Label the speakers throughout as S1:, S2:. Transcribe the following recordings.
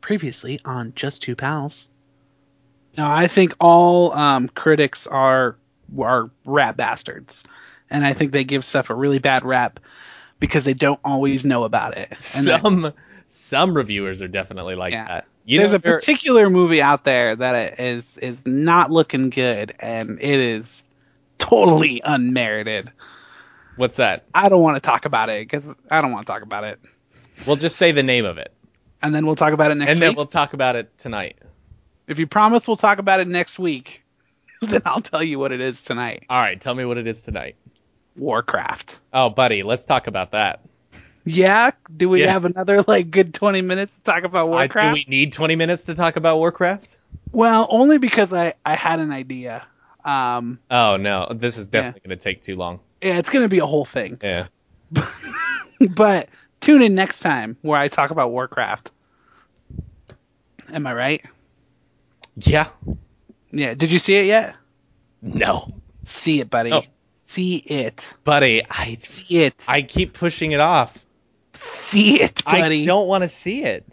S1: previously on Just Two Pals.
S2: No, I think all um, critics are are rat bastards, and I think they give stuff a really bad rap because they don't always know about it. And that-
S3: some some reviewers are definitely like
S2: Yeah.
S3: that. You
S2: there's
S3: know,
S2: a
S3: there-
S2: particular movie out there that is is not looking good, and it is totally unmerited.
S3: what's that?
S2: I don't want to talk about it because I don't want to talk about it.
S3: We'll just say the name of it,
S2: And then we'll talk about it next
S3: and
S2: week.
S3: then we'll talk about it tonight.
S2: If you promise we'll talk about it next week, then I'll tell you what it is tonight.
S3: All right, tell me what it is tonight.
S2: Warcraft.
S3: Oh, buddy, let's talk about that.
S2: Yeah. Do we
S3: Yeah.
S2: have another like good 20 minutes to talk about
S3: I-
S2: Warcraft?
S3: do we need 20 minutes to talk about Warcraft?
S2: Well, only because I I had an idea. Um,
S3: Oh no, this is definitely going to take too long.
S2: yeah, it's gonna be a whole thing.
S3: Yeah.
S2: but tune in next time where I talk about Warcraft. Am I right?
S3: Yeah.
S2: Yeah. Did you see it yet?
S3: No,
S2: See it, buddy.
S3: No.
S2: See it.
S3: buddy, I
S2: See it.
S3: I keep pushing it off.
S2: see it,
S3: I
S2: buddy.
S3: don't want to see it.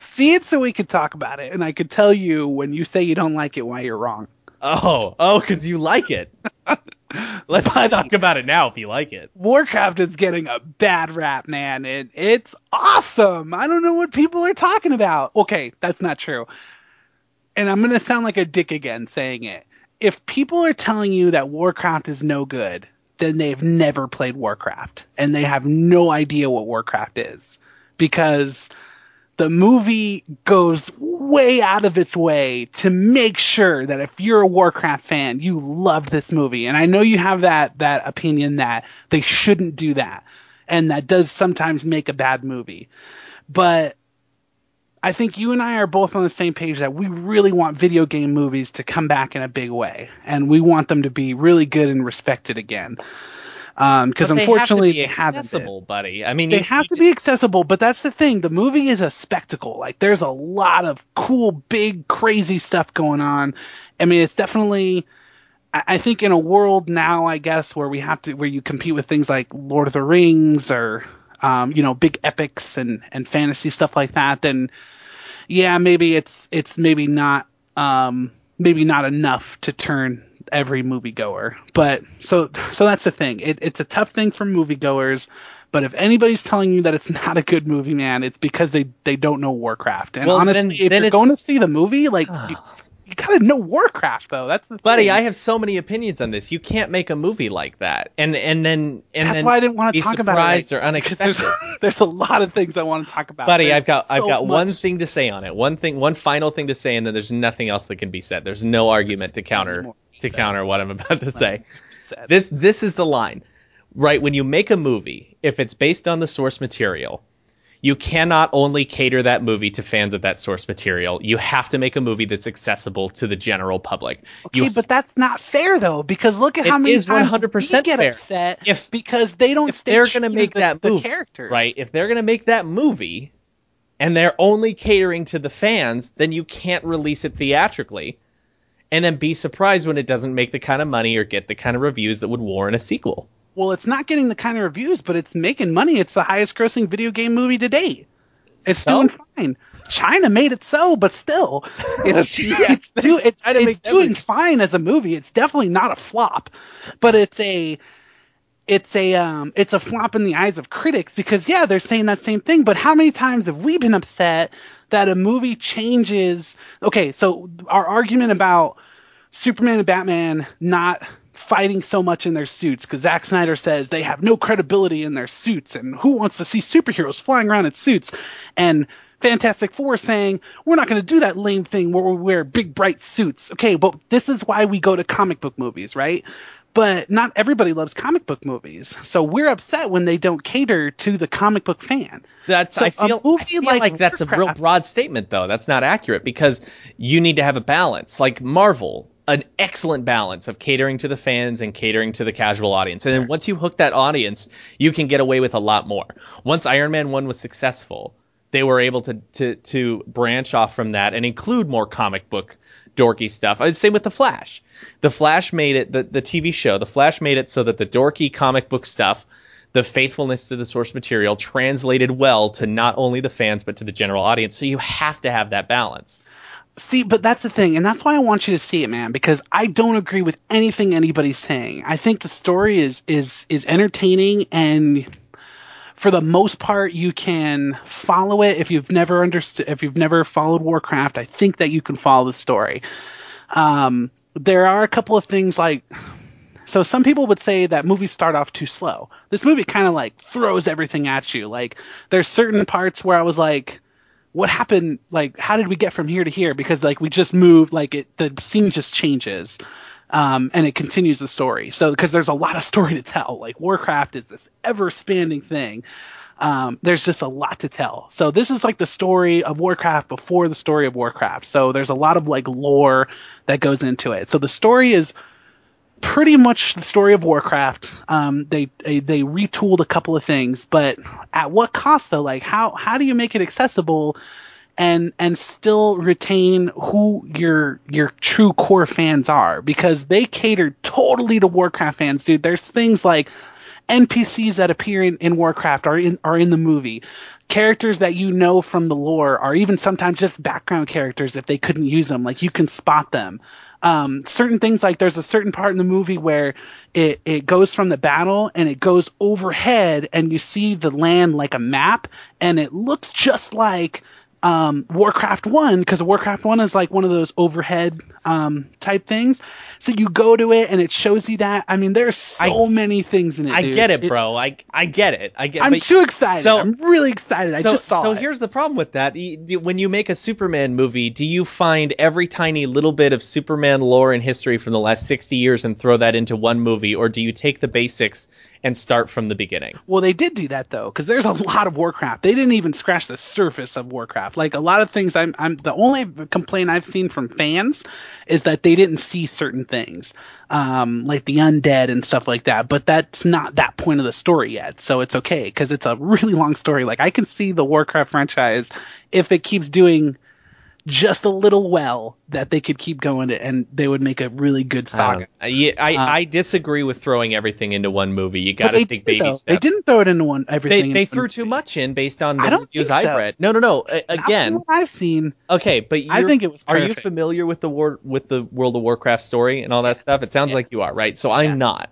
S2: See it so we could talk about it, and I could tell you when you say you don't like it why you're wrong.
S3: Oh, oh, because you like it. Let's
S2: Buddy.
S3: talk about it now if you like it.
S2: Warcraft is getting a bad rap, man, and it's awesome. I don't know what people are talking about. Okay, that's not true. And I'm going to sound like a dick again saying it. If people are telling you that Warcraft is no good, then they've never played Warcraft and they have no idea what Warcraft is because the movie goes way out of its way to make sure that if you're a Warcraft fan, you love this movie. And I know you have that that opinion that they shouldn't do that. And that does sometimes make a bad movie. But I think you and I are both on the same page that we really want video game movies to come back in a big way, and we want them to be really good and respected again. Because
S3: But they have to
S2: unfortunately,
S3: be
S2: they haven't. been
S3: accessible, buddy. I mean,
S2: they
S3: you-
S2: have
S3: you-
S2: to be accessible but that's the thing the movie is a spectacle like there's a lot of cool big crazy stuff going on i mean it's definitely i I think in a world now i guess where we have to where you compete with things like lord of the rings or um, you know big epics and and fantasy stuff like that then yeah maybe it's it's maybe not um maybe not enough to turn every moviegoer but so so that's the thing it, it's a tough thing for moviegoers but if anybody's telling you that it's not a good movie man it's because they they don't know warcraft and
S3: Well,
S2: honestly
S3: then-
S2: if
S3: then
S2: you're
S3: it's-
S2: going to see the movie like you, you gotta know warcraft though that's the
S3: buddy.
S2: thing.
S3: I have so many opinions on this. You can't make a movie like that, and and then and
S2: that's
S3: then
S2: why i didn't want
S3: be
S2: to talk about it
S3: surprised or
S2: because there's,
S3: unexpected.
S2: there's a lot of things i want to talk about
S3: buddy
S2: There's
S3: i've got i've
S2: so
S3: got one
S2: much-
S3: thing to say on it one thing one final thing to say and then there's nothing else that can be said there's no argument to counter
S2: more
S3: to
S2: said.
S3: counter what i'm about to say
S2: said.
S3: this this is the line right when you make a movie if it's based on the source material you cannot only cater that movie to fans of that source material you have to make a movie that's accessible to the general public
S2: Okay,
S3: you
S2: but that's not fair though, because look at
S3: It
S2: how many
S3: is
S2: times
S3: 100%
S2: we get
S3: fair.
S2: upset
S3: If-
S2: because they don't.
S3: if
S2: stay
S3: they're
S2: true
S3: gonna
S2: to
S3: make
S2: the-
S3: that
S2: the
S3: movie,
S2: characters,
S3: right? If they're gonna make that movie, and they're only catering to the fans, then you can't release it theatrically, and then be surprised when it doesn't make the kind of money or get the kind of reviews that would warrant a sequel.
S2: Well, it's not getting the kind of reviews, but it's making money. It's the highest-grossing video game movie to date. It's
S3: So?
S2: doing fine. China made it so, but still, it's
S3: Yeah,
S2: it's, do, it's,
S3: China
S2: it's
S3: makes
S2: doing
S3: everything.
S2: fine as a movie. It's definitely not a flop, but it's a it's a um it's a flop in the eyes of critics because yeah, they're saying that same thing. But how many times have we been upset that a movie changes? Okay, so our argument about Superman and Batman not fighting so much in their suits because Zack Snyder says they have no credibility in their suits and who wants to see superheroes flying around in suits and Fantastic Four saying we're not going to do that lame thing where we wear big bright suits. Okay, but this is why we go to comic book movies, right? But not everybody loves comic book movies, so we're upset when they don't cater to the comic book fan.
S3: That's
S2: So
S3: I
S2: a
S3: feel,
S2: movie
S3: I feel
S2: like
S3: like, that's a real
S2: Warcraft-
S3: broad statement though. That's not accurate because you need to have a balance. Like Marvel, an excellent balance of catering to the fans and catering to the casual audience. And then once you hook that audience, you can get away with a lot more. Once Iron Man 1 was successful, they were able to to to branch off from that and include more comic book dorky stuff. Uh, Same with the Flash. The Flash made it the, the TV show. The Flash made it so that the dorky comic book stuff, the faithfulness to the source material translated well to not only the fans but to the general audience. So you have to have that balance.
S2: See, but that's the thing, and that's why I want you to see it, man, because I don't agree with anything anybody's saying. I think the story is is is entertaining and for the most part you can follow it if you've never understood if you've never followed Warcraft, I think that you can follow the story. Um, there are a couple of things like so some people would say that movies start off too slow. This movie kind of like throws everything at you. Like there's certain parts where I was like what happened like how did we get from here to here because like we just moved like it the scene just changes um, and it continues the story so because there's a lot of story to tell like warcraft is this ever-spanning thing um, there's just a lot to tell so this is like the story of warcraft before the story of warcraft so there's a lot of like lore that goes into it so the story is pretty much the story of Warcraft. Um, they, they they retooled a couple of things, but at what cost though? Like how how do you make it accessible and and still retain who your your true core fans are? Because they cater totally to Warcraft fans, dude. There's things like NPCs that appear in, in Warcraft are in are in the movie. Characters that you know from the lore are even sometimes just background characters if they couldn't use them. Like you can spot them um, certain things like there's a certain part in the movie where it, it goes from the battle and it goes overhead and you see the land like a map and it looks just like um, Warcraft 1 because Warcraft 1 is like one of those overhead um, type things. So you go to it and it shows you that. I mean, there's so
S3: I-
S2: many things in it.
S3: I
S2: dude.
S3: get it, bro. I I get it. I get.
S2: I'm
S3: but-
S2: too excited.
S3: so-
S2: I'm really excited. I
S3: so,
S2: just saw
S3: so
S2: it.
S3: here's the problem with that. You- do- When you make a Superman movie, do you find every tiny little bit of Superman lore and history from the last 60 years and throw that into one movie, or do you take the basics and start from the beginning?
S2: Well, they did do that though, because there's a lot of Warcraft. They didn't even scratch the surface of Warcraft. Like a lot of things, I'm, I'm the only complaint I've seen from fans is that they didn't see certain things, um, like the undead and stuff like that. But that's not that point of the story yet, so it's okay because it's a really long story. Like I can see the Warcraft franchise if it keeps doing just a little well that they could keep going to, and they would make a really good saga. uh,
S3: Um, I, I, I disagree with throwing everything into one movie. You got
S2: but
S3: to
S2: they
S3: take
S2: did,
S3: baby
S2: though.
S3: steps.
S2: They didn't throw it into one
S3: They,
S2: everything. in
S3: they
S2: one
S3: threw too much in based on the
S2: I don't
S3: reviews
S2: think
S3: I've
S2: so.
S3: read. No, no, no. A-
S2: Not from
S3: Again,
S2: what I've seen.
S3: okay, but
S2: I
S3: you're-
S2: think it was
S3: Are you
S2: perfect.
S3: familiar with the war with the World of Warcraft story and all that stuff? It sounds like you are, right? So I'm
S2: Yeah.
S3: not.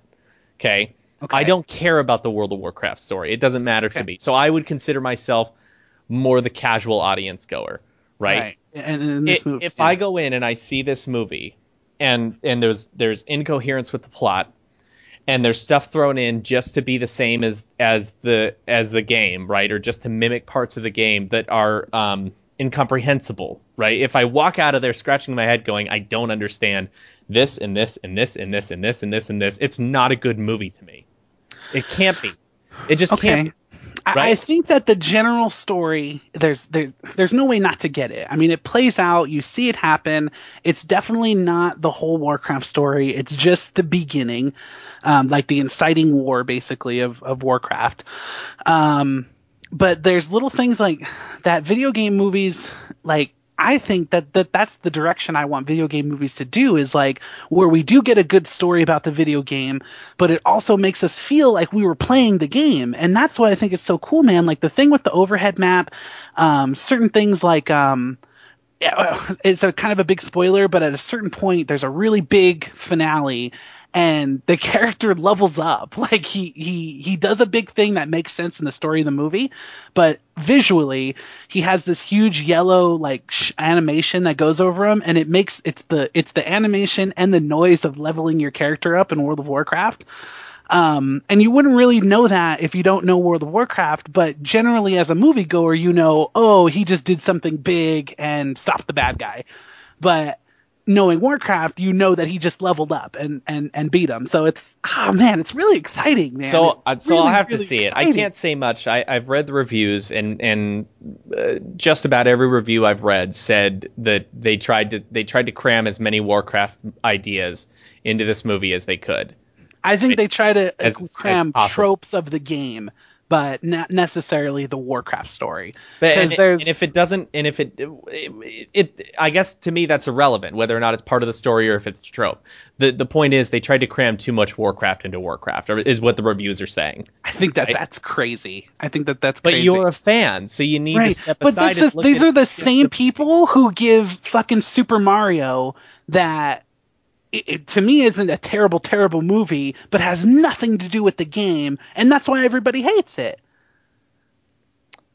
S3: Okay?
S2: Okay.
S3: I don't care about the World of Warcraft story. It doesn't matter to
S2: Okay.
S3: me. So I would consider myself more the casual audience goer, right?
S2: And, and in this
S3: If-
S2: movie,
S3: if I go in and I see this movie and and there's there's incoherence with the plot and there's stuff thrown in just to be the same as as the as the game, right? Or just to mimic parts of the game that are um, incomprehensible, right? If I walk out of there scratching my head, going, I don't understand this and this and this and this and this and this and this, it's not a good movie to me. It can't be. It just
S2: okay.
S3: can't.
S2: I-
S3: be.
S2: I
S3: right?
S2: think that the general story there's there's there's no way not to get it. I mean, it plays out, you see it happen. It's definitely not the whole Warcraft story. It's just the beginning, um, like the inciting war basically of of Warcraft. Um, but there's little things like that video game movies like I think that, that that's the direction I want video game movies to do is like where we do get a good story about the video game, but it also makes us feel like we were playing the game. And that's what I think is so cool, man. Like the thing with the overhead map, um, certain things like um, yeah, it's a kind of a big spoiler, but at a certain point, there's a really big finale, and the character levels up. Like he he he does a big thing that makes sense in the story of the movie, but visually, he has this huge yellow like sh- animation that goes over him, and it makes it's the it's the animation and the noise of leveling your character up in World of Warcraft. Um, and you wouldn't really know that if you don't know World of Warcraft, but generally as a moviegoer, you know, oh, he just did something big and stopped the bad guy. But knowing Warcraft, you know that he just leveled up and, and, and beat him. So it's, ah, man, it's really exciting, man.
S3: So, uh,
S2: It's
S3: so I'll
S2: really,
S3: have
S2: really
S3: to see it. I
S2: exciting.
S3: can't say much. I, I've read the reviews, and and uh, just about every review I've read said that they tried to they tried to cram as many Warcraft ideas into this movie as they could.
S2: I think they try to uh,
S3: as- as
S2: cram
S3: possible.
S2: tropes of the game but not necessarily the Warcraft story.
S3: But, and,
S2: Because there's
S3: and if it doesn't, and if it, it, it, I guess to me that's irrelevant whether or not it's part of the story or if it's a trope. The the point is they tried to cram too much Warcraft into Warcraft, or is what the reviews are saying.
S2: I think that that's crazy. I think that that's
S3: But
S2: crazy.
S3: you're a fan, so you need to step
S2: but
S3: aside.
S2: this
S3: and
S2: is,
S3: look
S2: these
S3: at-
S2: are the same people who give fucking Super Mario that it, it, to me isn't a terrible, terrible movie, but has nothing to do with the game, and that's why everybody hates it.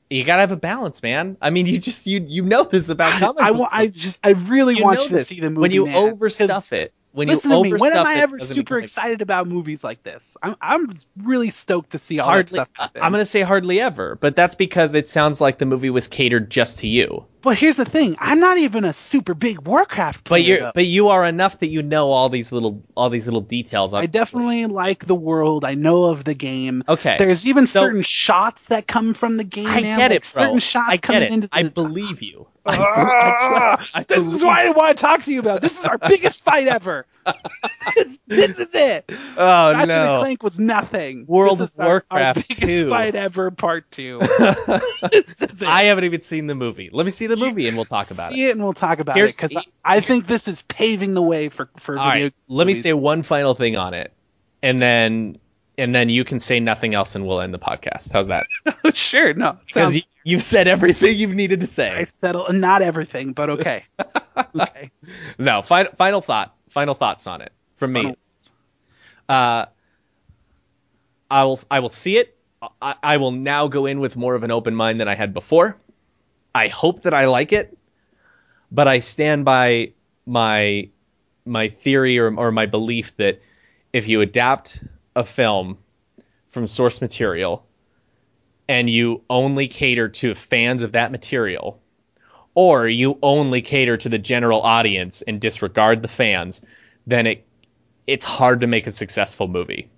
S3: you gotta have a balance, man. I mean, you just you you know this about
S2: I,
S3: comic
S2: I,
S3: book
S2: wa- I just, I really
S3: You
S2: want
S3: know
S2: you to
S3: this.
S2: see the movie.
S3: when you
S2: man, 'cause
S3: overstuff it. When you
S2: Listen to me.
S3: overstuff
S2: When am I
S3: it,
S2: ever
S3: doesn't become
S2: super
S3: a-
S2: excited about movies like this? I'm, I'm really stoked to see all
S3: Hardly,
S2: that
S3: I-
S2: stuff.
S3: I'm gonna say hardly ever, but that's because it sounds like the movie was catered just to you.
S2: But here's the thing: I'm not even a super big Warcraft player.
S3: But you're
S2: though.
S3: but you are enough that you know all these little all these little details.
S2: I definitely like the world. I know of the game.
S3: Okay.
S2: There's even
S3: So-
S2: certain shots that come from the game.
S3: I
S2: man,
S3: get
S2: like
S3: it, bro.
S2: Certain shots
S3: I get
S2: coming
S3: it.
S2: into the.
S3: I believe you. I,
S2: Ah,
S3: trust- I
S2: this is
S3: believe-
S2: why I want to talk to you about. This is our biggest fight ever. this, this is it.
S3: Oh
S2: Ratchet and
S3: no.
S2: Clank was nothing.
S3: World
S2: This is
S3: of
S2: our-
S3: Warcraft
S2: our biggest
S3: 2.
S2: fight ever, part two. This is it.
S3: I haven't even seen the movie. Let me see the movie and we'll talk about
S2: see
S3: it.
S2: it and we'll talk about
S3: Here's-
S2: it because I, I think this is paving the way for for
S3: All
S2: video.
S3: right. Let me
S2: movies.
S3: say one final thing on it, and then and then you can say nothing else and we'll end the podcast. How's that?
S2: sure, no,
S3: Because
S2: sounds
S3: you, you've said everything you've needed to
S2: I
S3: say.
S2: settle not everything, but okay. okay.
S3: No. Final final thought. Final thoughts on it from me.
S2: Final-
S3: uh, I will I will see it. I, I will now go in with more of an open mind than I had before. I hope that I like it, but I stand by my my theory or, or my belief that if you adapt a film from source material and you only cater to fans of that material, or you only cater to the general audience and disregard the fans, then it it's hard to make a successful movie.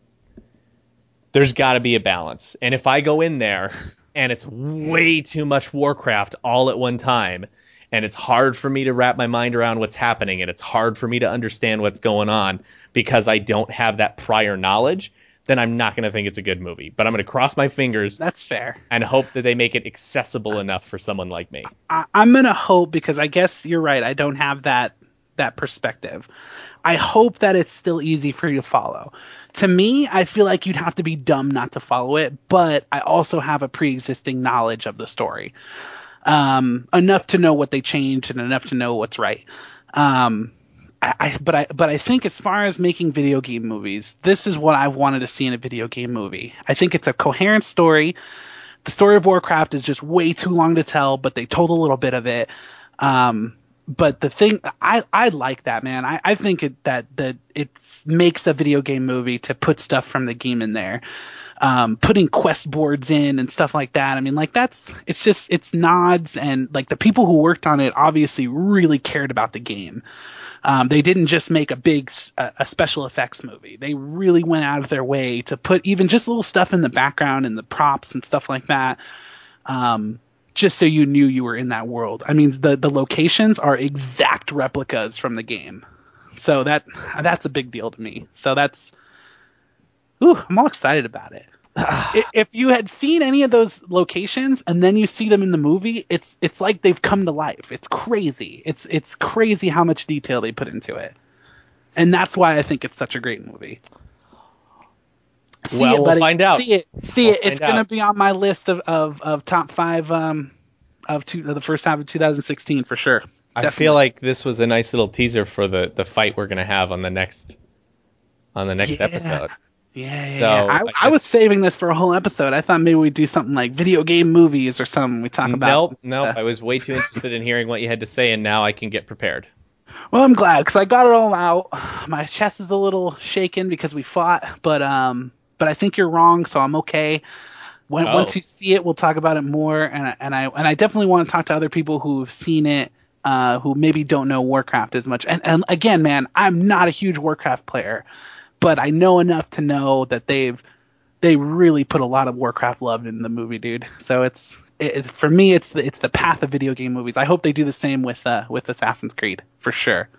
S3: There's got to be a balance. And if I go in there and it's way too much Warcraft all at one time, and it's hard for me to wrap my mind around what's happening, and it's hard for me to understand what's going on because I don't have that prior knowledge, then I'm not going to think it's a good movie. But I'm going to cross my fingers
S2: That's fair.
S3: and hope that they make it accessible enough for someone like me.
S2: I, I'm gonna hope because I guess you're right. I don't have that that perspective. I hope that it's still easy for you to follow. To me, I feel like you'd have to be dumb not to follow it, but I also have a pre-existing knowledge of the story, um, enough to know what they changed and enough to know what's right. Um, I, I, but I but I think as far as making video game movies, this is what I've wanted to see in a video game movie. I think it's a coherent story the story of Warcraft is just way too long to tell, but they told a little bit of it. Um, but the thing I, I like that man. I, I think it, that that it makes a video game movie to put stuff from the game in there, um, putting quest boards in and stuff like that. I mean, like that's it's just it's nods and like the people who worked on it obviously really cared about the game. Um, they didn't just make a big s- a, a special effects movie. They really went out of their way to put even just little stuff in the background and the props and stuff like that, um, just so you knew you were in that world. I mean, the the locations are exact replicas from the game, so that that's a big deal to me. So that's, ooh, I'm all excited about it. I- if you had seen any of those locations and then you see them in the movie, it's it's like they've come to life. It's crazy. It's it's crazy how much detail they put into it, and that's why I think it's such a great movie. See
S3: Well,
S2: it,
S3: we'll
S2: buddy.
S3: find out.
S2: See it. See
S3: We'll
S2: it. It's
S3: find
S2: gonna
S3: out.
S2: be on my list of of, of top five um of two of the first half of 2016 for sure.
S3: I feel like this was a nice little teaser for the the fight we're gonna have on the next on the next
S2: Yeah.
S3: episode.
S2: Yeah, yeah,
S3: So,
S2: yeah. I,
S3: I
S2: I,
S3: guess-
S2: was saving this for a whole episode. I thought maybe we'd do something like video game movies or something. We talk about.
S3: Nope, nope.
S2: uh,
S3: I was way too interested in hearing what you had to say, and now I can get prepared.
S2: Well, I'm glad because I got it all out. My chest is a little shaken because we fought, but um, but I think you're wrong, so I'm okay. When,
S3: Oh.
S2: Once you see it, we'll talk about it more, and I- and I and I definitely want to talk to other people who've seen it, uh, who maybe don't know Warcraft as much. And and again, man, I'm not a huge Warcraft player, but I know enough to know that they've they really put a lot of Warcraft love in the movie, dude. So it's it, it- for me, it's the, it's the path of video game movies. I hope they do the same with uh, with Assassin's Creed for sure.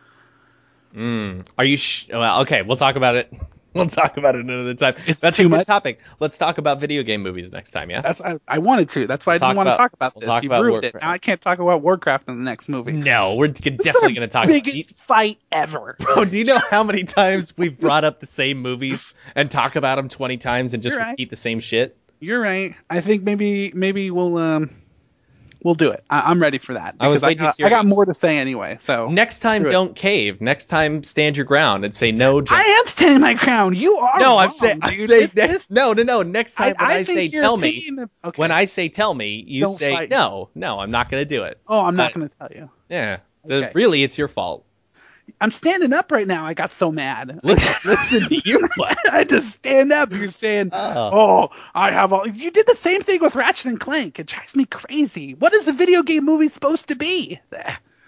S3: Are you? Sh- well, okay, we'll talk about it. We'll talk about it another time.
S2: It's
S3: That's
S2: too
S3: a good
S2: much. Uh,
S3: topic. Let's talk about video game movies next time, yeah?
S2: That's I, I wanted to. That's why I
S3: Talk
S2: didn't want to
S3: about-
S2: talk about
S3: we'll
S2: this.
S3: talk
S2: you
S3: about
S2: ruined it.
S3: Warcraft.
S2: Now I can't talk about Warcraft in the next movie.
S3: No, we're g-
S2: This is
S3: definitely
S2: our
S3: going to talk about
S2: biggest fight ever.
S3: Bro, do you know how many times we've brought up the same movies and talk about them 20 times and just
S2: You're right.
S3: repeat the same shit?
S2: You're right. I think maybe maybe we'll um we'll do it. I, I'm ready for that.
S3: I was
S2: because
S3: way too
S2: got, I got
S3: curious.
S2: more to say anyway. So
S3: Next time,
S2: Screw it.
S3: don't cave. Next time, stand your ground and say no. John.
S2: I am standing my ground. You are.
S3: no, I'm
S2: wrong,
S3: saying, I'm
S2: dude.
S3: saying
S2: This-
S3: next.
S2: this-
S3: No, no, no. Next time when I, say
S2: think your
S3: tell me,
S2: opinion of- okay.
S3: when I say tell me, you
S2: Don't
S3: say
S2: fight.
S3: no, no, I'm not going to do it.
S2: oh, I'm not
S3: I-
S2: going to tell you.
S3: Yeah. The-
S2: Okay.
S3: Really, it's your fault.
S2: I'm standing up right now. I got so mad.
S3: Listen, listen to you. but-
S2: I just stand up. You're saying,
S3: Oh.
S2: "Oh, I have all." You did the same thing with Ratchet and Clank. It drives me crazy. What is a video game movie supposed to be?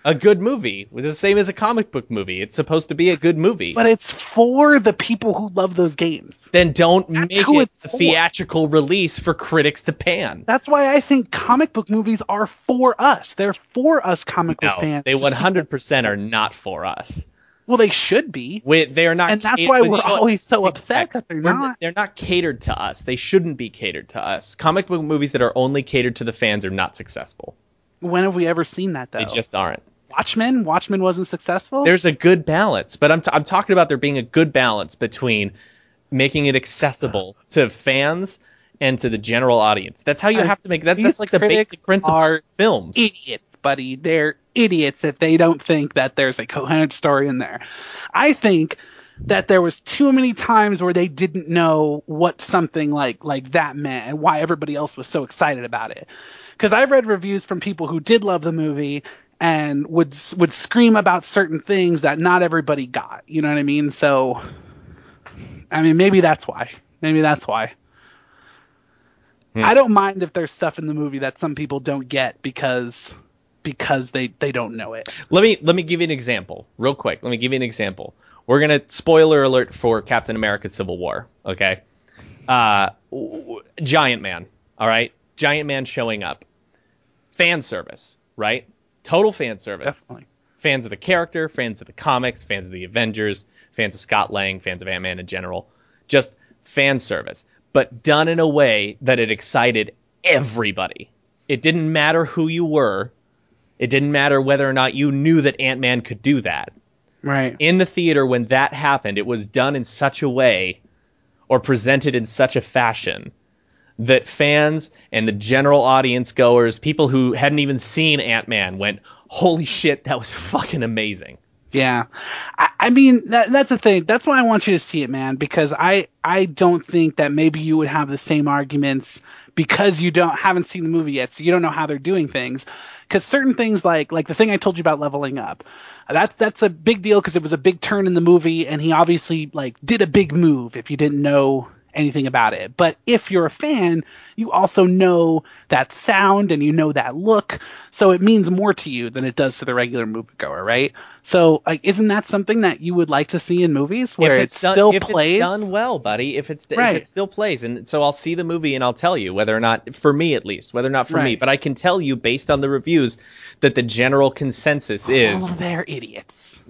S3: A good movie, the same as a comic book movie. It's supposed to be a good movie.
S2: But it's for the people who love those games.
S3: then don't
S2: That's
S3: make
S2: who
S3: it
S2: it's
S3: a
S2: for.
S3: theatrical release for critics to pan.
S2: That's why I think comic book movies are for us. They're for us comic book
S3: No,
S2: fans.
S3: they
S2: to see
S3: 100% are not for us.
S2: what's- Well, they should be.
S3: We, they are not.
S2: And that's
S3: ca-
S2: why
S3: but you
S2: we're
S3: know what?
S2: always so upset that they're
S3: We're n-
S2: not.
S3: They're not catered to us. They shouldn't be catered to us. Comic book movies that are only catered to the fans are not successful.
S2: When have we ever seen that though?
S3: They just aren't.
S2: Watchmen. Watchmen wasn't successful.
S3: There's a good balance, but I'm t- I'm talking about there being a good balance between making it accessible to fans and to the general audience. That's how you
S2: Uh-huh. Uh,
S3: have to make that.
S2: these
S3: That's like the
S2: critics
S3: basic principle
S2: are
S3: of films.
S2: idiots, buddy. They're idiots if they don't think that there's a coherent story in there. I think that there was too many times where they didn't know what something like like that meant and why everybody else was so excited about it. Cuz I've read reviews from people who did love the movie and would s- would scream about certain things that not everybody got. You know what I mean? So I mean maybe that's why. Maybe that's why. I don't mind if there's stuff in the movie that some people don't get because because they they don't know it.
S3: Let me let me give you an example, real quick. Let me give you an example. We're gonna spoiler alert for Captain America: Civil War. Okay, uh, w- w- Giant Man. All right, Giant Man showing up. Fan service, right? Total fan service.
S2: Definitely.
S3: Fans of the character, fans of the comics, fans of the Avengers, fans of Scott Lang, fans of Ant Man in general. Just fan service, but done in a way that it excited everybody. It didn't matter who you were. It didn't matter whether or not you knew that Ant Man could do that.
S2: Right.
S3: In the theater, when that happened, it was done in such a way or presented in such a fashion that fans and the general audience goers, people who hadn't even seen Ant Man, went, Holy shit, that was fucking amazing.
S2: Yeah. I, I mean that that's the thing. That's why I want you to see it, man, because I I don't think that maybe you would have the same arguments because you don't haven't seen the movie yet, so you don't know how they're doing things. Because certain things like like the thing I told you about leveling up, that's that's a big deal because it was a big turn in the movie, and he obviously like did a big move. If you didn't know anything about it. But if you're a fan, you also know that sound and you know that look, so it means more to you than it does to the regular moviegoer, right? So, like, isn't that something that you would like to see in movies where
S3: if
S2: it
S3: it's done,
S2: still
S3: if it's
S2: plays?
S3: done well, buddy, if it's
S2: Right.
S3: if it still plays, and so I'll see the movie and I'll tell you whether or not, for me at least, whether or not for me,
S2: Right.
S3: but I can tell you based on the reviews that the general consensus is.
S2: Oh, they're idiots.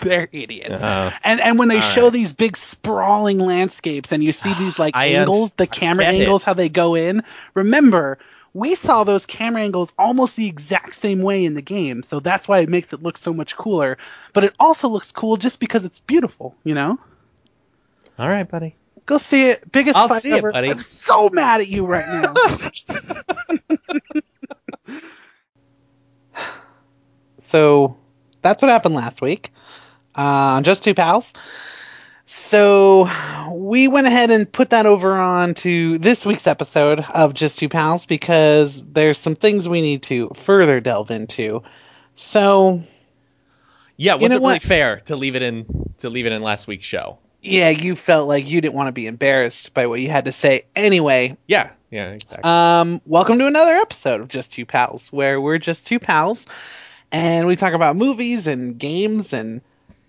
S2: they're idiots.
S3: Uh-oh.
S2: and and when they show
S3: Uh-huh. right.
S2: these big sprawling landscapes and you see these like
S3: I am-
S2: angles, the
S3: I
S2: camera
S3: get it.
S2: angles, how they go in. Remember, we saw those camera angles almost the exact same way in the game, so that's why it makes it look so much cooler. But it also looks cool just because it's beautiful, you know.
S3: All right, buddy.
S2: Go see it. Biggest
S3: I'll
S2: fight
S3: see it,
S2: ever.
S3: buddy.
S2: I'm so mad at you right now. so that's what happened last week. Uh, just two pals. So we went ahead and put that over on to this week's episode of Just Two Pals because there's some things we need to further delve into. So
S3: Yeah,
S2: know
S3: was it really
S2: what?
S3: fair to leave it in to leave it in last week's show?
S2: yeah, you felt like you didn't want to be embarrassed by what you had to say. Anyway,
S3: Yeah, yeah, exactly.
S2: Um, welcome to another episode of Just Two Pals, where we're just two pals and we talk about movies and games and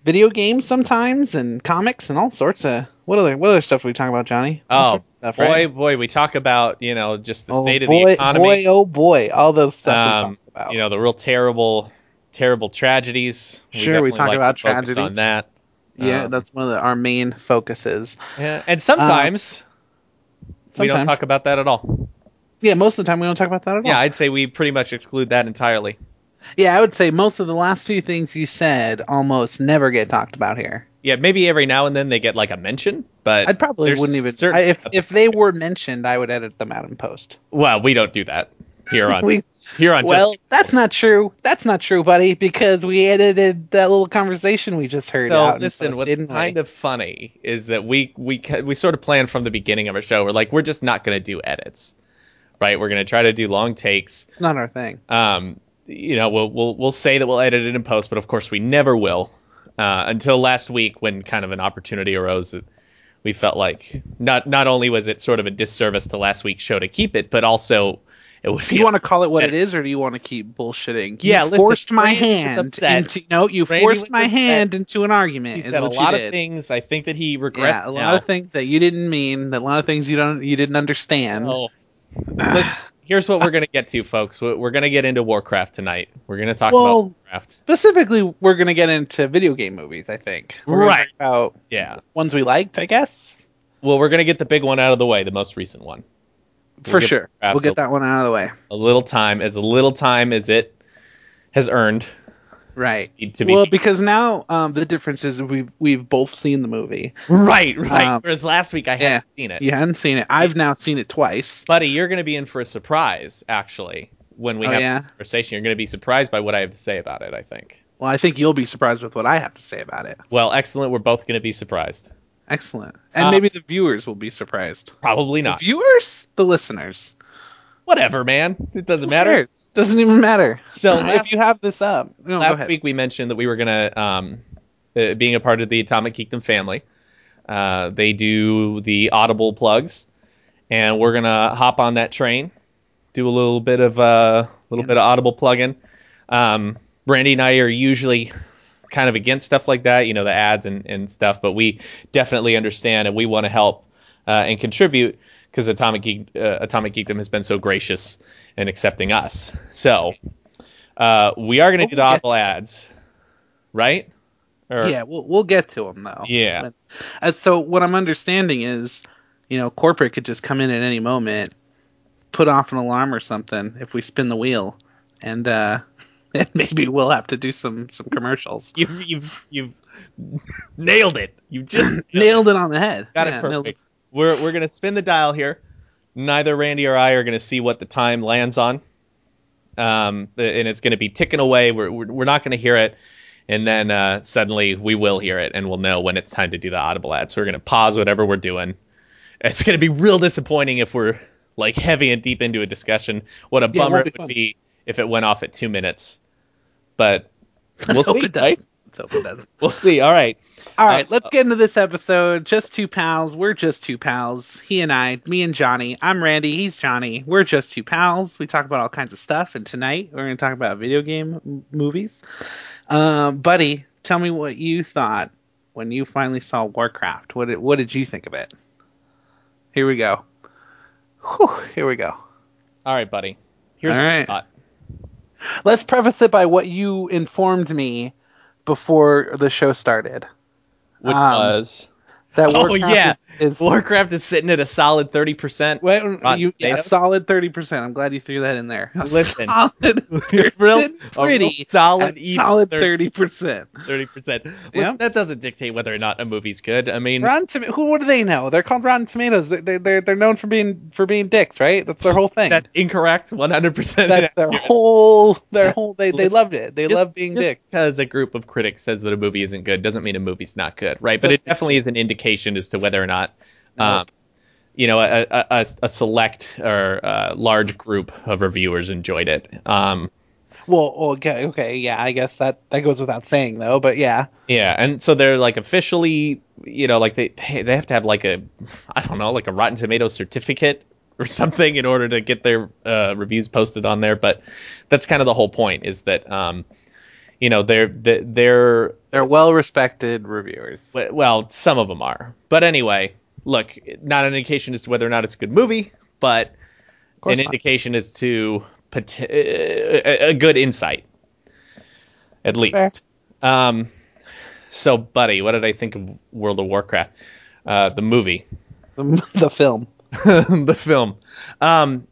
S2: video games sometimes and comics and all sorts of what other what other stuff are we talking about, Johnny? All
S3: oh
S2: sorts of stuff,
S3: boy,
S2: right?
S3: boy, we talk about you know just the
S2: Oh,
S3: state of
S2: boy,
S3: the economy,
S2: Boy, oh boy, all those stuff we
S3: um,
S2: talk about.
S3: you know the real terrible, terrible tragedies.
S2: Sure, we
S3: definitely
S2: talk
S3: like to
S2: about
S3: focus
S2: tragedies.
S3: on that.
S1: Yeah,
S3: Um,
S1: that's one of the, our main focuses.
S3: Yeah, and sometimes, we don't
S1: sometimes.
S3: talk about that at all.
S1: Yeah, most of the time we don't talk about that at all.
S3: Yeah, I'd say we pretty much exclude that entirely.
S1: Yeah, I would say most of the last few things you said almost never get talked about here.
S3: Yeah, maybe every now and then they get like a mention, but
S1: I probably
S3: there's
S1: wouldn't even.
S3: certain-
S1: I, if, if they were mentioned, I would edit them out in post.
S3: well, we don't do that here on
S1: We-
S3: here on.
S1: well,
S3: Just-
S1: that's not true. That's not true, buddy, because we edited that little conversation we just heard
S3: So
S1: out. in
S3: listen,
S1: post,
S3: what's
S1: didn't we?
S3: kind of funny is that we we ca- we sort of plan from the beginning of our show. We're like, we're just not going to do edits, right? We're going to try to do long takes.
S1: It's not our thing.
S3: Um, you know, we'll we'll we'll say that we'll edit it in post, but of course we never will. Uh, until last week, when kind of an opportunity arose that we felt like not not only was it sort of a disservice to last week's show to keep it, but also it would
S1: Do
S3: be
S1: you want to call it what it
S3: Yeah.
S1: is, or do you want to keep bullshitting?
S3: Yeah,
S1: you
S3: listen,
S1: forced my
S3: Randy was
S1: hand
S3: upset.
S1: into no, you
S3: Randy was
S1: forced my
S3: upset.
S1: hand into an argument.
S3: he
S1: is
S3: said a
S1: what
S3: lot
S1: you
S3: of
S1: did.
S3: things. I think that he regrets
S1: Yeah, a lot
S3: now.
S1: of things that you didn't mean, that a lot of things you don't, you didn't understand.
S3: So, let's- here's what we're gonna get to, folks. We're we're gonna get into Warcraft tonight. We're gonna talk
S1: Well-
S3: about Warcraft.
S1: Specifically, we're gonna get into video game movies. I think. We're gonna
S3: Right.
S1: talk About
S3: Yeah.
S1: ones we liked, I guess.
S3: Well, we're gonna get the big one out of the way, the most recent one.
S1: For
S3: get
S1: sure,
S3: Warcraft
S1: we'll
S3: a-
S1: get that one out of the way.
S3: A little time, as little time as it has earned.
S1: Right.
S3: to be-
S1: well, because now um, the difference is we've we've both seen the movie.
S3: Right, right.
S1: Um,
S3: Whereas last week I
S1: yeah.
S3: hadn't seen it.
S1: You hadn't seen it. I've now seen it twice.
S3: Buddy, you're gonna be in for a surprise, actually. When we
S1: Oh,
S3: have
S1: yeah?
S3: this conversation, you're gonna be surprised by what I have to say about it, I think.
S1: Well, I think you'll be surprised with what I have to say about it.
S3: Well, excellent. We're both gonna be surprised.
S1: Excellent. And
S3: Uh,
S1: maybe the viewers will be surprised.
S3: Probably
S1: The
S3: not.
S1: viewers? The listeners.
S3: Whatever, man. It doesn't matter.
S1: Who cares? Doesn't even matter.
S3: So
S1: if
S3: last-
S1: you have this up, no, go
S3: last
S1: ahead.
S3: week we mentioned that we were gonna um, uh, being a part of the Atomic Geekdom family. Uh, they do the Audible plugs, and we're gonna hop on that train, do a little bit of a uh, little bit of Audible plugging. Um, Brandy and I are usually kind of against stuff like that, you know, the ads and, and stuff, but we definitely understand and we want to help uh, and contribute because Atomic Geek, uh, Atomic Geekdom has been so gracious in accepting us. So uh, we are
S1: Well, we'll
S3: going to do the
S1: get
S3: Audible
S1: to
S3: ads, right? Or,
S1: yeah, we'll we'll get to them though.
S3: Yeah.
S1: And Uh, so what I'm understanding is, you know, corporate could just come in at any moment, put off an alarm or something if we spin the wheel, and uh, and maybe we'll have to do some some commercials.
S3: You, you've you've nailed it. You just
S1: Nailed it on the head.
S3: Got
S1: Yeah,
S3: it
S1: nailed
S3: perfect. We're we're gonna spin the dial here. Neither Randy or I are gonna see what the time lands on. Um, and it's gonna be ticking away. We're we're, we're not gonna hear it, and then uh, suddenly we will hear it, and we'll know when it's time to do the audible ad. So we're gonna pause whatever we're doing. It's gonna be real disappointing if we're like heavy and deep into a discussion. What a
S1: Yeah, it
S3: bummer
S1: won't be
S3: it would
S1: fun.
S3: be if it went off at two minutes. But we'll
S1: Let's hope
S3: see.
S1: it doesn't.
S3: right?
S1: Let's hope it doesn't.
S3: We'll see. All right.
S1: All right,
S3: Uh,
S1: let's get into this episode. Just two pals. We're just two pals. He and I, me and Johnny. I'm Randy. He's Johnny. We're just two pals. We talk about all kinds of stuff, and tonight we're going to talk about video game m- movies. Um, buddy, tell me what you thought when you finally saw Warcraft. What did, what did you think of it? Here we go. Whew, here we go.
S3: All right, buddy. Here's
S1: All
S3: what I
S1: right.
S3: thought.
S1: Let's preface it by what you informed me before the show started.
S3: which
S1: Um,
S3: was.
S1: That
S3: Oh,
S1: Warcraft
S3: yeah.
S1: is, is
S3: Warcraft is sitting at a solid 30%.
S1: Well,
S3: Rotten
S1: you, yeah,
S3: Tomatoes?
S1: solid thirty percent. I'm glad you threw that in there. A
S3: Listen.
S1: solid,
S3: real-
S1: sitting
S3: a real
S1: pretty
S3: solid,
S1: at
S3: even
S1: solid
S3: thir-
S1: thirty percent.
S3: 30%. Listen,
S1: Yeah.
S3: that doesn't dictate whether or not a movie's good. I mean,
S1: Rotten Tomatoes. Who? What do they know? They're called Rotten Tomatoes. They, they, they're they're known for being for being dicks, right? That's their whole thing.
S3: that's incorrect 100%.
S1: That's their whole their whole. They they
S3: Listen,
S1: loved it. They
S3: Just-
S1: love being
S3: just
S1: dicks.
S3: because a group of critics says that a movie isn't good doesn't mean a movie's not good, right? But it
S1: Doesn't-
S3: definitely is an indication as to whether or not, um, you know, a, a, a, a select or a large group of reviewers enjoyed it. Um,
S1: Well, oh, okay, okay, yeah. I guess that that goes without saying though. But yeah,
S3: Yeah, and so they're like officially, you know, like they they have to have like a, I don't know, like a Rotten Tomatoes certificate or something in order to get their uh, reviews posted on there. But that's kind of the whole point is that, um, you know, they're they- they're
S1: they're well respected reviewers.
S3: well, some of them are. But anyway, look, not an indication as to whether or not it's a good movie, but
S1: course
S3: an
S1: not.
S3: indication as to uh, pot- a a good insight, at least. Um, So, buddy, what did I think of World of Warcraft, uh, the movie,
S1: The, the film.
S3: the film? Um,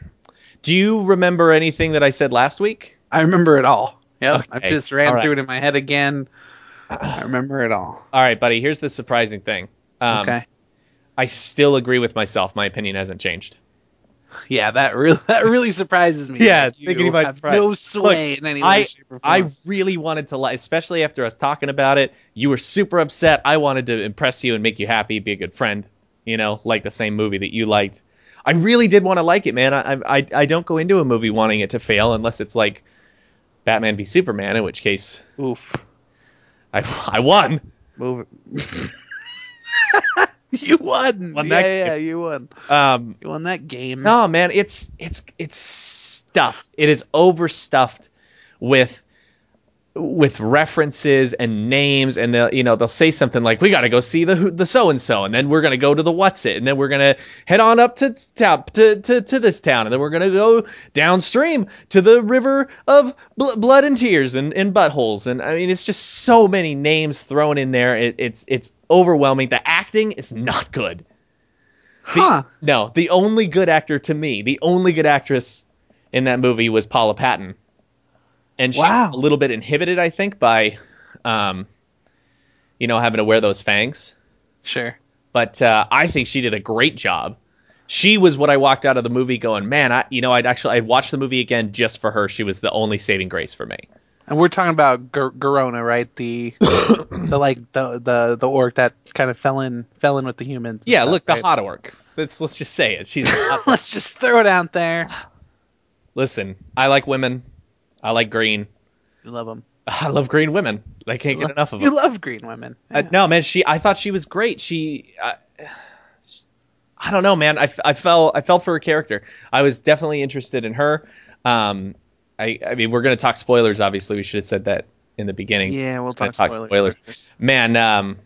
S3: do you remember anything that I said last week?
S1: I remember it all. Yep. I
S3: Okay.
S1: just ran
S3: All right.
S1: through it in my head again. I remember it all.
S3: All right, buddy. Here's the surprising thing. Um,
S1: okay.
S3: I still agree with myself. My opinion hasn't changed.
S1: Yeah, that really that really surprises me.
S3: Yeah,
S1: Like, you
S3: thinking about
S1: have
S3: surprise.
S1: no sway
S3: Look,
S1: in any way,
S3: I,
S1: shape, or form.
S3: I really wanted to, li- especially after us talking about it. You were super upset. I wanted to impress you and make you happy, be a good friend. You know, like the same movie that you liked. I really did want to like it, man. I, I I don't go into a movie wanting it to fail unless it's like Batman v Superman, in which case
S1: Oof.
S3: I I won.
S1: Move it. you won.
S3: Won
S1: yeah,
S3: that
S1: yeah, you won.
S3: Um,
S1: You won that game.
S3: No, man, it's it's it's stuffed. It is overstuffed with with references and names, and they'll you know they'll say something like, "We got to go see the who- the so and so," and then we're gonna go to the what's it, and then we're gonna head on up to town to, to to this town, and then we're gonna go downstream to the river of bl- blood and tears and, and buttholes, and I mean it's just so many names thrown in there. It, it's it's overwhelming. The acting is not good. The-
S1: Huh.
S3: No, the only good actor to me, the only good actress in that movie was Paula Patton, and she's
S1: Wow.
S3: a little bit inhibited, I think, by, um, you know, having to wear those fangs.
S1: Sure.
S3: But uh, I think she did a great job. She was what I walked out of the movie going, man, I, you know, I'd actually I'd watch the movie again just for her. She was the only saving grace for me.
S1: And we're talking about Gor Gorona, right? The the like the the the orc that kind of fell in fell in with the humans. and
S3: Yeah,
S1: stuff,
S3: look, the
S1: right?
S3: hot orc. Let's let's just say it. She's a hot
S1: Let's just throw it out there.
S3: Listen, I like women. I like green.
S1: You love them.
S3: I love green women. I can't get enough of them.
S1: You love green women.
S3: Uh,
S1: Yeah.
S3: no, man, she. I thought she was great. She. I I don't know, man. I, f- I fell I fell for her character. I was definitely interested in her. Um, I I mean, we're gonna talk spoilers. Obviously, we should have said that in the beginning.
S1: Yeah, we'll
S3: We're gonna
S1: talk,
S3: talk spoilers. Man, um,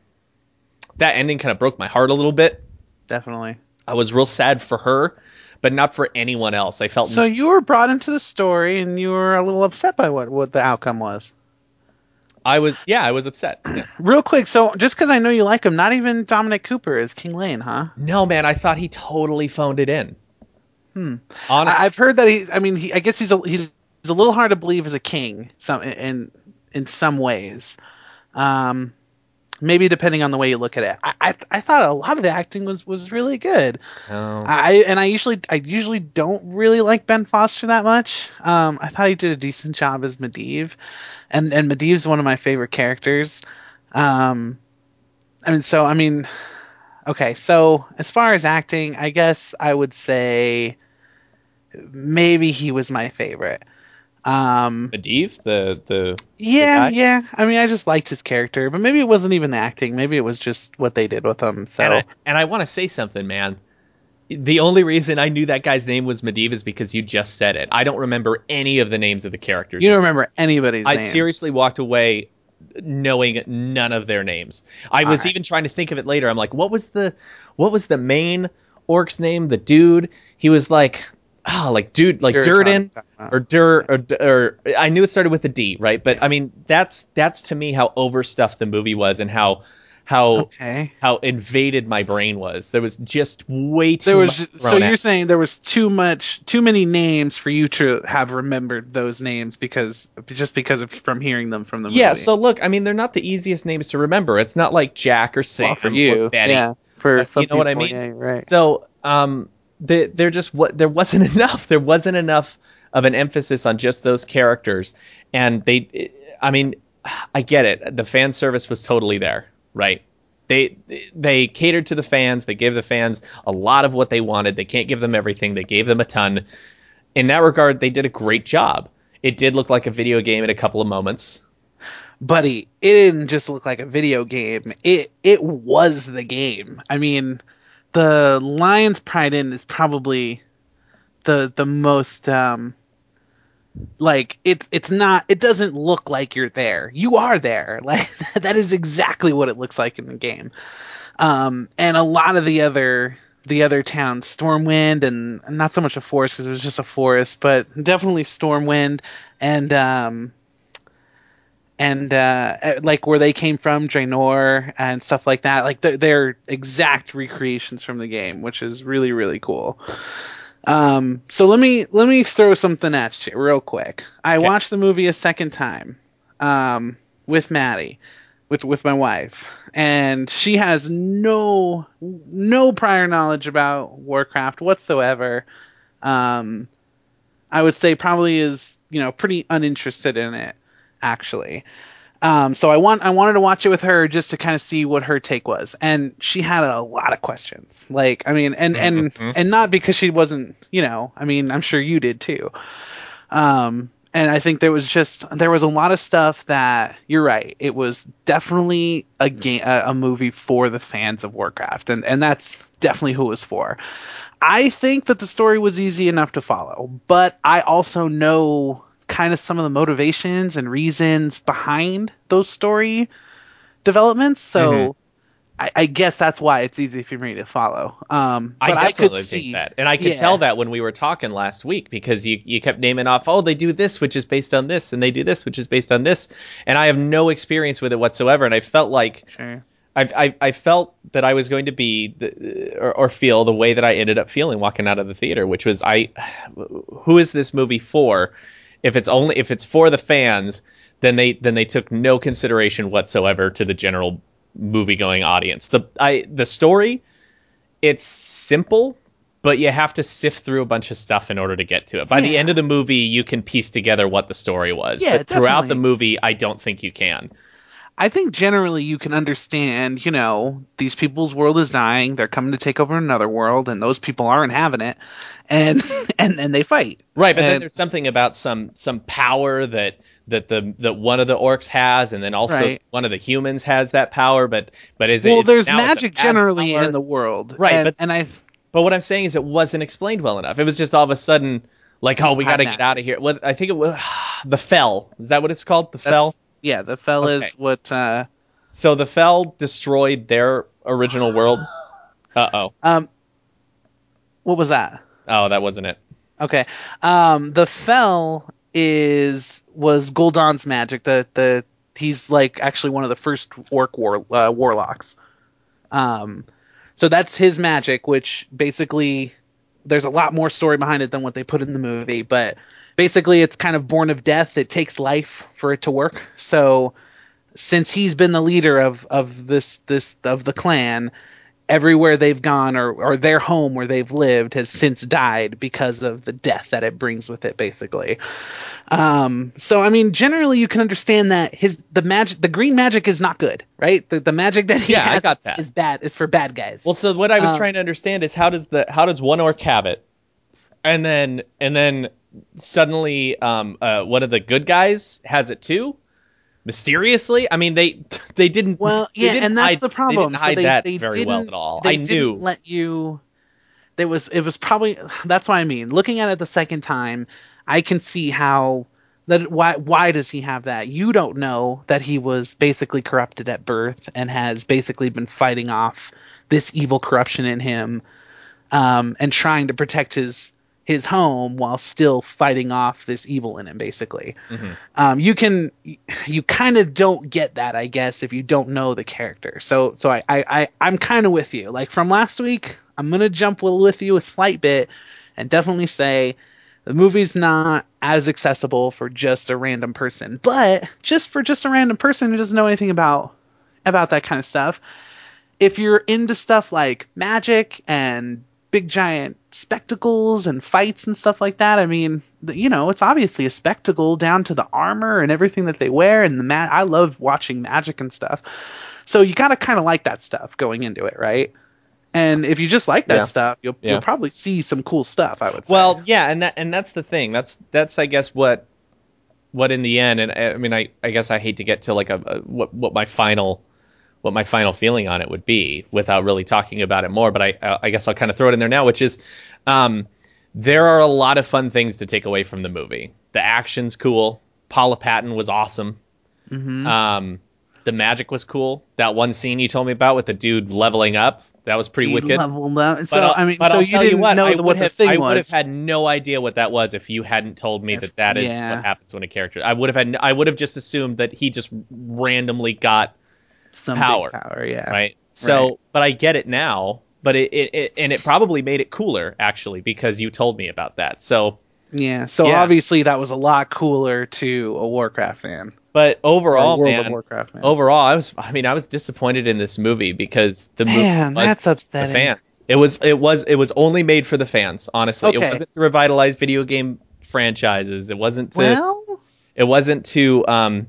S3: that ending kind of broke my heart a little bit.
S1: Definitely.
S3: I was real sad for her, but not for anyone else. I felt
S1: So you were brought into the story, and you were a little upset by what what the outcome was.
S3: I was yeah, I was upset. Yeah.
S1: Real quick, so just because I know you like him, not even Dominic Cooper is King Lane, huh?
S3: No, man, I thought he totally phoned it in. Hmm. Honestly.
S1: I, I've heard that he. I mean, he, I guess he's a, he's he's a little hard to believe as a king. Some in in some ways, um, maybe depending on the way you look at it. I I, I thought a lot of the acting was was really good.
S3: No.
S1: I and I usually I usually don't really like Ben Foster that much. Um, I thought he did a decent job as Medivh, and and Medivh's one of my favorite characters. Um, I mean, so I mean, okay, so as far as acting, I guess I would say maybe he was my favorite. Um,
S3: Medivh, the the
S1: yeah,
S3: guy?
S1: yeah. I mean, I just liked his character, but maybe it wasn't even the acting. Maybe it was just what they did with him. So
S3: And I, and I want to say something, man. The only reason I knew that guy's name was Medivh is because you just said it. I don't remember any of the names of the characters.
S1: you don't remember anybody's
S3: I
S1: name.
S3: seriously walked away knowing none of their names. I was
S1: Alright.
S3: even trying to think of it later. I'm like, what was the what was the main orc's name? The dude. He was like, oh, like dude, like
S1: Sure,
S3: Durden
S1: Tom, Tom,
S3: or Dur or, D- or I knew it started with a D, right? But I mean, that's that's to me how overstuffed the movie was and how how
S1: Okay.
S3: how invaded my brain was. There was just way too
S1: there was
S3: much
S1: ju- so
S3: thrown
S1: you're
S3: at.
S1: saying there was too much too many names for you to have remembered those names because just because of from hearing them from the movie.
S3: Yeah, so look, I mean, they're not the easiest names to remember. It's not like Jack or Sam
S1: Well, for
S3: or
S1: you,
S3: Betty.
S1: yeah, for
S3: Uh,
S1: some
S3: you know what I
S1: people,
S3: mean?
S1: yeah, right?
S3: So, um, they, they're just what there wasn't enough. There wasn't enough of an emphasis on just those characters, and they, I mean, I get it. The fan service was totally there, right? They they catered to the fans. They gave the fans a lot of what they wanted. They can't give them everything. They gave them a ton. In that regard, they did a great job. It did look like a video game in a couple of moments.
S1: Buddy, it didn't just look like a video game. It it was the game. I mean, the Lion's Pride Inn is probably the the most um like it's it's not it doesn't look like you're there. You are there. Like that is exactly what it looks like in the game. Um and a lot of the other the other towns, Stormwind and not so much a forest because it was just a forest, but definitely Stormwind and um
S2: and uh, uh, like where they came from, Draenor and stuff like that. Like they're, they're exact recreations from the game, which is really really cool. Um, so let me let me throw something at you real quick. I
S3: Okay.
S2: watched the movie a second time um, with Maddie, with with my wife, and she has no no prior knowledge about Warcraft whatsoever. Um, I would say probably is you know pretty uninterested in it actually. Um, so I want I wanted to watch it with her just to kind of see what her take was, and she had a lot of questions. Like I mean, and and and not because she wasn't, you know, I mean, I'm sure you did too. Um, and I think there was just there was a lot of stuff that you're right. It was definitely a game, a, a movie for the fans of Warcraft, and and that's definitely who it was for. I think that the story was easy enough to follow, but I also know kind of some of the motivations and reasons behind those story developments. So
S3: Mm-hmm.
S2: I, I guess that's why it's easy for me to follow. Um, but
S3: I
S2: I, could
S3: definitely
S2: see
S3: think that, and I could
S2: yeah.
S3: tell that when we were talking last week because you you kept naming off, oh, they do this, which is based on this, and they do this, which is based on this, and I have no experience with it whatsoever, and I felt like
S2: Sure.
S3: I I, I felt that I was going to be the, or, or feel the way that I ended up feeling walking out of the theater, which was I, who is this movie for? If it's only if it's for the fans, then they then they took no consideration whatsoever to the general movie going audience. The I the story it's simple, but you have to sift through a bunch of stuff in order to get to it. By the
S2: Yeah.
S3: end of the movie, you can piece together what the story was.
S2: Yeah,
S3: but throughout the
S2: definitely.
S3: movie, I don't think you can.
S2: I think generally you can understand, you know, these people's world is dying. They're coming to take over another world, and those people aren't having it, and and then they fight.
S3: Right, but then
S2: And-
S3: there's something about some some power that that the that one of the orcs has, and then also
S2: Right.
S3: one of the humans has that power. But but is it
S2: well,
S3: is-
S2: there's
S3: now it's a
S2: magic
S3: bad
S2: generally
S3: power.
S2: in the world,
S3: Right,
S2: And,
S3: but-
S2: and I
S3: But what I'm saying is it wasn't explained well enough. It was just all of a sudden like, oh, we
S2: Hot
S3: got to
S2: match.
S3: get out of here. Well, I think it was the fell. Is that what it's called? The
S2: that's-
S3: fell.
S2: yeah, the fell
S3: Okay.
S2: is what. Uh,
S3: So the fell destroyed their original world. Uh oh.
S2: um, what was that?
S3: Oh, that wasn't it.
S2: Okay. Um, the Fell is was Gul'dan's magic. The the he's like actually one of the first orc war uh, warlocks. Um, so that's his magic, which basically there's a lot more story behind it than what they put in the movie, but basically it's kind of born of death. It takes life for it to work. So since he's been the leader of of this this of the clan, everywhere they've gone or, or their home where they've lived has since died because of the death that it brings with it basically um, so i mean generally you can understand that his the magic the green magic is not good right the, the magic that he
S3: Yeah, I
S2: has
S3: got that.
S2: is bad it's for bad guys
S3: Well, so what I was
S2: Um,
S3: trying to understand is how does the how does one orc have it, and then and then suddenly um uh one of the good guys has it too, mysteriously. I mean they they didn't
S2: Well,
S3: they
S2: yeah,
S3: didn't
S2: and that's
S3: hide-
S2: the problem.
S3: They didn't
S2: So
S3: hide
S2: they,
S3: that
S2: they
S3: very
S2: didn't,
S3: well at all.
S2: They
S3: I
S2: didn't
S3: knew.
S2: let you. There was it was probably that's what I mean. Looking at it the second time, I can see how that why why does he have that? You don't know that he was basically corrupted at birth and has basically been fighting off this evil corruption in him, um, and trying to protect his his home while still fighting off this evil in him basically um, you can you kind of don't get that i guess if you don't know the character so so i i, I i'm kind of with you like from last week i'm gonna jump with, with you a slight bit and definitely say the movie's not as accessible for just a random person but just for just a random person who doesn't know anything about about that kind of stuff if you're into stuff like magic and big giant spectacles and fights and stuff like that, I mean, th- you know, it's obviously a spectacle down to the armor and everything that they wear and the ma- I love watching magic and stuff. So you got to kind of like that stuff going into it, right? And if you just like that
S3: Yeah.
S2: stuff, you'll,
S3: Yeah.
S2: you'll probably see some cool stuff, I would say.
S3: Well, yeah, and that and that's the thing. That's that's I guess what what in the end, and uh, I, I mean, I, I guess I hate to get to like a, a what what my final what my final feeling on it would be without really talking about it more. But I I guess I'll kind of throw it in there now, which is, um, there are a lot of fun things to take away from the movie. The action's cool. Paula Patton was awesome. Mm-hmm. Um, the magic was cool. That one scene you told me about with the dude leveling up that was pretty
S1: You
S3: wicked.
S1: leveled up. So
S3: I'll-
S1: I mean,
S3: but
S1: so
S3: I'll
S1: you
S3: tell
S1: didn't
S3: what,
S1: know
S3: I
S1: what
S3: would
S1: the
S3: have-
S1: thing
S3: I would
S1: was.
S3: have had no idea what that was if you hadn't told me that that is
S1: yeah.
S3: what happens when a character. I would have had. I would have just assumed that he just randomly got
S1: Some big
S3: power,
S1: power, yeah.
S3: right. So,
S1: Uh, Right.
S3: but I get it now. But it, it, it and it probably made it cooler actually because you told me about that. So,
S1: Yeah. So
S3: Yeah.
S1: obviously that was a lot cooler to a Warcraft fan.
S3: but
S1: or a
S3: overall,
S1: World
S3: man,
S1: of Warcraft fan.
S3: overall, I was. I mean, I was disappointed in this movie because the
S1: Man,
S3: movie was
S1: that's
S3: the
S1: upsetting.
S3: fans. It was it was it was only made for the fans. Honestly,
S1: Okay.
S3: it wasn't to revitalize video game franchises. It wasn't to
S1: Well,
S3: it wasn't to um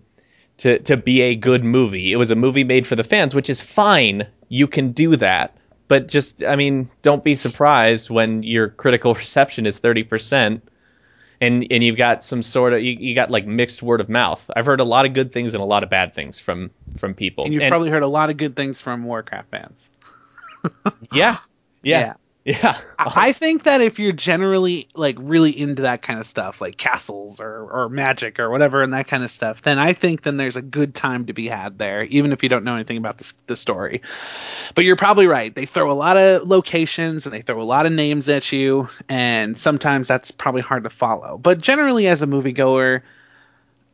S3: to to be a good movie. It was a movie made for the fans, which is fine. You can do that, but just I mean, don't be surprised when your critical reception is thirty percent. And, and you've got some sort of you, you got like mixed word of mouth. I've heard a lot of good things and a lot of bad things from from people.
S1: and you've probably heard a lot of good things from Warcraft fans.
S3: yeah, yeah, yeah.
S1: I I think that if you're generally like really into that kind of stuff, like castles or, or magic or whatever, and that kind of stuff, then I think then there's a good time to be had there, even if you don't know anything about the, s- the story. But you're probably right. They throw a lot of locations and they throw a lot of names at you, and sometimes that's probably hard to follow. But generally, as a moviegoer,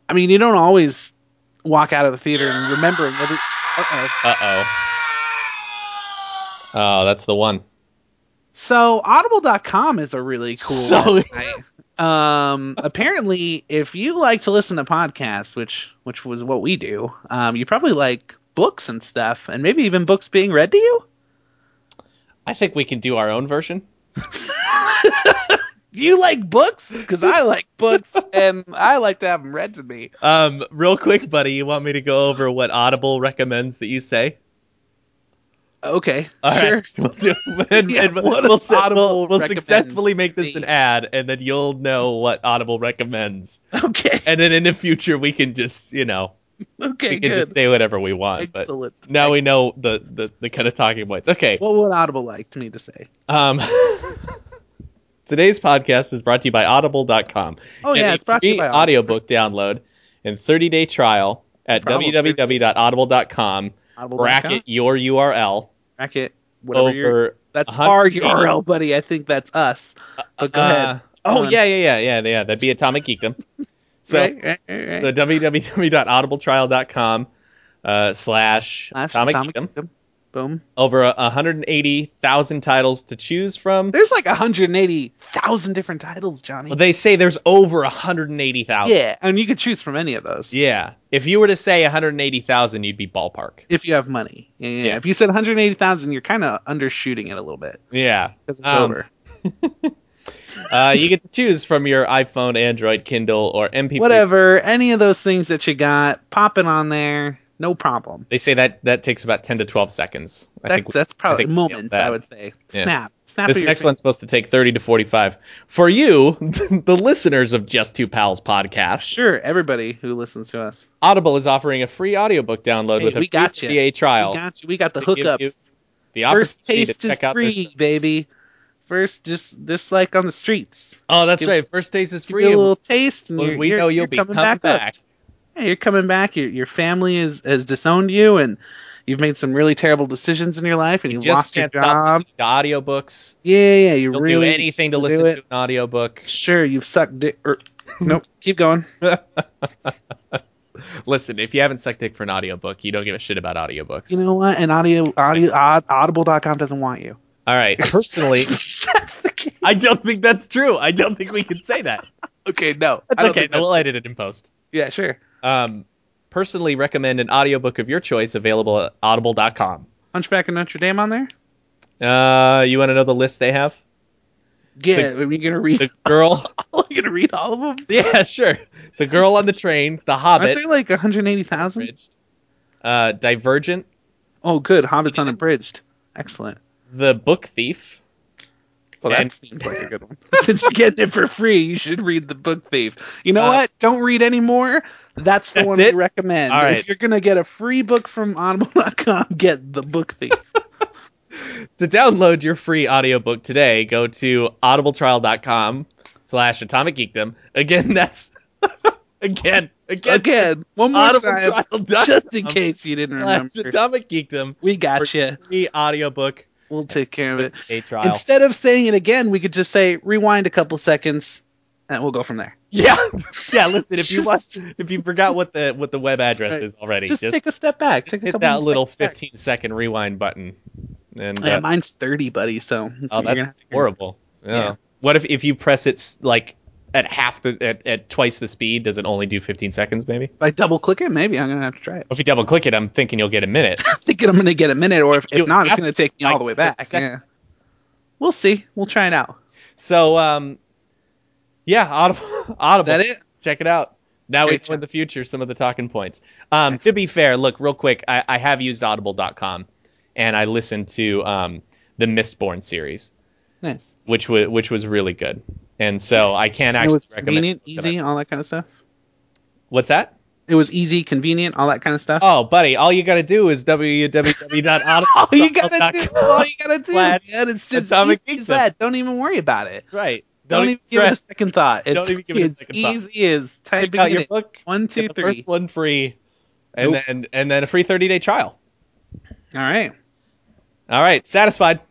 S1: I mean, you don't always walk out of the theater and remembering every. Uh-oh.
S3: Uh oh. Oh, that's the one.
S1: So audible.com is a really cool
S3: So-
S1: website. um apparently if you like to listen to podcasts, which which was what we do, um you probably like books and stuff and maybe even books being read to you?
S3: I think we can do our own version.
S1: You like books cuz I like books and I like to have them read to me.
S3: Um, real quick, buddy, you want me to go over what Audible recommends that you say?
S1: Okay.
S3: All
S1: sure.
S3: right, we'll do. And,
S1: Yeah,
S3: and
S1: what
S3: we'll,
S1: does
S3: we'll, se- we'll-
S1: Audible
S3: we'll
S1: recommend
S3: successfully make this
S1: me?
S3: an ad, and then you'll know what Audible recommends.
S1: Okay.
S3: And then in the future, we can just, you know,
S1: Okay,
S3: we can
S1: good.
S3: just say whatever we want.
S1: Excellent.
S3: But now we
S1: Excellent.
S3: know the, the, the kind of talking points. Okay.
S1: What would Audible like to me to say?
S3: Um, today's podcast is brought to you by Audible.com.
S1: Oh,
S3: And
S1: yeah,
S3: a
S1: it's brought to you
S3: free
S1: by Audible.
S3: audiobook download and 30-day trial at
S1: Problem.
S3: www.audible.com
S1: Audible.com?
S3: bracket your URL
S1: Bracket whatever your
S3: over.
S1: That's
S3: a hun-
S1: our URL, buddy. I think that's us. But go
S3: uh,
S1: ahead.
S3: oh
S1: on.
S3: yeah, yeah, yeah, yeah, yeah. That'd be Atomic Geekdom. so
S1: Right, right, right, right.
S3: so www.audibletrial.com uh, slash
S1: Slash
S3: Atomic,
S1: Atomic
S3: Geekdom.
S1: Kingdom. Boom.
S3: Over a- 180,000 titles to choose from.
S1: There's like 180,000 different titles, Johnny.
S3: Well, they say there's over 180,000.
S1: yeah, and you could choose from any of those
S3: Yeah. If you were to say 180,000, you'd be ballpark.
S1: if you have money. Yeah, yeah.
S3: Yeah.
S1: If you said 180,000, you're kind of undershooting it a little bit
S3: Yeah.
S1: 'cause it's
S3: Um,
S1: over.
S3: Uh, you get to choose from your iPhone, Android, Kindle, or MP3.
S1: Whatever, any of those things that you got, pop it on there, no problem.
S3: They say that that takes about 10 to 12 seconds. I
S1: That,
S3: think we-
S1: that's probably
S3: I think we nailed
S1: moments,
S3: that.
S1: I would say.
S3: Yeah.
S1: Snap, snap.
S3: This
S1: of your
S3: next
S1: fin-
S3: one's supposed to take 30 to 45. For you, the listeners of Just Two Pals podcast,
S1: Sure, everybody who listens to us.
S3: Audible is offering a free audiobook download
S1: Hey,
S3: with a
S1: we
S3: free
S1: got you.
S3: VA trial.
S1: We got you. We got the
S3: To give you
S1: hookups.
S3: the
S1: First
S3: opportunity to
S1: taste is
S3: check out their
S1: free,
S3: shows.
S1: baby. First, just just like on the streets.
S3: Oh, that's
S1: Give-
S3: right. First taste is
S1: Give
S3: free.
S1: you a
S3: and
S1: little taste, and
S3: we-
S1: you're,
S3: we
S1: you're-
S3: know you'll
S1: you're coming,
S3: be
S1: back.
S3: back.
S1: Up. Yeah, you're coming back. Your your family is has disowned you, and you've made some really terrible decisions in your life, and you,
S3: just
S1: lost your
S3: can't stop
S1: job.
S3: listening to audiobooks.
S1: Yeah, yeah, yeah, you
S3: You'll
S1: really
S3: do anything to
S1: you'll
S3: listen
S1: do
S3: to
S1: it.
S3: an audiobook.
S1: Sure, you've sucked dick. Or, nope, keep going.
S3: Listen, if you haven't sucked dick for an audiobook, you don't give a shit about audiobooks.
S1: You know what? And audio, audio, aud, audible.com doesn't want you.
S3: All right. Personally,
S1: That's the case.
S3: I don't think that's true. I don't think we can say that.
S1: Okay, no, I
S3: That's
S1: don't
S3: okay.
S1: think that's-
S3: We'll edit it in post.
S1: yeah, sure.
S3: Um, personally, recommend an audiobook of your choice available at audible.com.
S1: Hunchback of Notre Dame on there.
S3: Uh, you want to know the list they have?
S1: Yeah, are you gonna read?
S3: The girl.
S1: are you gonna read all of them?
S3: yeah, sure. The girl on the train. The
S1: Aren't
S3: Hobbit.
S1: there like 180,000?
S3: Abridged. Uh, Divergent.
S1: Oh, good. Hobbit's unabridged. Excellent.
S3: The Book Thief.
S1: Well,
S3: that And-
S1: seems like a good one. Since you're getting it for free, you should read the Book Thief. You know
S3: Uh,
S1: what? Don't read any more. That's the
S3: That's
S1: one
S3: it?
S1: we recommend.
S3: All
S1: If
S3: right.
S1: you're gonna get a free book from Audible.com, get the Book Thief.
S3: To download your free audiobook today, go to audibletrial.com slash atomic geekdom. Again, that's again, again,
S1: Again, one more time,
S3: audibletrial.com
S1: just in case you didn't
S3: slash
S1: remember.
S3: atomic geekdom.
S1: We got you.
S3: Free audiobook
S2: We'll take care of it.
S3: A trial.
S2: Instead of saying it again, we could just say rewind a couple seconds, and we'll go from there.
S3: yeah, yeah. Listen, if you
S2: Just-
S3: lost, if you forgot what the what the web address
S2: Right.
S3: is already,
S2: Just,
S3: just,
S2: take a step back. Take a
S3: hit
S2: couple
S3: that little
S2: seconds back.
S3: 15 second rewind button. And
S2: Yeah,
S3: uh,
S2: mine's thirty, buddy. So that's
S3: oh,
S2: what you're gonna have
S3: that's
S2: to do.
S3: horrible. Yeah.
S2: Yeah.
S3: What if if you press it s- like at half the at, at twice the speed? Does it only do 15 seconds? Maybe.
S2: If I double click it, maybe I'm gonna have to try it.
S3: If you double click it, I'm thinking you'll get a minute.
S2: I'm thinking I'm gonna get a minute, or if,
S3: Do
S2: if not, it's
S3: half-
S2: gonna take me all the way
S3: like,
S2: back. Yeah.
S3: seconds.
S2: We'll see. We'll try it out.
S3: So um, yeah, Audible. Audible.
S2: that it?
S3: Check it out. Now we
S2: Great
S3: know in
S2: job.
S3: the future some of the talking points. Um, to be fair, look real quick. I, I have used Audible.com, and I listened to um, the Mistborn series,
S2: Nice.
S3: which was which was really good. And so I can't
S2: And
S3: actually
S2: it was
S3: recommend.
S2: convenient,
S3: that I-
S2: easy, all that kind of stuff.
S3: What's that?
S2: It was easy, convenient, all that kind of stuff.
S3: Oh, buddy, all you gotta do is
S2: all
S3: www.audible.com.
S2: Oh, you gotta do, all you gotta do, man.
S3: Slash
S2: It's just
S3: Atomic
S2: easy as
S3: Pizza.
S2: that. Don't even worry about it.
S3: Right.
S2: Don't, even give it a
S3: stress.
S2: second thought. It's,
S3: even give it a
S2: it's
S3: second thought.
S2: easy as
S3: Pick
S2: typing
S3: out your
S2: in it.
S3: book.
S2: One, two,
S3: get the
S2: three.
S3: first one free, and
S2: Nope.
S3: then and then a free 30 day trial.
S2: All right.
S3: All right, satisfied.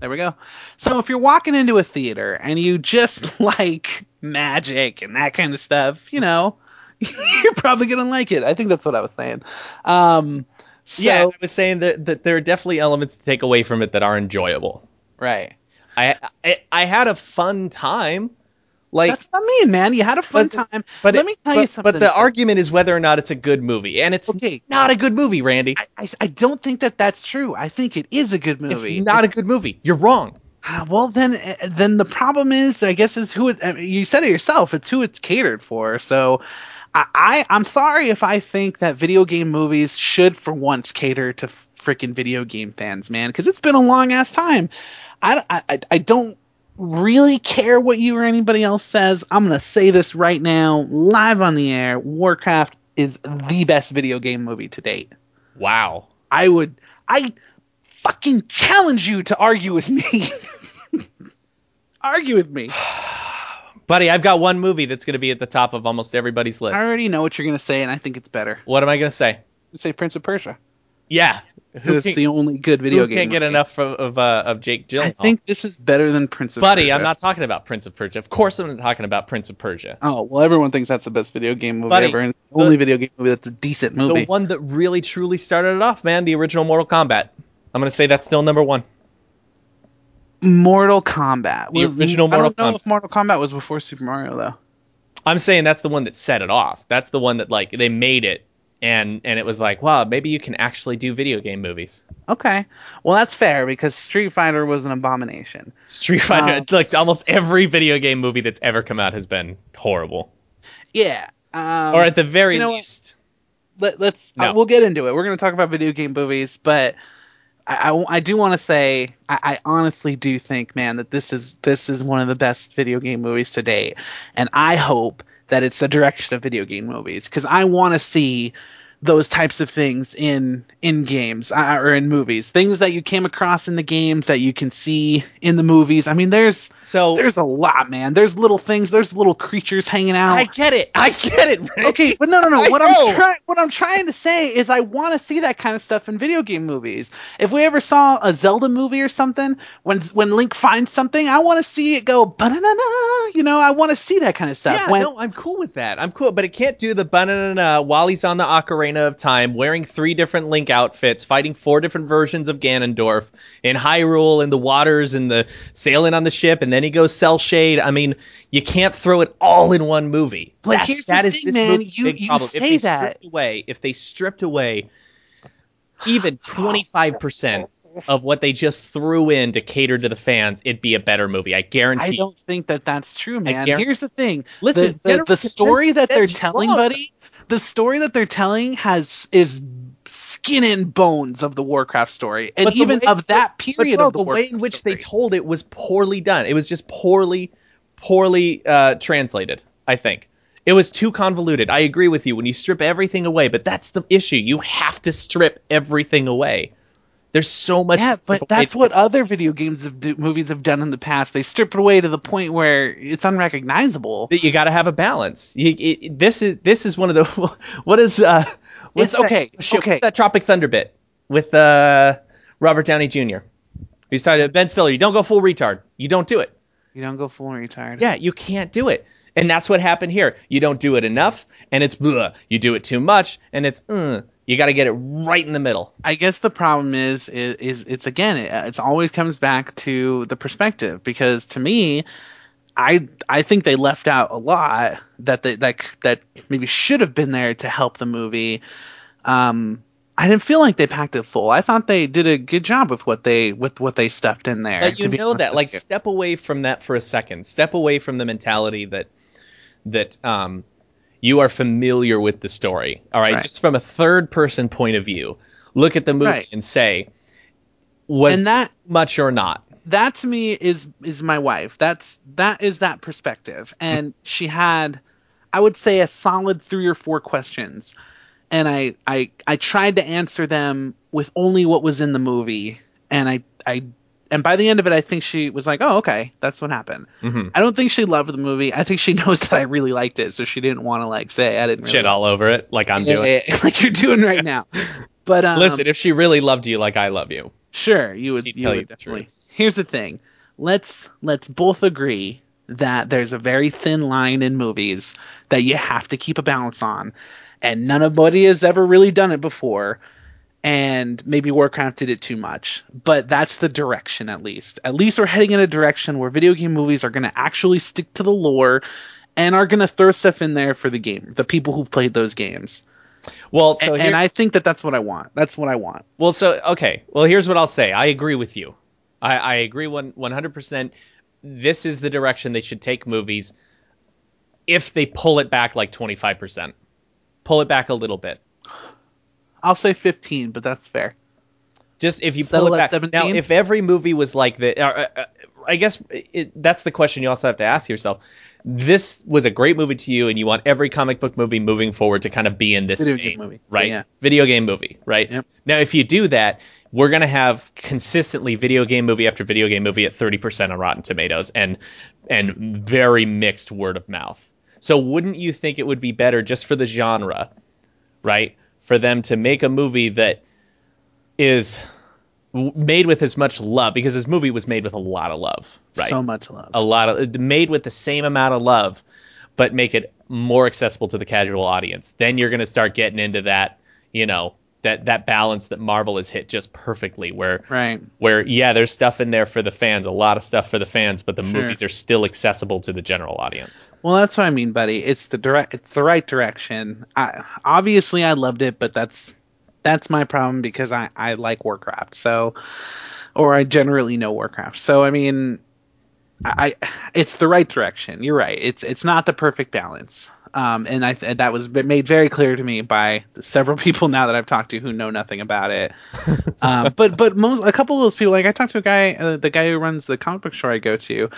S2: There we go. So if you're walking into a theater and you just like magic and that kind of stuff, you know, you're probably gonna like it. I think that's what I was saying. Um, so,
S3: yeah, I was saying that, that there are definitely elements to take away from it that are enjoyable.
S2: right.
S3: I I, I had a fun time. Like
S2: That's what I mean, man. You had a fun
S3: But-
S2: time.
S3: but
S2: let
S3: it-
S2: me tell
S3: but,
S2: you something.
S3: But the argument is whether or not it's a good movie, and it's
S2: Okay.
S3: not a good movie, Randy.
S2: I, I, I don't think that that's true. I think it is a good
S3: It's
S2: movie.
S3: not a good movie. You're wrong.
S2: Ah, well, then, eh, then the problem is, I guess, is who it. I mean, you said it yourself. It's who it's catered for. So, I, I I'm sorry if I think that video game movies should, for once, cater to freaking video game fans, man, because it's been a long ass time. I, I- I I don't really care what you or anybody else says. I'm gonna say this right now, live on the air. Warcraft is the best video game movie to date.
S3: Wow.
S2: I would I fucking challenge you to argue with me. argue with me.
S3: Buddy, I've got one movie that's going to be at the top of almost everybody's list.
S2: I already know what you're gonna say, and I think it's better.
S3: What am I going to say?
S2: You say Prince of Persia.
S3: Yeah.
S2: Because
S3: Who
S2: it's
S3: can,
S2: the only good video
S3: who
S2: game.
S3: can't get
S2: movie.
S3: enough of of, uh, of Jake Gyllenhaal?
S2: I think this is better than Prince of
S3: Buddy,
S2: Persia.
S3: I'm not talking about Prince of Persia. Of course, I'm not talking about Prince of Persia.
S2: Oh well, everyone thinks that's the best video game movie
S3: Buddy,
S2: ever, and it's the
S3: the-
S2: only video game movie that's a decent movie.
S3: The one that really truly started it off, man, the original Mortal Kombat. I'm going to say that's still number one.
S2: Mortal Kombat.
S3: The
S2: Was,
S3: original
S2: I
S3: Mortal
S2: don't know
S3: Kombat.
S2: if Mortal Kombat was before Super Mario though.
S3: I'm saying that's the one that set it off. That's the one that like they made it and and it was like, wow, maybe you can actually do video game movies.
S2: Okay, well that's fair because Street Fighter was an abomination.
S3: Street Fighter,
S2: Um,
S3: like almost every video game movie that's ever come out has been horrible,
S2: Yeah. Um,
S3: or at the very
S2: you know what?
S3: least,
S2: let, let's
S3: No.
S2: uh, we'll get into it. We're going to talk about video game movies, but I, I, I do want to say I, I honestly do think, man, that this is this is one of the best video game movies to date, and I hope that it's the direction of video game movies because I want to see those types of things in in games uh, or in movies things that you came across in the games that you can see in the movies i mean there's
S3: so
S2: there's a lot man there's little things there's little creatures hanging out
S3: I get it. I get it. Randy.
S2: Okay, but no, no,
S3: I
S2: no. What
S3: know.
S2: I'm trying, what I'm trying to say is, I want to see that kind of stuff in video game movies. If we ever saw a Zelda movie or something, when when Link finds something, I want to see it go banana. You know, I want to see that kind of stuff.
S3: Yeah,
S2: when,
S3: no, I'm cool with that. I'm cool, but it can't do the banana while he's on the Ocarina of Time, wearing three different Link outfits, fighting four different versions of Ganondorf in Hyrule, in the waters, and the sailing on the ship, and then he goes cell shade. I mean, you can't throw it all in one movie.
S2: But here's the
S3: is
S2: thing,
S3: this
S2: man,
S3: movie's
S2: you-
S3: big
S2: you
S3: problem.
S2: say
S3: if they
S2: that.
S3: stripped away, if they stripped away even 25% of what they just threw in to cater to the fans, it'd be a better movie. I guarantee.
S2: I
S3: you.
S2: don't think that that's true, man.
S3: guarantee-
S2: Here's the thing.
S3: Listen,
S2: the, the,
S3: Jennifer
S2: the story that they're
S3: Lawrence, that's
S2: telling,
S3: wrong.
S2: buddy, the story that they're telling has is skin and bones of the Warcraft story, and
S3: But the
S2: even
S3: way-
S2: of that period
S3: But, bro,
S2: of the,
S3: the way
S2: Warcraft
S3: in which
S2: story.
S3: they told it was poorly done. It was just poorly, poorly uh, translated. I think it was too convoluted. I agree with you. When you strip everything away, but that's the issue. You have to strip everything away. There's so much.
S2: Yeah,
S3: to strip
S2: but
S3: away
S2: that's
S3: to
S2: what
S3: get-
S2: other video games have do, movies have done in the past. They strip it away to the point where it's unrecognizable.
S3: that you got to have a balance. You, it, it- this is this is one of the what is uh what's
S2: It's okay,
S3: that, shit,
S2: okay.
S3: what's that Tropic Thunder bit with uh Robert Downey Jr. He's talking to Ben Stiller. You don't go full retard. You don't do it.
S1: You don't go full retard.
S3: Yeah, you can't do it. And that's what happened here. You don't do it enough, and it's bleh. You do it too much, and it's uh. You got to get it right in the middle.
S1: I guess the problem is is, is it's again it, it's always comes back to the perspective because to me I I think they left out a lot that they, that that maybe should have been there to help the movie. Um, I didn't feel like they packed it full. I thought they did a good job with what they with what they stuffed in there.
S3: But you
S1: to be
S3: know
S1: honest
S3: that.
S1: with
S3: Like,
S1: you.
S3: step away from that for a second. Step away from the mentality that that um, you are familiar with the story. All right?
S1: Right.
S3: just from a third person point of view, look at the movie
S1: Right.
S3: and say, was
S1: And
S3: that
S1: that-
S3: much or not?
S1: that to me is is my wife. That's that is that perspective. And she had I would say a solid 3 or 4 questions. And I I I tried to answer them with only what was in the movie and I I and by the end of it I think she was like, "Oh, okay. That's what happened."
S3: Mhm.
S1: I don't think she loved the movie. I think she knows that I really liked it, so she didn't want to like say I didn't really
S3: Shit all over it, like I'm doing.
S1: it like you're doing right now. But um
S3: Listen, if she really loved you, like I love you,
S1: Sure, you would.
S3: She'd
S1: You
S3: tell
S1: would
S3: you the
S1: definitely. Here's the thing. Let's let's both agree that there's a very thin line in movies that you have to keep a balance on, and none of nobody has ever really done it before. And maybe Warcraft did it too much, but that's the direction at least. At least we're heading in a direction where video game movies are going to actually stick to the lore and are going to throw stuff in there for the game, the people who've played those games.
S3: well, so
S1: and,
S3: here,
S1: and I think that that's what I want. That's what I want.
S3: Well, so okay. Well, here's what I'll say. I agree with you. I, I agree one one hundred percent. This is the direction they should take movies. If they pull it back like twenty five percent, pull it back a little bit.
S1: I'll say 15, but that's fair.
S3: Just if you
S1: Settle
S3: pull it
S1: at
S3: back.
S1: 17?
S3: Now, if every movie was like that, uh, uh, I guess it, that's the question you also have to ask yourself. This was a great movie to you, and you want every comic book movie moving forward to kind of be in this
S1: Video
S3: vein,
S1: game movie.
S3: right?
S1: Yeah.
S3: Video game movie, right?
S1: Yep.
S3: Now, if you do that, we're gonna have consistently video game movie after video game movie at 30% on Rotten Tomatoes, and and very mixed word of mouth. So, wouldn't you think it would be better just for the genre, right? For them to make a movie that is w- made with as much love because this movie was made with a lot of love, right?
S1: So much love.
S3: a lot of made with the same amount of love, but make it more accessible to the casual audience. Then you're going to start getting into that, you know, that that balance that Marvel has hit just perfectly, where
S1: Right.
S3: where yeah, there's stuff in there for the fans, a lot of stuff for the fans, but the
S1: Sure.
S3: movies are still accessible to the general audience.
S1: Well, that's what I mean, buddy. It's the direct. It's the right direction. I, obviously, I loved it, but that's that's my problem because I I like Warcraft, so or I generally know Warcraft. So I mean, I I- it's the right direction. You're right. It's it's not the perfect balance. Um, and I and that was been made very clear to me by several people now that I've talked to who know nothing about it. um, but but most a couple of those people like I talked to a guy uh, the guy who runs the comic book store I go to,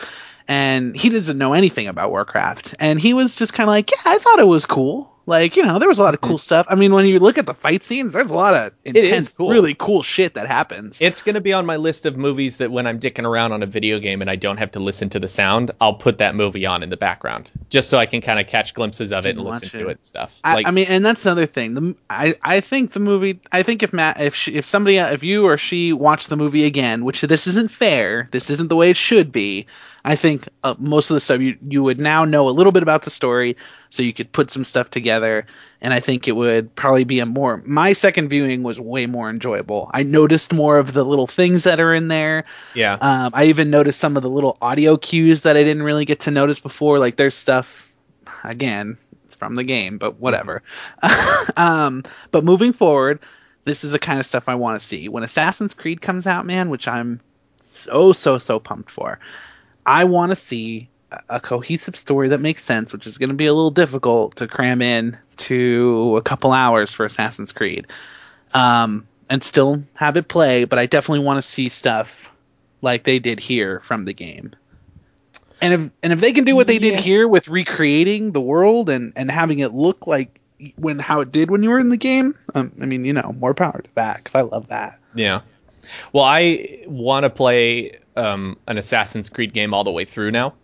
S1: and he doesn't know anything about Warcraft, and he was just kind of like, yeah, I thought it was cool. Like you know, there was a lot of cool stuff. I mean, when you look at the fight scenes, there's a lot of
S3: Hmm. is
S1: intense,
S3: cool.
S1: really cool shit that happens.
S3: It's going to be on my list of movies that when I'm dicking around on a video game and I don't have to listen to the sound, I'll put that movie on in the background just so I can kind of catch glimpses of it and
S1: can
S3: listen
S1: watch
S3: to
S1: it.
S3: it and stuff.
S1: I, I mean, and that's another thing. The, m- I, I think the movie. I think if Matt, if she, if somebody, if you or she watched the movie again, which this isn't fair. This isn't the way it should be. I think uh, most of the stuff you you would now know a little bit about the story, so you could put some stuff together. And I think it would probably be a more. My second viewing was way more enjoyable. I noticed more of the little things that are in there.
S3: yeah.
S1: Um, I even noticed some of the little audio cues that I didn't really get to notice before. Like there's stuff, again, it's from the game, but whatever. um, but moving forward, this is the kind of stuff I want to see. When Assassin's Creed comes out, man, which I'm so so so pumped for, I want to see a- a cohesive story that makes sense, which is going to be a little difficult to cram in to a couple hours for Assassin's Creed. Um, and still have it play, but I definitely want to see stuff like they did here from the game. And if and if they can do what they
S3: Yeah.
S1: did here with recreating the world and and having it look like when how it did when you were in the game, um, I mean, you know, more power to that because I love that.
S3: Yeah. Well, I want to play um, an Assassin's Creed game all the way through now.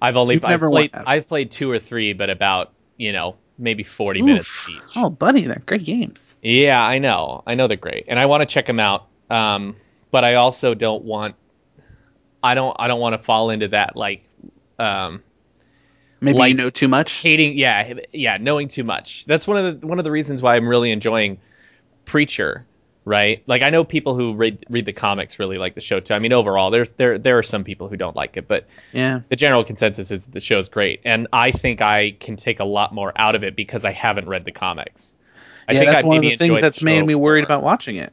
S3: I've only
S1: You've
S3: I've
S1: never
S3: played
S1: won-
S3: I've played two or three, but about you know maybe forty minutes
S1: Oof.
S3: each.
S1: Oh, buddy, they're great games.
S3: Yeah, I know. I know they're great, and I want to check them out. Um, but I also don't want I don't I don't want to fall into that like um
S2: Maybe
S3: Like-
S2: you know too much.
S3: hating yeah yeah knowing too much that's one of the one of the reasons why i'm really enjoying preacher right like i know people who read read the comics really like the show too i mean overall there there there are some people who don't like it but
S1: Yeah.
S3: the general consensus is that the show's great and i think i can take a lot more out of it because i haven't read the comics I
S1: yeah,
S3: think
S1: that's
S3: I'd
S1: one of
S3: maybe
S1: the things
S3: enjoy
S1: that's
S3: the
S1: made
S3: show
S1: me worried
S3: more. Uh,
S1: about watching it.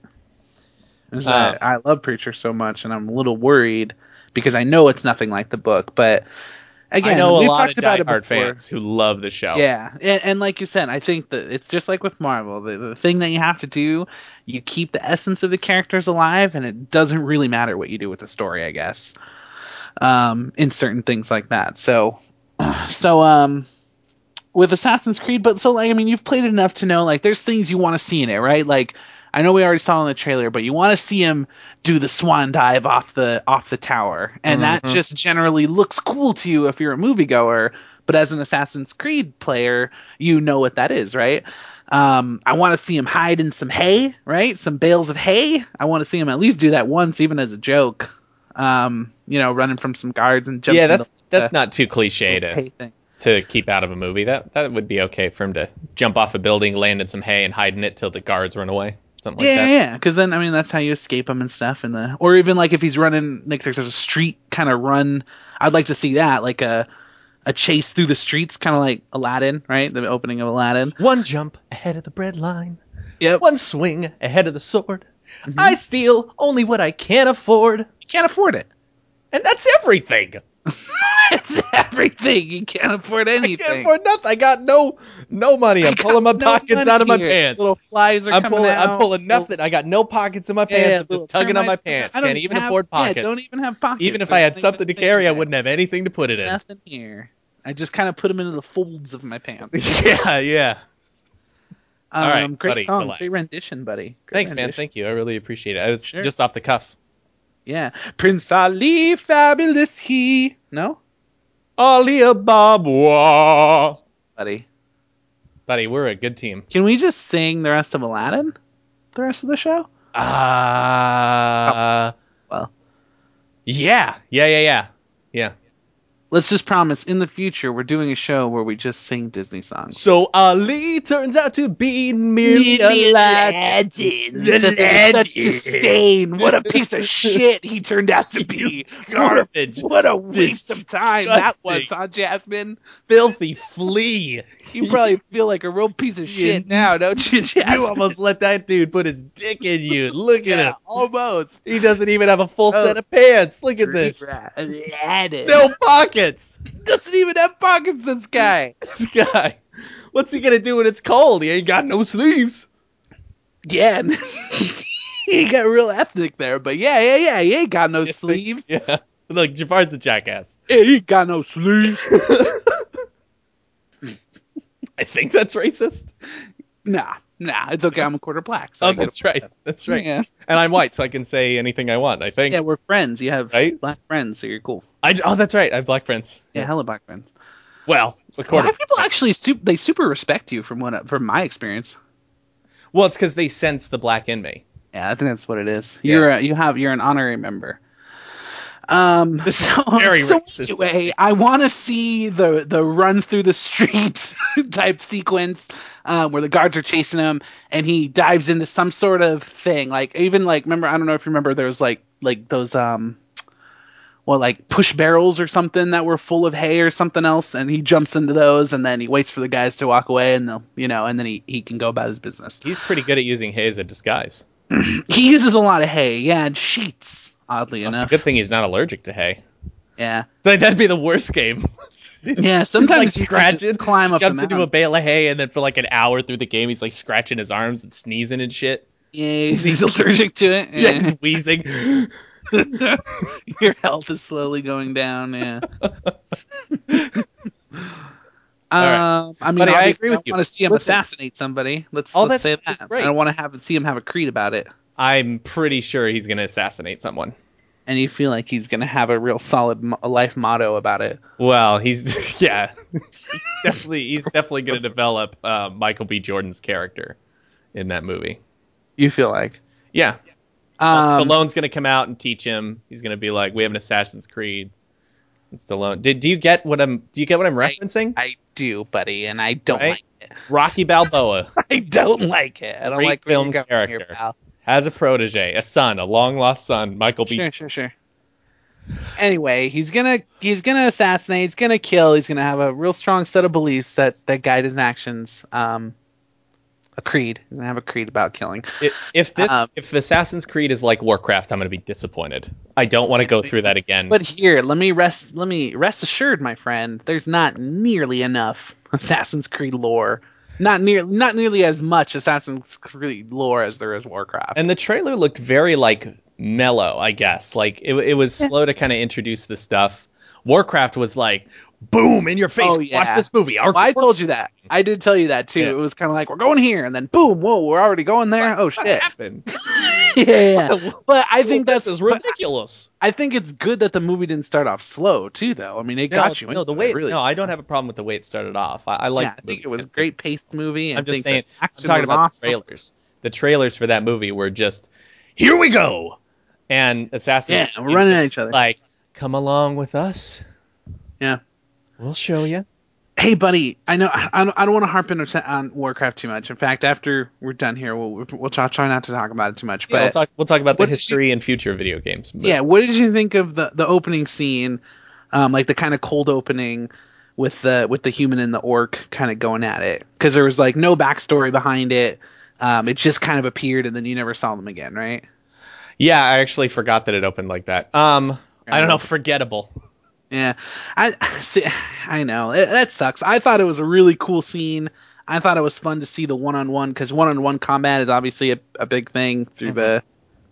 S1: Is that I love Preacher so much, and I'm a little worried because I know it's nothing like the book. But again,
S3: I know a
S1: we've
S3: lot
S1: talked
S3: of
S1: about it before.
S3: diehard fans who love the show.
S1: Yeah, and, and like you said, I think that it's just like with Marvel. The, the thing that you have to do, you keep the essence of the characters alive, and it doesn't really matter what you do with the story, I guess. Um, in certain things like that. So, so um, with Assassin's Creed, but so like I mean, you've played it enough to know like there's things you want to see in it, right? Like I know we already saw in the trailer, but you want to see him do the swan dive off the off the tower, and that just generally looks cool to you if you're a moviegoer. But as an Assassin's Creed player, you know what that is, right? Um, I want to see him hide in some hay, right? Some bales of hay. I want to see him at least do that once, even as a joke. Um, you know, running from some guards and jumping.
S3: yeah, that's that's not too cliche to
S1: hay thing.
S3: to keep out of a movie. That that would be okay for him to jump off a building, land in some hay, and hide in it till the guards run away. Something like
S1: yeah,
S3: that.
S1: yeah, because then I mean that's how you escape him and stuff, and the or even like if he's running like there's a street kind of run, I'd like to see that like a a chase through the streets, kind of like Aladdin, right? The opening of Aladdin.
S3: One jump ahead of the bread line.
S1: Yep.
S3: One swing ahead of the sword. I steal only what I can afford,
S1: You can't afford it.
S3: and that's everything.
S1: it's everything. You can't afford
S3: I
S1: anything.
S3: can't afford nothing. I got no no money. I'm pulling my
S1: No
S3: pockets
S1: money
S3: out of my
S1: here.
S3: pants.
S1: Little flies are
S3: I'm
S1: coming
S3: pulling.
S1: out.
S3: I'm pulling nothing. I got no pockets in my pants. I'm
S1: little
S3: just tugging on my
S1: termites.
S3: pants.
S1: I don't
S3: Can't even
S1: have-
S3: afford pockets.
S1: Yeah, don't even have pockets.
S3: even if
S1: There's
S3: I had
S1: nothing
S3: something to
S1: fit
S3: carry, I
S1: in there.
S3: wouldn't have anything to put it in.
S1: Nothing here. I just kind of put them into the folds of my pants.
S3: yeah, yeah.
S1: Um,
S3: right,
S1: great
S3: buddy,
S1: song,
S3: relax.
S1: great rendition, buddy. Great
S3: Thanks, man.
S1: rendition.
S3: Thank you. I really appreciate it. I was
S1: Sure.
S3: just off the cuff.
S1: Yeah, Prince Ali, fabulous he. No,
S3: Alibaba.
S1: buddy.
S3: Buddy, we're a good team.
S1: Can we just sing the rest of Aladdin? The rest of the show?
S3: Uh,
S1: Oh.
S3: Ah.
S1: Well,
S3: yeah. Yeah, yeah, yeah. Yeah.
S1: let's just promise in the future we're doing a show where we just sing Disney songs.
S3: So Ali turns out to be merely a lad.
S1: Aladdin. Such disdain. What a piece of shit he turned out to be.
S3: Garbage.
S1: What a waste of time that was,
S3: Disgusting.
S1: huh, Jasmine?
S3: Filthy flea.
S1: You probably feel like a real piece of shit now, don't you, Jasmine?
S3: You almost let that dude put his dick in you. Look at
S1: yeah,
S3: him.
S1: almost.
S3: He doesn't even have a full
S1: Oh.
S3: set of pants. Look at this.
S1: Aladdin.
S3: No pockets.
S1: doesn't even have pockets, this guy.
S3: This guy. What's he gonna do when it's cold? He ain't got no sleeves.
S1: Yeah. and- he got real ethnic there, but yeah, yeah, yeah. He ain't got no sleeves.
S3: Yeah. Look, Jafar's a jackass.
S1: Yeah, he ain't got no sleeves.
S3: I think that's racist.
S1: nah, nah. It's okay. I'm a quarter black. So I
S3: oh,
S1: get
S3: that's right. That's right.
S1: Yeah.
S3: And I'm white, so I can say anything I want. I think.
S1: Yeah, we're friends. You have
S3: Right?
S1: black friends, so you're cool.
S3: I, oh, that's right. I have black friends.
S1: Yeah, hella black friends.
S3: Well, a quarter.
S1: Black people actually su- they super respect you from what from my experience.
S3: Well, it's because they sense the black in me.
S1: Yeah, I think that's what it is. You're a, you have you're an honorary member. Um, so,
S3: very
S1: so
S3: racist.
S1: anyway, I want to see the the run through the street type sequence um, where the guards are chasing him and he dives into some sort of thing. Like even like remember I don't know if you remember there was like like those um well like push barrels or something that were full of hay or something else and he jumps into those and then he waits for the guys to walk away and they'll you know and then he, he can go about his business
S3: He's pretty good at using hay as a disguise.
S1: he uses a lot of hay, yeah, and sheets, oddly
S3: It's a
S1: enough.
S3: good thing he's not allergic to hay.
S1: Yeah.
S3: Like, that'd be the worst game.
S1: Yeah, sometimes
S3: he's
S1: you
S3: like
S1: can just
S3: scratching,
S1: climb up the
S3: jumps into a
S1: mountain.
S3: bale of hay, and then for like an hour through the game, he's like scratching his arms and sneezing and shit.
S1: Yeah, he's, he's allergic to it.
S3: Yeah,
S1: Yeah.
S3: he's wheezing.
S1: Your health is slowly going down, yeah. um,
S3: right.
S1: Um, I mean,
S3: Buddy, I
S1: obviously,
S3: agree
S1: I,
S3: with you.
S1: want to see him
S3: Listen.
S1: assassinate somebody. Let's,
S3: Oh,
S1: let's
S3: that's-
S1: say
S3: that's
S1: that.
S3: great.
S1: I don't want to have see him have a creed about it.
S3: I'm pretty sure he's gonna assassinate someone.
S1: And you feel like he's going to have a real solid mo- life motto about it.
S3: Well, he's yeah, definitely he's definitely gonna develop uh, Michael B. Jordan's character in that movie.
S1: You feel like.
S3: Yeah,
S2: Um,
S3: Stallone's gonna come out and teach him. He's gonna be like, "We have an Assassin's Creed." And Stallone. Did do you get what I'm? Do you get what I'm referencing?
S1: I do, buddy, and I don't
S3: Right?
S1: like it.
S3: Rocky Balboa
S1: I don't like it. I don't
S3: Great
S1: like where
S3: film
S1: you're going here,
S3: character.
S1: pal.
S3: has a protege, a son, a long lost son, Michael B.
S1: Sure, sure, sure. Anyway, he's gonna he's gonna assassinate. He's gonna kill. He's gonna have a real strong set of beliefs that that guide his actions. Um, a creed. He's gonna have a creed about killing.
S3: I- If this,
S1: Um,
S3: if Assassin's Creed is like Warcraft, I'm gonna be disappointed. I don't want to go through that again.
S1: But here, let me rest let me rest assured, my friend, there's not nearly enough Assassin's Creed lore. Not near not nearly as much Assassin's Creed lore as there is Warcraft.
S3: And the trailer looked very like mellow, I guess. Like it, it was slow to kind of introduce the stuff. Warcraft was like, boom in your face.
S1: Oh, yeah.
S3: Watch this movie. Our
S1: Well, I told you that. I did tell you that too.
S3: Yeah.
S1: It was kind of like we're going here, and then boom, whoa, we're already going there. Oh
S3: What
S1: shit!
S3: happened?
S1: yeah, yeah, yeah. But I think
S3: this
S1: that's
S3: is
S1: but
S3: ridiculous.
S1: I think it's good that the movie didn't start off slow too, though. I mean, it got you.
S3: no,
S1: into
S3: the
S1: it,
S3: way.
S1: really.
S3: No, I don't have a problem with the way it started off. I, I like.
S1: yeah, I
S3: the
S1: think
S3: movie.
S1: it was a great paced movie. And
S3: I'm just
S1: think
S3: saying.
S1: the
S3: I'm
S1: action
S3: talking
S1: was
S3: about
S1: awesome.
S3: the trailers. The trailers for that movie were just, here we go, and Assassin's
S1: Yeah,
S3: Creed
S1: we're running
S3: was
S1: at each other.
S3: Like, come along with us.
S1: yeah.
S3: We'll show you.
S1: Hey, buddy. I know I don't, I don't want to harp in on Warcraft too much. In fact, after we're done here, we'll we'll try, try not to talk about it too much.
S3: Yeah,
S1: but
S3: we'll talk. We'll talk about the
S1: what did you-
S3: history and future of video games. But
S1: yeah what did you think of the the opening scene um like the kind of cold opening with the with the human and the orc kind of going at it because there was like no backstory behind it um it just kind of appeared and then you never saw them again right
S3: yeah, I actually forgot that it opened like that. Um, I don't know, forgettable.
S1: yeah i see, i know it, that sucks i thought it was a really cool scene i thought it was fun to see the one-on-one because one-on-one combat is obviously a, a big thing
S3: Mm-hmm.
S1: through the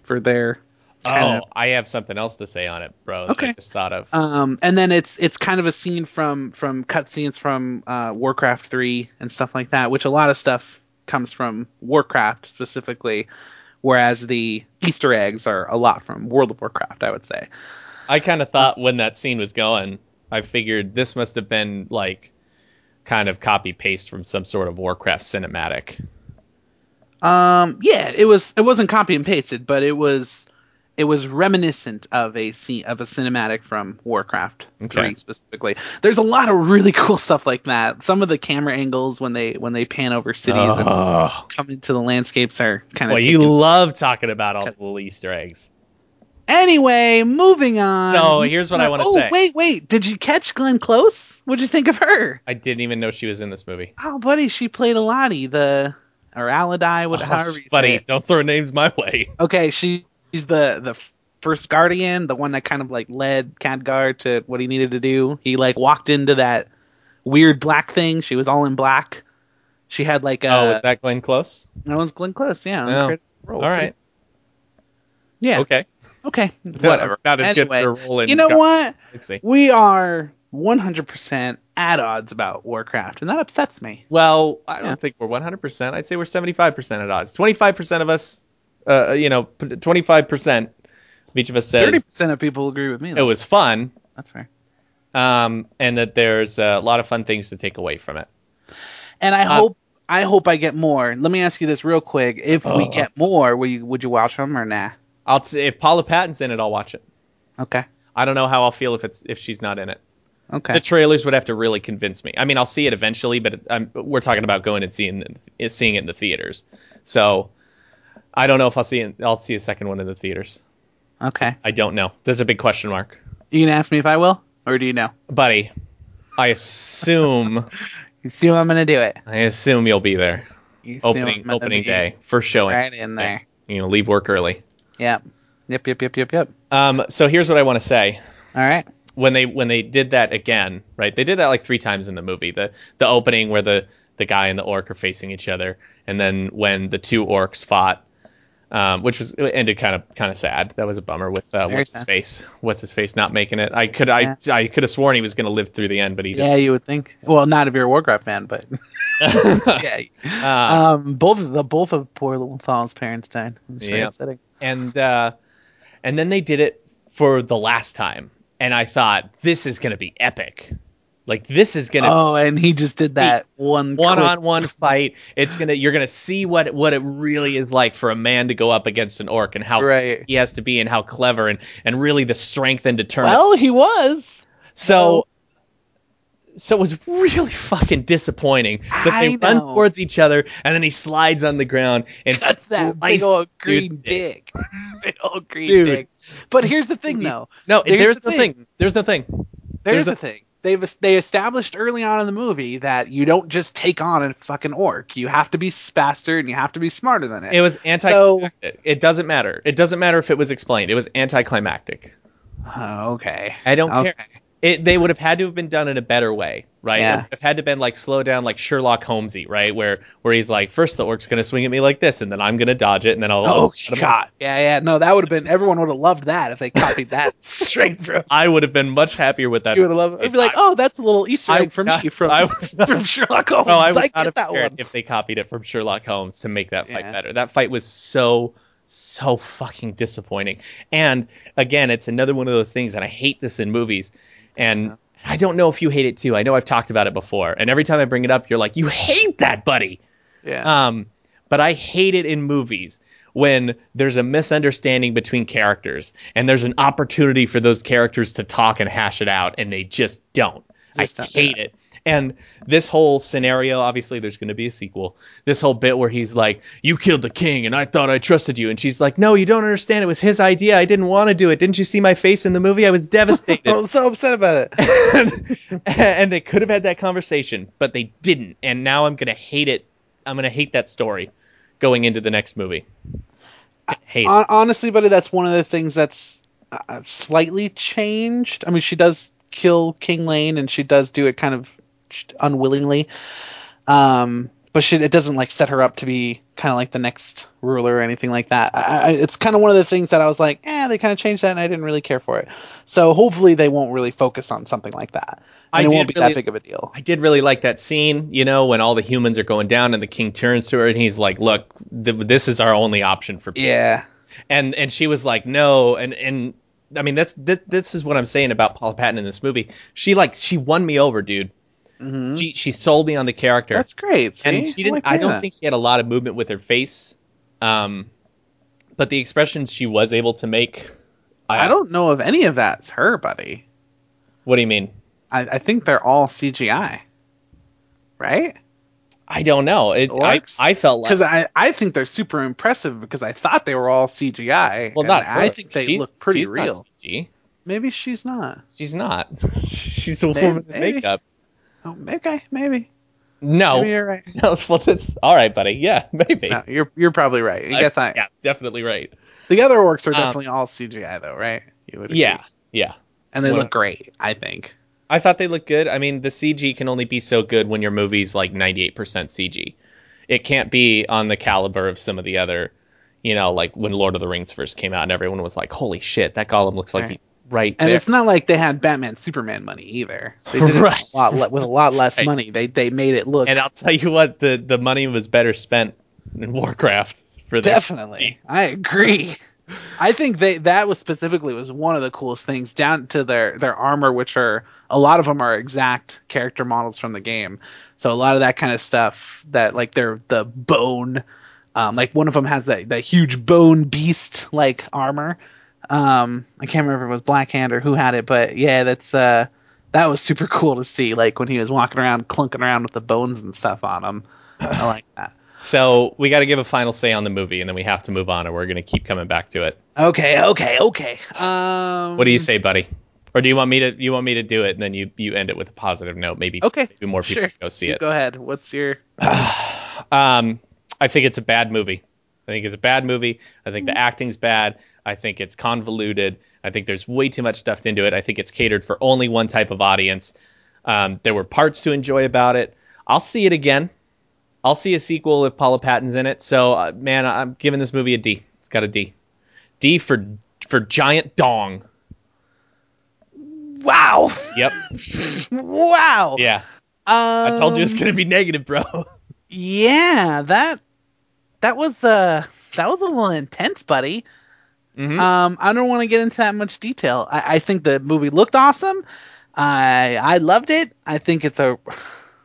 S1: for their
S3: Oh,
S1: kinda-
S3: I have something else to say on it, bro. that I
S1: Okay.
S3: just thought of.
S1: Um, and then it's it's kind of a scene from from cutscenes from uh, Warcraft three and stuff like that, which a lot of stuff comes from Warcraft specifically, whereas the Easter eggs are a lot from World of Warcraft, I would say.
S3: I kind of thought when that scene was going, I figured this must have been like kind of copy paste from some sort of Warcraft cinematic.
S1: Um, yeah, it was it wasn't copy and pasted, but it was it was reminiscent of a scene of a cinematic from Warcraft
S3: Okay.
S1: three specifically. There's a lot of really cool stuff like that. Some of the camera angles when they when they pan over cities and
S3: Oh.
S1: come into the landscapes are kind of
S3: Well, you love talking about all the little Easter eggs.
S1: Anyway, moving on.
S3: So, here's what I wanna
S1: oh,
S3: say.
S1: wait, wait. Did you catch Glenn Close? What'd you think of her?
S3: I didn't even know she was in this movie.
S1: Oh, buddy, she played Aladi, the or Aladi, what, however you say
S3: Oh, Uh-huh, buddy,
S1: it.
S3: don't throw names my way.
S1: Okay, she, she's the the first guardian, the one that kind of like led Khadgar to what he needed to do. He like walked into that weird black thing. She was all in black. She had like a
S3: oh, is that Glenn Close?
S1: no one's Glenn Close, yeah.
S3: Oh.
S1: uncredited role.
S3: All right.
S1: Yeah.
S3: Okay.
S1: Okay. Whatever.
S3: Not as good
S1: Anyway,
S3: for a role in
S1: you know
S3: Gar-
S1: what?
S3: Galaxy.
S1: We are 100% at odds about Warcraft, and that upsets me.
S3: Well, I don't
S1: Yeah.
S3: think we're 100%. I'd say we're 75% at odds. 25% of us, uh, you know, p- 25% of each of us says
S1: 30% of people agree with me.
S3: it
S1: though.
S3: was fun
S1: That's fair.
S3: um, and that there's a lot of fun things to take away from it.
S1: And I
S3: Um,
S1: hope I hope I get more. Let me ask you this real quick: If we
S3: Uh.
S1: get more, will you would you watch them or nah?
S3: I'll t- if Paula Patton's in it, I'll watch it.
S1: Okay.
S3: I don't know how I'll feel if it's if she's not in it.
S1: Okay.
S3: The trailers would have to really convince me. I mean, I'll see it eventually, but it, I'm, we're talking about going and seeing it- seeing it in the theaters. So I don't know if I'll see it, I'll see a second one in the theaters.
S1: okay.
S3: I don't know. That's a big question mark.
S1: You gonna ask me if I will, or do you know?
S3: buddy i assume
S1: You see how I'm gonna do it.
S3: i assume you'll be there
S1: You see how I'm
S3: opening
S1: gonna
S3: opening
S1: be
S3: day for showing
S1: Right in there.
S3: you know leave work early
S1: Yep. Yep. Yep. Yep. Yep. Yep.
S3: um so here's what i want to say
S1: All right.
S3: when they when they did that again right they did that like three times in the movie the the opening where the the guy and the orc are facing each other and then when the two orcs fought um, which was it ended kind of kind of sad. That was a bummer with uh,
S1: Very
S3: what's his
S1: sad.
S3: face, what's his face not making it. I could
S1: Yeah.
S3: I I could have sworn he was going to live through the end, but he
S1: Yeah, you would think. Well, not if you're a Warcraft fan, but
S3: didn't.
S1: yeah.
S3: Uh,
S1: Um, both of the both of poor Lothal's parents died. It was very
S3: Yeah.
S1: upsetting.
S3: and uh, and then they did it for the last time, and I thought this is gonna be epic, Like this is gonna
S1: oh, and he just did that one
S3: one
S1: quick-
S3: on one fight. It's gonna you're gonna see what what it really is like for a man to go up against an orc and how
S1: Right.
S3: he has to be and how clever and and really the strength and determination.
S1: Well, he was.
S3: so so it was really fucking disappointing that they
S1: I
S3: run
S1: know.
S3: towards each other and then he slides on the ground and
S1: That's that big
S3: slices
S1: old
S3: dude's
S1: green dick. big old green
S3: Dude.
S1: dick. But here's the thing, though.
S3: No,
S1: There's
S3: there's,
S1: the
S3: the thing. There's the thing.
S1: There's
S3: There's
S1: the
S3: a-
S1: thing. They've es- they established early on in the movie that you don't just take on a fucking orc. You have to be faster and you have to be smarter than it.
S3: It was anti.
S1: So-
S3: it doesn't matter. It doesn't matter if it was explained. It was anticlimactic.
S1: Oh, okay.
S3: I don't
S1: Okay.
S3: care. It, they would have had to have been done in a better way, right?
S1: Yeah.
S3: It would have had to been like slow down, like Sherlock Holmesy, right? Where where he's like, first the orc's gonna swing at me like this, and then I'm gonna dodge it, and then I'll.
S1: Oh
S3: I'll-
S1: God! Yeah, yeah. No, that would have been everyone would have loved that if they copied that straight from.
S3: I would have been much happier with that.
S1: You would have loved. I'd be like, oh, that's a little Easter
S3: I
S1: egg
S3: would
S1: from
S3: not-
S1: me from,
S3: I would not-
S1: from Sherlock Holmes.
S3: Oh, I
S1: I,
S3: would not
S1: get
S3: have
S1: that
S3: cared
S1: one.
S3: if they copied it from Sherlock Holmes to make that fight
S1: Yeah.
S3: better. That fight was so so fucking disappointing. And again, it's another one of those things, and I hate this in movies. And I don't know if you hate it too. I know I've talked about it before, and every time I bring it up, you're like, "You hate that, buddy."
S1: Yeah.
S3: Um, but I hate it in movies when there's a misunderstanding between characters and there's an opportunity for those characters to talk and hash it out, and they just don't.
S1: Just
S3: I
S1: don't do
S3: hate it. And this whole scenario, obviously, there's going to be a sequel. This whole bit where he's like, "You killed the king, and I thought I trusted you," and she's like, "No, you don't understand. It was his idea. I didn't want to do it. Didn't you see my face in the movie? I was devastated."
S1: I was so upset about it.
S3: and, and they could have had that conversation, but they didn't. And now I'm gonna hate it. I'm gonna hate that story going into the next movie. Hate. it.
S1: Hon- honestly, buddy, that's one of the things that's uh, slightly changed. I mean, she does kill King Lane, and she does do it kind of unwillingly. Um, but she, it doesn't like set her up to be kind of like the next ruler or anything like that. I, I, it's kind of one of the things that I was like, eh, they kind of changed that, and I didn't really care for it. So hopefully they won't really focus on something like that,
S3: I
S1: and it
S3: did
S1: won't be
S3: really-
S1: that big of a deal.
S3: I did really like that scene, you know, when all the humans are going down and the king turns to her and he's like, "Look, th- this is our only option for peace."
S1: Yeah,
S3: and and she was like no and and i mean that's th- this is what i'm saying about paula patton in this movie she like she won me over dude she she sold me on the character
S1: that's great. see?
S3: and she didn't
S1: like
S3: i don't
S1: that.
S3: think she had a lot of movement with her face um but the expressions she was able to make
S1: I don't know if any of that's her, buddy.
S3: what do you mean
S1: I, I think they're all CGI, right?
S3: i don't know it's I,
S1: Orcs?
S3: I felt like
S1: Because I, I think they're super impressive because I thought they were all CGI.
S3: well
S1: and
S3: not
S1: I
S3: her.
S1: think they
S3: She's-
S1: look pretty
S3: she's not
S1: real.
S3: CG.
S1: Maybe she's not.
S3: she's not she's a
S1: Maybe-
S3: woman with
S1: maybe.
S3: makeup
S1: Oh, okay, maybe.
S3: no
S1: Maybe you're right.
S3: no well that's all right buddy yeah maybe
S1: No, you're you're probably right. I
S3: I-
S1: guess I.
S3: yeah definitely right
S1: The other orcs are
S3: Um,
S1: definitely all CGI though, right? You would.
S3: Yeah, yeah.
S1: And they
S3: Well-
S1: look great. I think.
S3: I thought they looked good. I mean, the CG can only be so good when your movie's like 98% CG. It can't be on the caliber of some of the other, you know, like when Lord of the Rings first came out and everyone was like, "Holy shit, that Gollum looks like
S1: Right.
S3: he's right
S1: And
S3: there."
S1: it's not like they had Batman Superman money either. They did it
S3: Right.
S1: a lot le- with a lot less
S3: Right.
S1: money. They they made it look
S3: And I'll tell you what, the the money was better spent in Warcraft for this.
S1: Definitely. I agree. I think they that was specifically was one of the coolest things down to their their armor which are a lot of them are exact character models from the game. So a lot of that kind of stuff that like they're the bone um like one of them has that that huge bone beast like armor. Um I can't remember if it was Black Hand or who had it, but yeah, that's uh that was super cool to see like when he was walking around clunking around with the bones and stuff on him. I like that.
S3: So we got to give a final say on the movie, and then we have to move on, or we're gonna keep coming back to it.
S1: Okay, okay, okay. Um,
S3: What do you say, buddy? Or do you want me to you want me to do it, and then you you end it with a positive note? Maybe
S1: Okay,
S3: maybe more people
S1: sure.
S3: go see
S1: you
S3: it.
S1: Go ahead. What's your?
S3: Um, I think it's a bad movie. I think it's a bad movie. I think
S1: Mm-hmm.
S3: the acting's bad. I think it's convoluted. I think there's way too much stuffed into it. I think it's catered for only one type of audience. Um, there were parts to enjoy about it. I'll see it again. I'll see a sequel if Paula Patton's in it. So, uh, man, I- I'm giving this movie a D. It's got a D. D for for giant dong.
S1: Wow!
S3: Yep.
S1: Wow!
S3: Yeah.
S1: Um,
S3: I told you it's gonna be negative, bro.
S1: Yeah, that that was uh that was a little intense, buddy.
S3: Mhm.
S1: Um, I don't want to get into that much detail. I, I think the movie looked awesome. I I loved it. I think it's a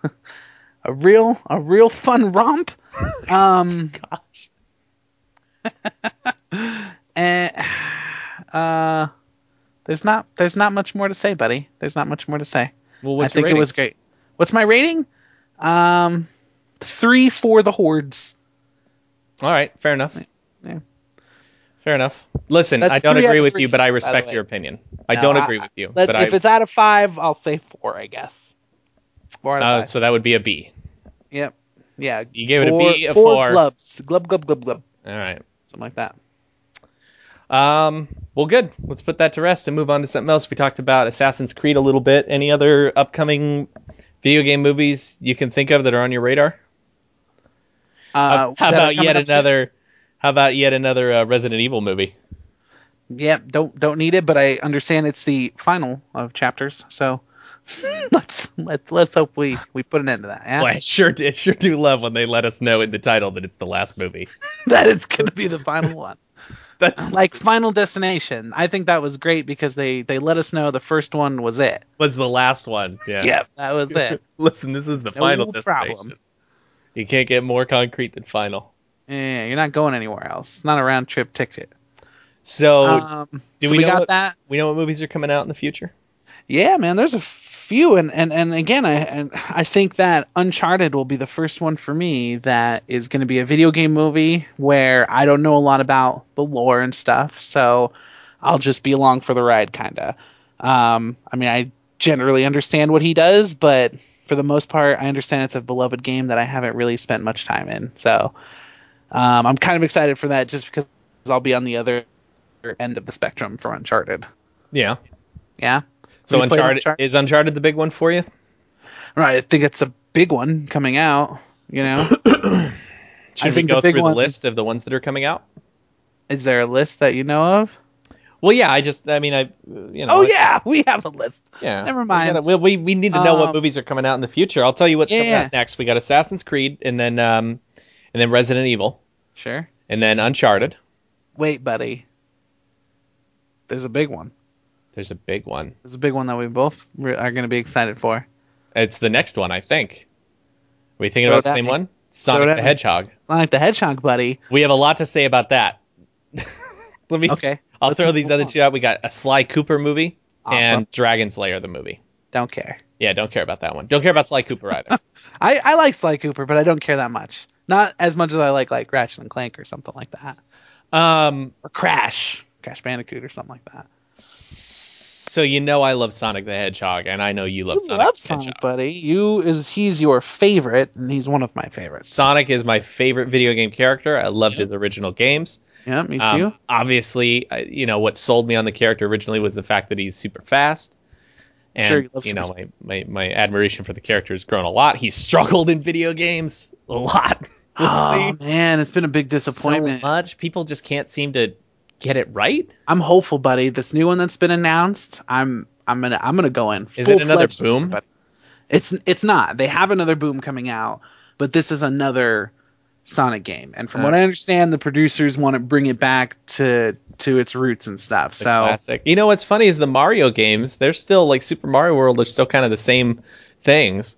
S1: a real a real fun romp. Um,
S3: Gosh.
S1: and uh, there's not there's not much more to say, buddy. There's not much more to say.
S3: Well, what's
S1: I think
S3: your rating?
S1: it was great. What's my rating? Um, three for the hordes.
S3: All right, fair enough.
S1: Yeah.
S3: Fair enough. Listen,
S1: That's
S3: I don't
S1: three out
S3: agree
S1: of
S3: with
S1: three,
S3: you, but I
S1: by the
S3: respect
S1: way.
S3: your opinion. I
S1: No,
S3: don't agree with you,
S1: let-
S3: but
S1: if
S3: I.
S1: it's out of five, I'll say four, I guess. Four out of
S3: Uh,
S1: five.
S3: so that would be a B.
S1: Yep. Yeah.
S3: You gave it a B, a
S1: four
S3: four.
S1: Glubs. Glub, glub, glub, glub.
S3: All right.
S1: Something like that.
S3: Um, well, good. Let's put that to rest and move on to something else. We talked about Assassin's Creed a little bit. Any other upcoming video game movies you can think of that are on your radar?
S1: Uh,
S3: how
S1: that are
S3: about
S1: coming
S3: yet
S1: up soon.
S3: another? How about yet another uh, Resident Evil movie?
S1: Yep. Don't don't need it, but I understand it's the final of chapters, so let's let's let's hope we we put an end to that. Yeah.
S3: Boy, I sure, I sure do love when they let us know in the title that it's the last movie.
S1: that is gonna be the final one.
S3: That's
S1: Like Final Destination, I think that was great because they they let us know the first one was it.
S3: was the last one. Yeah.
S1: Yep. That was it.
S3: Listen, this is the final destination.
S1: problem.
S3: You can't get more concrete than final.
S1: Yeah, you're not going anywhere else. It's not a round trip ticket.
S3: So,
S1: um,
S3: do
S1: so
S3: we
S1: we
S3: know
S1: got
S3: what-
S1: that?
S3: we know what movies are coming out in the future.
S1: Yeah, man, there's a few, and and and again, I and I think that Uncharted will be the first one for me that is going to be a video game movie where I don't know a lot about the lore and stuff, so I'll just be along for the ride, kinda. Um, I mean, I generally understand what he does, but for the most part, I understand it's a beloved game that I haven't really spent much time in, so um, I'm kind of excited for that, just because I'll be on the other end of the spectrum for Uncharted.
S3: Yeah.
S1: Yeah.
S3: So
S1: We played
S3: Uncharted,
S1: Uncharted.
S3: is Uncharted the big one for you?
S1: Right, I think it's a big one coming out. You know,
S3: Should
S1: think
S3: we
S1: the
S3: go
S1: big
S3: through
S1: one-
S3: the list of the ones that are coming out?
S1: is there a list that you know of?
S3: Well, yeah. I just, I mean, I, you know.
S1: Oh
S3: I-
S1: yeah, we have a list.
S3: Yeah.
S1: Never mind.
S3: We, gotta- we, we, we need to know
S1: Um,
S3: what movies are coming out in the future. I'll tell you what's coming
S1: yeah.
S3: out next. We got Assassin's Creed, and then um, and then Resident Evil,
S1: Sure.
S3: and then Uncharted.
S1: Wait, buddy. There's a big one.
S3: There's a big one.
S1: There's a big one that we both re- are going to be excited for.
S3: It's the next one, I think. Are we thinking
S1: Throw
S3: about
S1: it
S3: the
S1: at
S3: same
S1: me.
S3: one?
S1: it
S3: Sonic
S1: at
S3: the
S1: me.
S3: Hedgehog.
S1: Sonic the Hedgehog, buddy.
S3: We have a lot to say about that. Let me.
S1: Okay,
S3: I'll
S1: let's
S3: throw
S1: move
S3: these other
S1: on.
S3: two out. We got a Sly Cooper movie
S1: Awesome.
S3: and Dragon Slayer the movie.
S1: Don't care.
S3: Yeah, don't care about that one. Don't care about Sly Cooper either.
S1: I I like Sly Cooper, but I don't care that much. Not as much as I like like Ratchet and Clank or something like that,
S3: um,
S1: or Crash, Crash Bandicoot or something like that.
S3: so you know I love Sonic the Hedgehog, and I know you love
S1: You
S3: Sonic
S1: love
S3: the
S1: Sonic,
S3: Hedgehog.
S1: buddy. You is he's your favorite, and he's one of my favorites.
S3: Sonic is my favorite video game character. I loved his original games.
S1: Yeah, me too.
S3: Um, obviously, I- you know what sold me on the character originally was the fact that he's super fast. And
S1: Sure, he loves
S3: you
S1: super
S3: know my, my my admiration for the character has grown a lot. He's struggled in video games a lot.
S1: Oh man, it's been a big
S3: so
S1: disappointment.
S3: much. People just can't seem to get it right.
S1: I'm hopeful, buddy. This new one that's been announced, I'm I'm gonna I'm gonna go in.
S3: Is it another
S1: full-fledged,
S3: Boom?
S1: buddy. It's it's not. They have another boom coming out, but this is another Sonic game. And
S3: Oh.
S1: from what I understand, the producers want to bring it back to to its roots and stuff.
S3: The
S1: So
S3: classic. You know what's funny is the Mario games. They're still like Super Mario World. They're still kind of the same things,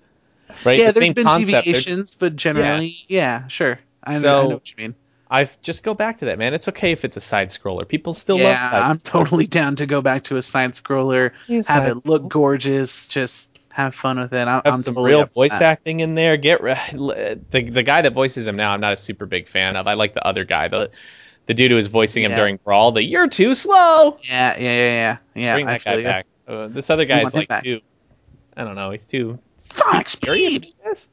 S3: right?
S1: yeah,
S3: the
S1: there's
S3: same
S1: been
S3: concept. They're-
S1: deviations, but generally, yeah, sure. I,
S3: So-
S1: I know what you mean.
S3: I've just go back to that, man. It's okay if it's a side scroller. People still love.
S1: Yeah,
S3: side
S1: I'm totally down to go back to a side scroller,
S3: Yeah,
S1: have
S3: side
S1: it look
S3: scroll.
S1: gorgeous, just have fun with it. I,
S3: have
S1: I'm
S3: some
S1: totally
S3: real
S1: up for
S3: voice
S1: that.
S3: acting in there. Get re- the the guy that voices him now. I'm not a super big fan of. I like the other guy, the the dude who was voicing him
S1: Yeah.
S3: during Brawl. The you're too slow.
S1: Yeah, yeah, yeah, yeah. yeah
S3: Bring
S1: I
S3: that
S1: feel
S3: guy
S1: you.
S3: back. Uh, this other guy
S1: want
S3: is
S1: him
S3: like
S1: back.
S3: too. I don't know. He's too.
S1: Sonic speed,
S3: Yes.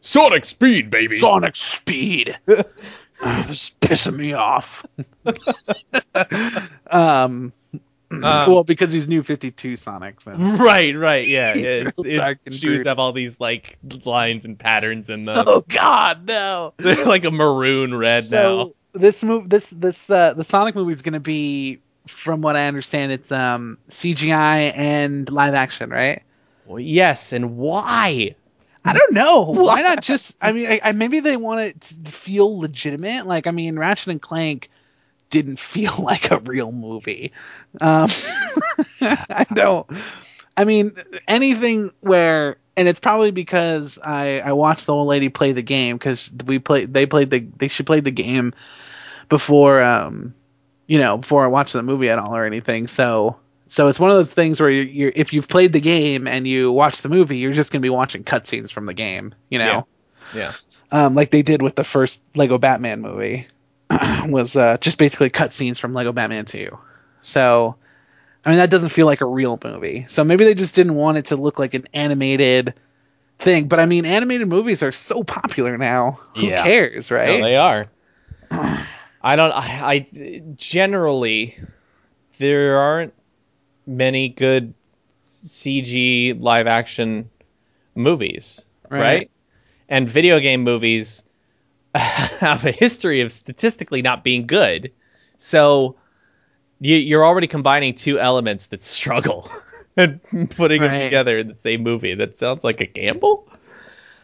S3: Sonic speed, baby.
S1: Sonic speed. Ah, this is pissing me off. um, well, because he's new 52 Sonic. So.
S3: Uh, right, right, yeah.
S1: He's
S3: His,
S1: real
S3: his
S1: dark and
S3: shoes
S1: weird.
S3: have all these like lines and patterns in them.
S1: Oh God, no.
S3: They're like a maroon red now.
S1: so this move this this uh the sonic movie is going to be from what i understand it's um cgi and live action right
S3: Well, yes, and why?
S1: i don't know why not just i mean I, I maybe they want it to feel legitimate like i mean ratchet and clank didn't feel like a real movie um i don't
S2: I mean, anything where, and it's probably because I I watched the old lady play the game because we played they played the they she played the game before um you know before I watched the movie at all or anything. So so it's one of those things where you're, you're if you've played the game and you watch the movie, you're just gonna be watching cutscenes from the game, you know,
S3: Yeah.
S2: um like they did with the first Lego Batman movie was uh, just basically cutscenes from Lego Batman 2. So, I mean, that doesn't feel like a real movie. So maybe they just didn't want it to look like an animated thing. But I mean, animated movies are so popular now. Who
S3: Yeah.
S2: cares,
S3: No,
S2: right?
S3: they are. I don't. I, I generally there aren't many good CG live action movies, right?
S2: Right.
S3: And video game movies have a history of statistically not being good. So you, you're already combining two elements that struggle and putting them
S2: Right.
S3: together in the same movie. That sounds like a gamble.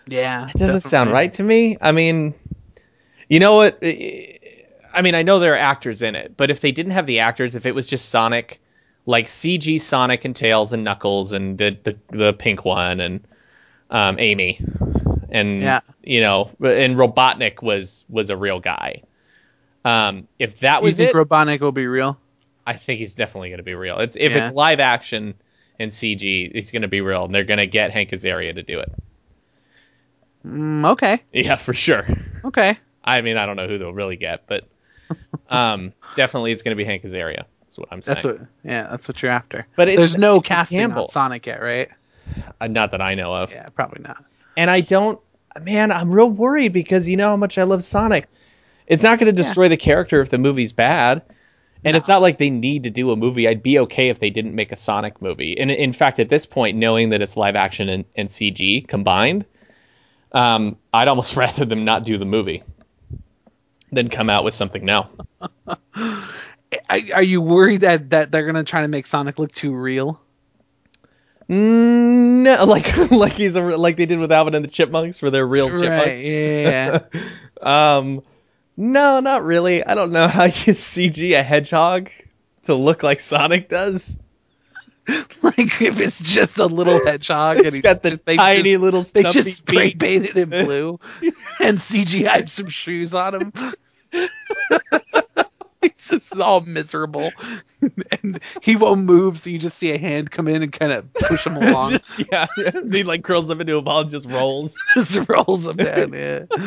S2: yeah.
S3: It doesn't sound right to me. I mean, you know what? I mean, I know there are actors in it, but if they didn't have the actors, if it was just Sonic, like CG Sonic and Tails and Knuckles and the the, the pink one and um, Amy and
S2: Yeah.
S3: you know and Robotnik was was a real guy. Um, if that
S2: You
S3: was
S2: think
S3: it,
S2: Robotnik will be real?
S3: I think he's definitely going to be real. It's if
S2: Yeah.
S3: it's live action and CG, it's going to be real, and they're going to get Hank Azaria to do it.
S2: Mm, okay.
S3: Yeah, for sure.
S2: Okay.
S3: I mean, I don't know who they'll really get, but um, definitely it's going to be Hank Azaria. That's what I'm saying.
S2: That's what. Yeah, that's what you're after.
S3: But it's-
S2: there's no
S3: it's a
S2: casting
S3: gamble.
S2: on Sonic yet, right?
S3: Uh, not that I know of.
S2: Yeah, probably not.
S3: And I don't, man, I'm real worried because you know how much I love Sonic. It's not going to destroy the character if the movie's bad. And it's not like they need to do a movie. I'd be okay if they didn't make a Sonic movie. And in fact, at this point, knowing that it's live action and, and CG combined, um, I'd almost rather them not do the movie than come out with something now.
S2: I, are you worried that that they're gonna try to make Sonic look too real?
S3: Mm, No, like like he's a, like they did with Alvin and the Chipmunks, where they're real
S2: Right.
S3: chipmunks.
S2: Yeah.
S3: Um, no, not really. I don't know how you CG a hedgehog to look like Sonic does.
S2: like if it's just a little hedgehog and
S3: It's
S2: he's
S3: got the
S2: just, they
S3: tiny
S2: just,
S3: little
S2: they
S3: stuffy
S2: just spray
S3: feet.
S2: painted in blue and CGI'd some shoes on him. He's just all miserable, and he won't move. So you just see a hand come in and kind of push him along, just,
S3: Just, yeah, he like curls up into a ball and just rolls.
S2: rolls him down.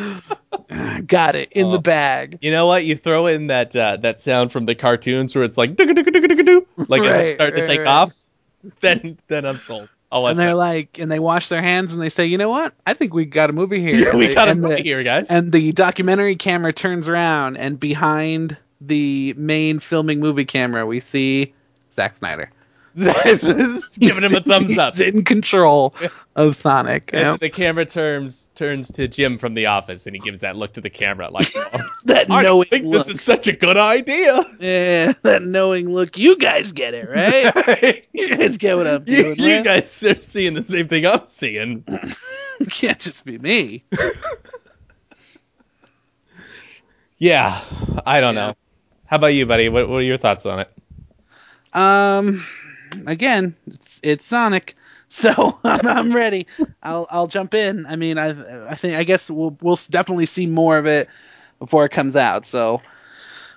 S2: Yeah. Got it in
S3: Oh.
S2: the bag.
S3: You know what? You throw in that uh, that sound from the cartoons where it's like "Dugga, dugga, dugga, dugga, doo," like as it's
S2: Right,
S3: starting to
S2: right,
S3: take
S2: right.
S3: off. Then then I'm sold. I'll watch
S2: And they're
S3: that.
S2: like, and they wash their hands and they say, you know what? I think we got a movie here.
S3: Yeah,
S2: And
S3: we
S2: they-
S3: got him
S2: and
S3: right
S2: the-
S3: here, guys.
S2: and the documentary camera turns around and behind the main filming movie camera we see Zack Snyder
S3: giving him a thumbs up.
S2: He's in control of Sonic.
S3: And
S2: Yep.
S3: The camera turns turns to Jim from the office, and he gives that look to the camera, like, "Oh,
S2: that
S3: I
S2: knowing
S3: think
S2: look.
S3: this is such a good idea.
S2: yeah, that knowing look. You guys get it, right? you guys get what I'm
S3: you,
S2: doing.
S3: you
S2: right?
S3: guys are seeing the same thing I'm seeing.
S2: can't just be me.
S3: Yeah, I don't know. How about you, buddy? What, what are your thoughts on it?
S2: Um, again, it's, it's Sonic, so I'm, I'm ready. I'll I'll jump in. I mean, I I think I guess we'll we'll definitely see more of it before it comes out. So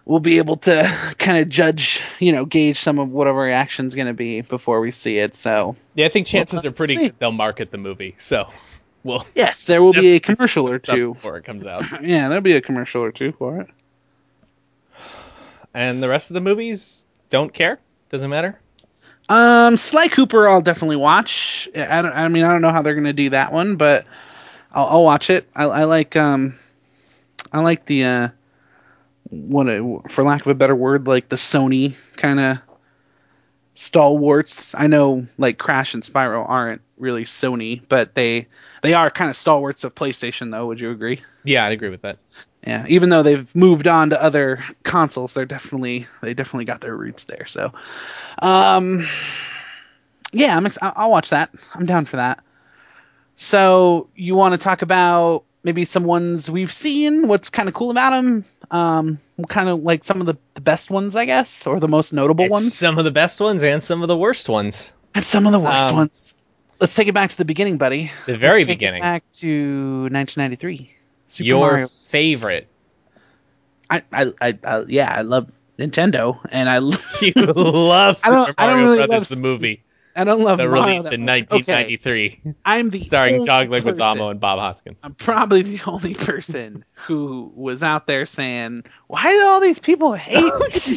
S2: we'll be able to kind of judge, you know, gauge some of whatever our action's going to be before we see it. So
S3: Yeah, I think chances are pretty
S2: see.
S3: good they'll market the movie. So, well,
S2: yes, there will be a commercial or
S3: stuff
S2: two.
S3: before it comes out.
S2: Yeah, there'll be a commercial or two for it.
S3: And the rest of the movies don't care. Doesn't matter.
S2: Um, Sly Cooper, I'll definitely watch. I, don't, I mean, I don't know how they're gonna do that one, but I'll, I'll watch it. I, I like um, I like the uh, what a, for lack of a better word, like the Sony kind of stalwarts. I know like Crash and Spyro aren't really Sony, but they they are kind of stalwarts of PlayStation, though. Would you agree?
S3: Yeah, I'd agree with that.
S2: Yeah, even though they've moved on to other consoles, they're definitely they definitely got their roots there. So, um, yeah, I'm ex- I- I'll watch that. I'm down for that. So you want to talk about maybe some ones we've seen? What's kind of cool about them? Um, kind of like some of the, the best ones, I guess, or the most notable
S3: It's
S2: ones.
S3: Some of the best ones and some of the worst ones.
S2: And some of the worst
S3: Um,
S2: ones. Let's take it back to the beginning, buddy.
S3: The very
S2: Let's take it
S3: beginning.
S2: back to 1993. Super
S3: Your
S2: Mario.
S3: favorite.
S2: I, I, I, I, yeah, I love Nintendo, and I, lo-
S3: You love
S2: I don't-
S3: Super
S2: I don't
S3: Mario
S2: really love
S3: Brothers
S2: s-
S3: the movie
S2: I don't love
S3: that
S2: Mario
S3: released
S2: that Oh,
S3: in
S2: much.
S3: 1993,
S2: Okay, I'm the
S3: starring
S2: only
S3: John Leguizamo
S2: person-
S3: and Bob Hoskins.
S2: I'm probably the only person who was out there saying, "Why do all these people hate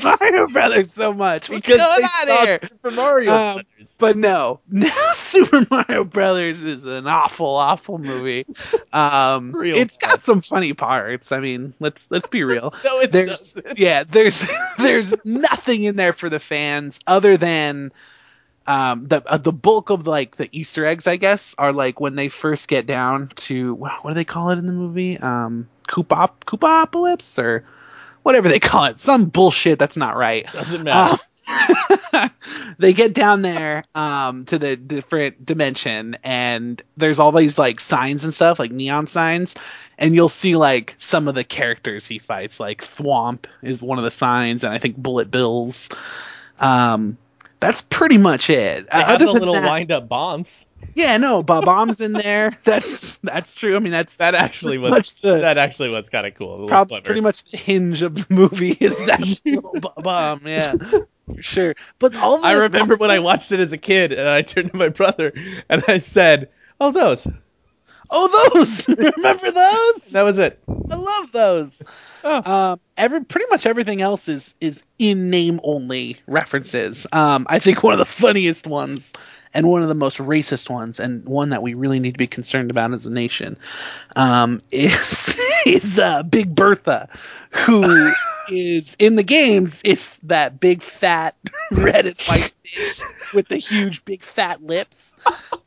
S2: Mario Brothers so much? What's going on
S3: saw
S2: here?"
S3: Super Mario
S2: Um,
S3: Brothers.
S2: But no, now Super Mario Brothers is an awful, awful movie. Um,
S3: Real
S2: it's
S3: bad.
S2: got some funny parts. I mean, let's let's be real.
S3: No, it
S2: there's
S3: doesn't.
S2: yeah, there's there's nothing in there for the fans other than um, the uh, the bulk of like the Easter eggs, I guess, are like when they first get down to what, what do they call it in the movie? Um, Coopop Coopopolis or whatever they call it, some bullshit that's not right.
S3: Doesn't matter.
S2: Um, they get down there um, to the different dimension, and there's all these like signs and stuff, like neon signs, and you'll see like some of the characters he fights, like Thwomp is one of the signs, and I think Bullet Bills. Um, that's pretty much it. Uh,
S3: they have
S2: other
S3: the
S2: than
S3: little
S2: that-
S3: wind-up bombs.
S2: Yeah, no, Bob-Omb's in there. That's that's true. I mean, that's
S3: That
S2: Pretty
S3: actually was
S2: much the-
S3: that actually was kind of cool. a little
S2: prob-
S3: clever.
S2: pretty much the hinge of the movie is that little bomb. Yeah, for sure. But all the
S3: I remember when I watched it as a kid, and I turned to my brother and I said, "Oh, those."
S2: Oh, those! Remember those?
S3: That was it.
S2: I love those.
S3: Oh.
S2: Um, every pretty much everything else is is in name only references. Um, I think one of the funniest ones and one of the most racist ones and one that we really need to be concerned about as a nation um, is is uh, Big Bertha, who is in the games. It's that big fat red and white bitch with the huge big fat lips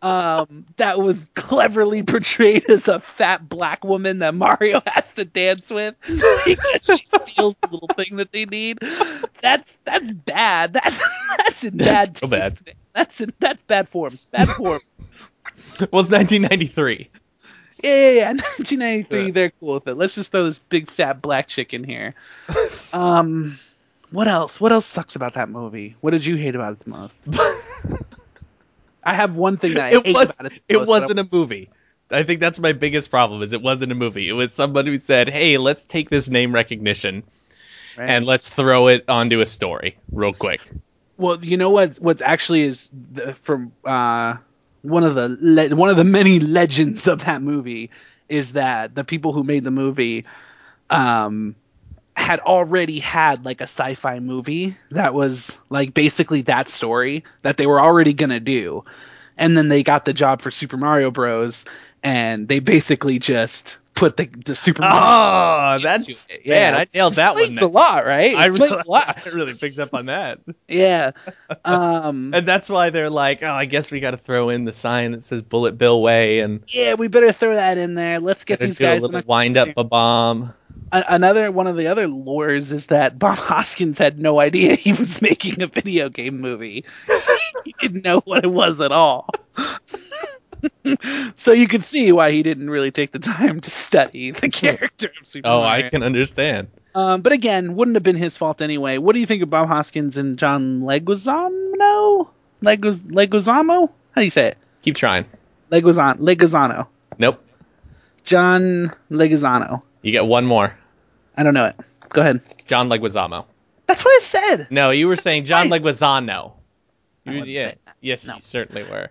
S2: um, that was cleverly portrayed as a fat black woman that Mario has to dance with because she steals the little thing that they need. That's that's bad. That's that's in
S3: That's
S2: bad.
S3: so bad.
S2: taste, man. That's in, that's bad form. Bad form.
S3: It was 1993.
S2: Yeah, yeah, yeah. 1993.
S3: Yeah.
S2: They're cool with it. Let's just throw this big fat black chick in here. Um, what else? What else sucks about that movie? What did you hate about it the most? I have one thing that I
S3: it
S2: hate
S3: was
S2: about it. the
S3: it
S2: most, but I
S3: wasn't a movie. I think that's my biggest problem is it wasn't a movie. It was somebody who said, "Hey, let's take this name recognition
S2: Right.
S3: and let's throw it onto a story real quick."
S2: Well, you know what? What's actually is the, from uh, one of the le- one of the many legends of that movie is that the people who made the movie um, had already had like a sci-fi movie that was like basically that story that they were already gonna do, and then they got the job for Super Mario Bros. and they basically just put the the Super Mario.
S3: Oh, that's
S2: into it.
S3: man, I
S2: it
S3: nailed that one.
S2: explains
S3: there.
S2: a lot, right?
S3: I
S2: Explains
S3: really,
S2: a lot.
S3: I really picked up on that,
S2: Yeah. Um,
S3: and that's why they're like, "Oh, I guess we got to throw in the sign that says Bullet Bill Way and
S2: yeah, we better throw that in there. Let's get
S3: do
S2: these guys.
S3: a
S2: in
S3: little wind up a bomb."
S2: A- another one of the other lores is that Bob Hoskins had no idea he was making a video game movie. he didn't know what it was at all. so you could see why he didn't really take the time to study the character of Super
S3: Oh,
S2: Mario.
S3: I can understand.
S2: Um, but again, wouldn't have been his fault anyway. What do you think of Bob Hoskins and John Leguizamo? Leguiz- Leguizamo? How do you say it?
S3: Keep trying.
S2: Leguizan- Leguizano.
S3: Nope,
S2: John Leguizano.
S3: you get one more.
S2: I don't know it. Go ahead.
S3: John Leguizamo.
S2: That's what I said.
S3: No, you were saying John Leguizano.
S2: I
S3: You-
S2: wouldn't
S3: yeah.
S2: say that.
S3: Yes,
S2: No.
S3: you certainly were.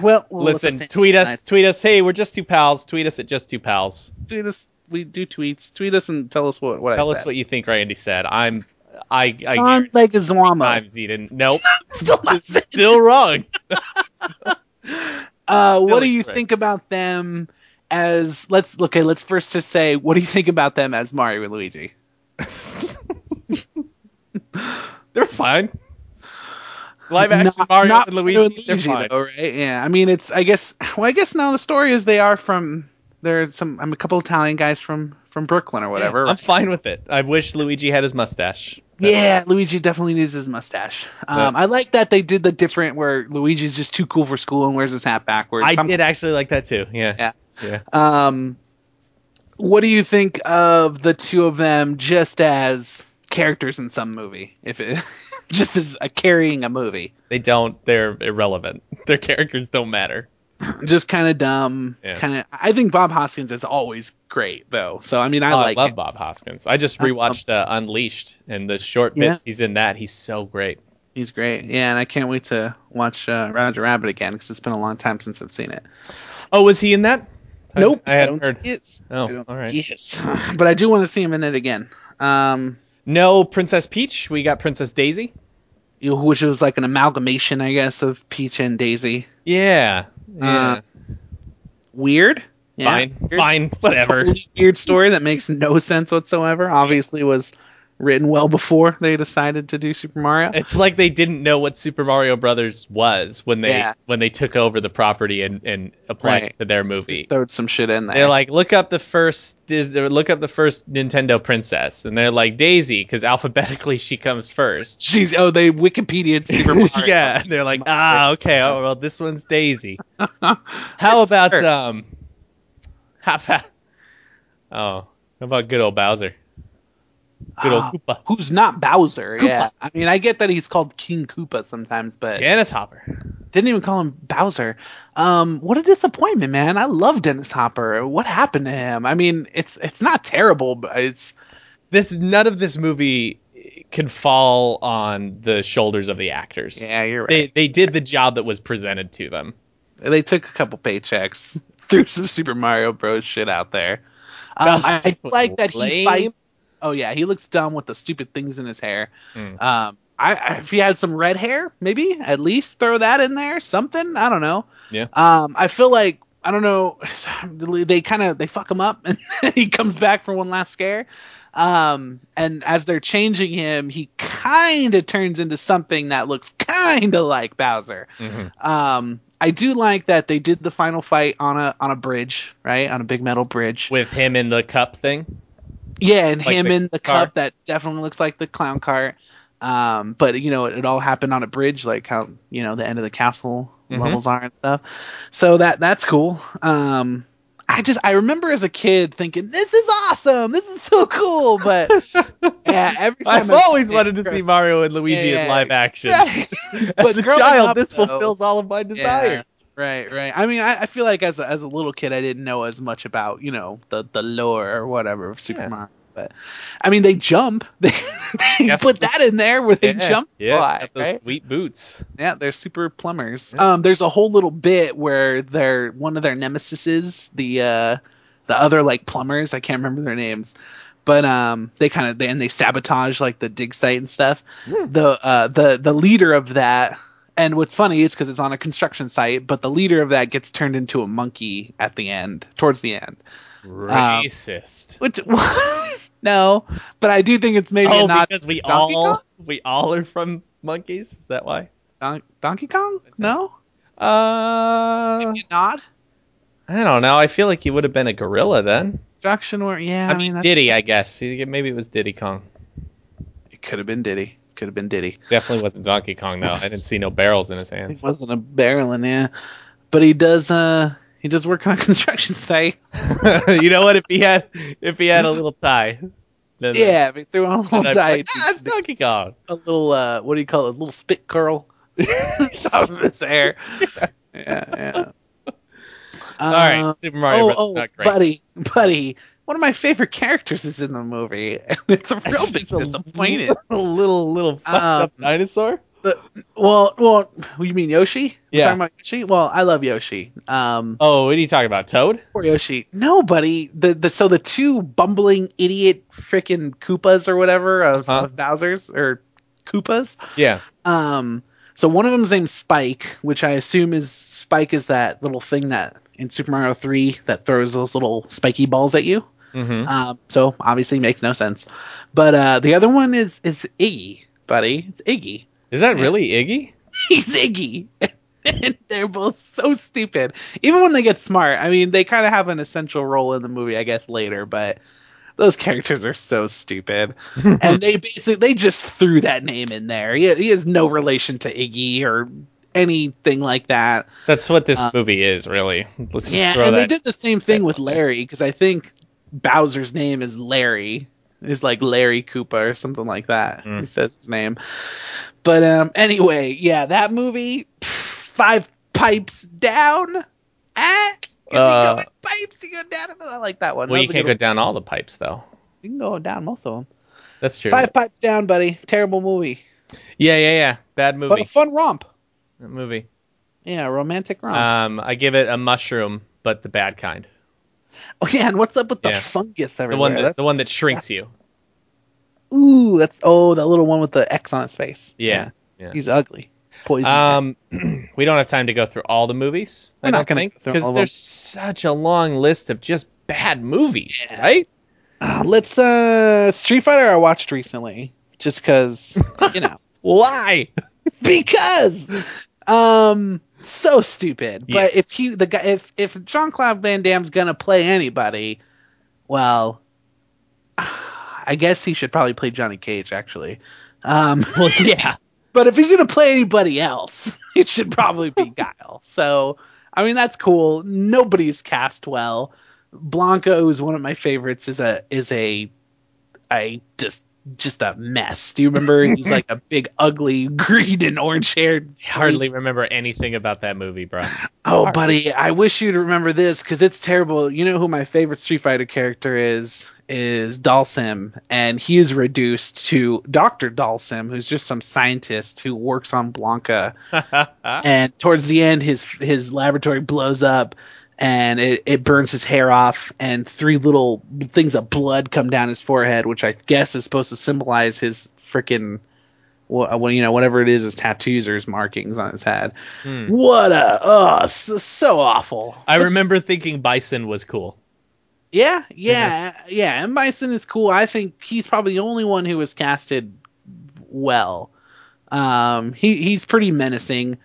S2: Well, we'll let
S3: Listen,
S2: the fan
S3: tweet us,
S2: decide.
S3: tweet us. Hey, we're just two pals. Tweet us at just two pals.
S2: Tweet us. We do tweets. Tweet us and tell us what what
S3: Tell
S2: I
S3: us
S2: said.
S3: what you think Randy said. I'm, I, I
S2: John Leguizamo.
S3: times he didn't. Nope,
S2: Still not saying-
S3: still wrong.
S2: Uh, what do
S3: Still
S2: you
S3: incorrect.
S2: think about them as? Let's okay. Let's first just say, what do you think about them as Mario and Luigi?
S3: They're fine. Live action
S2: not,
S3: Mario
S2: not
S3: and
S2: Mario
S3: Luigi. They're fine.
S2: though, right? Yeah. I mean, it's. I guess. Well, I guess now the story is they are from. There are some. I'm a couple Italian guys from from Brooklyn or whatever.
S3: I'm fine with it. I wish Luigi had his mustache.
S2: Yeah, Luigi definitely needs his mustache. Um,
S3: But-
S2: I like that they did the different where Luigi's just too cool for school and wears his hat backwards.
S3: I
S2: I'm-
S3: did actually like that too. Yeah.
S2: Yeah.
S3: Yeah.
S2: Um, what do you think of the two of them just as characters in some movie? If it,
S1: just as uh, carrying a movie.
S3: They don't. They're irrelevant. Their characters don't matter.
S1: Just kind of dumb.
S3: Yeah.
S1: Kind of. I think Bob Hoskins is always great though. So I mean, I
S3: Oh,
S1: like.
S3: I love
S1: him.
S3: Bob Hoskins. I just rewatched uh, Unleashed, and the short
S1: Yeah.
S3: bits he's in that. He's so great.
S1: He's great. Yeah, and I can't wait to watch uh, Roger Rabbit again because it's been a long time since I've seen it.
S3: Oh, was he in that? I-
S1: Nope,
S3: I, hadn't
S1: don't
S3: heard.
S1: think he is.
S3: Oh,
S1: I don't
S3: all right.
S1: Yes, but I do want to see him in it again. Um,
S3: No, Princess Peach. We got Princess Daisy.
S1: you know, which was like an amalgamation, I guess, of Peach and Daisy.
S3: Yeah.
S1: Uh,
S3: Yeah.
S1: Weird. Yeah.
S3: fine.
S1: Weird.
S3: Fine. Whatever.
S1: Totally weird story that makes no sense whatsoever. Obviously, was written well before they decided to do Super Mario.
S3: It's like they didn't know what Super Mario Brothers was when they
S1: Yeah.
S3: when they took over the property and and applied
S1: Right.
S3: it to their movie.
S1: Just throwed some shit in there.
S3: They're like, look up the first Disney, look up the first Nintendo princess, and they're like Daisy because alphabetically she comes first.
S1: Jeez, oh, they Wikipedia Super Mario.
S3: yeah, and they're like, ah, okay, oh well, this one's Daisy. How about
S1: Sure.
S3: um, how about oh, how about good old Bowser, good old
S1: Ah,
S3: Koopa,
S1: Who's not Bowser? Yeah, I mean, I get that he's called King Koopa sometimes, but
S3: Janice Hopper.
S1: didn't even call him Bowser. Um, what a disappointment, man. I love Dennis Hopper. What happened to him? I mean, it's it's not terrible, but it's
S3: This none of this movie can fall on the shoulders of the actors.
S1: you're
S3: They, they did the job that was presented to them.
S1: They, they took a couple paychecks, threw some Super Mario Bros. shit out there. Um, I, I
S3: Bowser
S1: like that
S3: lame.
S1: he fights. Oh yeah, he looks dumb with the stupid things in his hair.
S3: Mm.
S1: Um, I, I if he had some red hair, maybe at least throw that in there. Something I don't know.
S3: Yeah.
S1: Um, I feel like I don't know. They kind of they fuck him up, and he comes back for one last scare. Um, and as they're changing him, he kind of turns into something that looks kind of like Bowser. Um, I do like that they did the final fight on a on a bridge, right? On a big metal bridge.
S3: With him in the cup thing.
S1: Yeah, and
S3: Like
S1: him
S3: the
S1: in the
S3: car.
S1: cup that definitely looks like the clown cart. Um, but you know, it, it all happened on a bridge, like how you know the end of the castle
S3: Mhm.
S1: levels are and stuff. So that that's cool. Um, I just I remember as a kid thinking this is awesome, this is so cool. But yeah, every time
S3: I've
S1: I've
S3: always
S1: seen it
S3: wanted to
S1: grow-
S3: see Mario and
S1: Yeah,
S3: Luigi in
S1: yeah,
S3: live action.
S1: Right,
S3: As
S1: But
S3: a
S1: growing
S3: child,
S1: up,
S3: this
S1: though-
S3: fulfills all of my desires.
S1: right, right. I mean, I, I feel like as a, as a little kid, I didn't know as much about you know the the lore or whatever of Super
S3: Yeah.
S1: Mario. But I mean, they jump. They, they
S3: Yeah.
S1: put that in there where they jump.
S3: yeah,
S1: fly,
S3: got those
S1: right?
S3: sweet boots.
S1: Yeah, they're super plumbers. Um, there's a whole little bit where they're one of their nemesises, the uh, the other like plumbers. I can't remember their names, but um, they kind of they, and they sabotage like the dig site and stuff. The uh, the the leader of that, and what's funny is because it's on a construction site, but the leader of that gets turned into a monkey at the end, towards the end.
S3: Racist.
S1: Which no, but I do think it's maybe
S3: oh,
S1: not
S3: because we
S1: Donkey
S3: all
S1: Kong?
S3: we all are from monkeys. Is that why?
S1: Don- Donkey Kong. No,
S3: Uh,
S1: maybe not.
S3: I don't know. I feel like he would have been a gorilla then.
S1: Construction or yeah,
S3: I, mean,
S1: that's-
S3: Diddy, I guess. Maybe it was Diddy Kong.
S1: It could have been Diddy. Could have been Diddy.
S3: Definitely wasn't Donkey Kong though. I didn't see no barrels in his
S1: It
S3: hands.
S1: wasn't a barreling, yeah. But he does uh he does work on a construction site.
S3: you know what? If he had if he had a little tie, then
S1: Yeah, but he threw on a little
S3: then I'd be
S1: tie,
S3: like, ah, it's Donkey Kong.
S1: a little uh what do you call it? A little spit curl top of his hair. Yeah, yeah.
S3: All right,
S1: Uh,
S3: Super Mario Bros.
S1: oh,
S3: is
S1: oh,
S3: not great.
S1: buddy, buddy. One of my favorite characters is in the movie, and it's a real big
S3: It's a
S1: disappointed.
S3: little little, little fucked up
S1: Um,
S3: dinosaur.
S1: But, well, well, you mean Yoshi? We're
S3: Yeah.
S1: Talking about Yoshi? Well, I love Yoshi. Um,
S3: Oh, what are you talking about? Toad?
S1: Poor Yoshi. No, buddy. The, the so the two bumbling idiot frickin' Koopas or whatever of,
S3: Uh-huh.
S1: of Bowser's or Koopas.
S3: Yeah.
S1: Um, so one of them's named Spike, which I assume is Spike is that little thing that in Super Mario Three that throws those little spiky balls at you.
S3: Mm-hmm.
S1: Um, so obviously makes no sense. But uh, the other one is is Iggy, buddy. It's Iggy.
S3: Is that really Iggy?
S1: He's Iggy. and they're both so stupid. Even when they get smart, I mean, they kind of have an essential role in the movie, I guess, later, but those characters are so stupid. and they basically they just threw that name in there. He, he has no relation to Iggy or anything like that.
S3: That's what this
S1: Uh,
S3: movie is, really. Let's just
S1: Yeah,
S3: throw
S1: and they
S3: that.
S1: did the same thing with Larry because I think Bowser's name is Larry. Is like Larry Koopa or something like that.
S3: Mm.
S1: He says his name, But um, anyway, yeah, that movie, pff, five pipes down. Ah, you
S3: Uh,
S1: go with pipes, you go down. I like that one.
S3: Well,
S1: That
S3: you
S1: was a
S3: can't
S1: good
S3: go down all the pipes though.
S1: one. You can go down most of them.
S3: That's true.
S1: Five pipes down, buddy. Terrible movie,
S3: Yeah, yeah, yeah. Bad
S1: but a
S3: movie.
S1: fun romp.
S3: movie.
S1: Yeah, romantic romp.
S3: Um, I give it a mushroom, but the bad kind.
S1: oh yeah, and what's up with the
S3: yeah.
S1: fungus
S3: The
S1: everywhere?
S3: one that
S1: That's-
S3: the one that shrinks you.
S1: Ooh, that's oh that little one with the X on his face.
S3: Yeah. Yeah.
S1: he's ugly. Poison.
S3: Um, we don't have time to go through all the movies.
S1: We're
S3: I
S1: not
S3: don't
S1: gonna
S3: think
S1: go through all
S3: because
S1: of
S3: there's such a long list of just bad movies, right?
S1: Uh, let's uh Street Fighter I watched recently just cuz you know
S3: Why?
S1: because um so stupid.
S3: Yeah.
S1: But if he the guy if if Jean-Claude Van Damme's going to play anybody, well I guess he should probably play Johnny Cage actually. Um
S3: well, yeah.
S1: But if he's gonna play anybody else, it should probably be Guile. So I mean that's cool. Nobody's cast well. Blanca, who's one of my favorites, is a is a a just just a mess. Do you remember? he's like a big, ugly, green and orange haired.
S3: Hardly remember anything about that movie, bro.
S1: Oh, buddy, I wish you'd remember this because it's terrible. You know who my favorite Street Fighter character is? Is Dalsim, and he is reduced to Doctor Dalsim, who's just some scientist who works on Blanca. and towards the end his his laboratory blows up and it, it burns his hair off and three little things of blood come down his forehead which i guess is supposed to symbolize his freaking well, you know whatever it is his tattoos or his markings on his head what a oh so, so awful
S3: I remember thinking Bison was cool.
S1: yeah yeah yeah and bison is cool i think he's probably the only one who was casted well Um, he he's pretty menacing.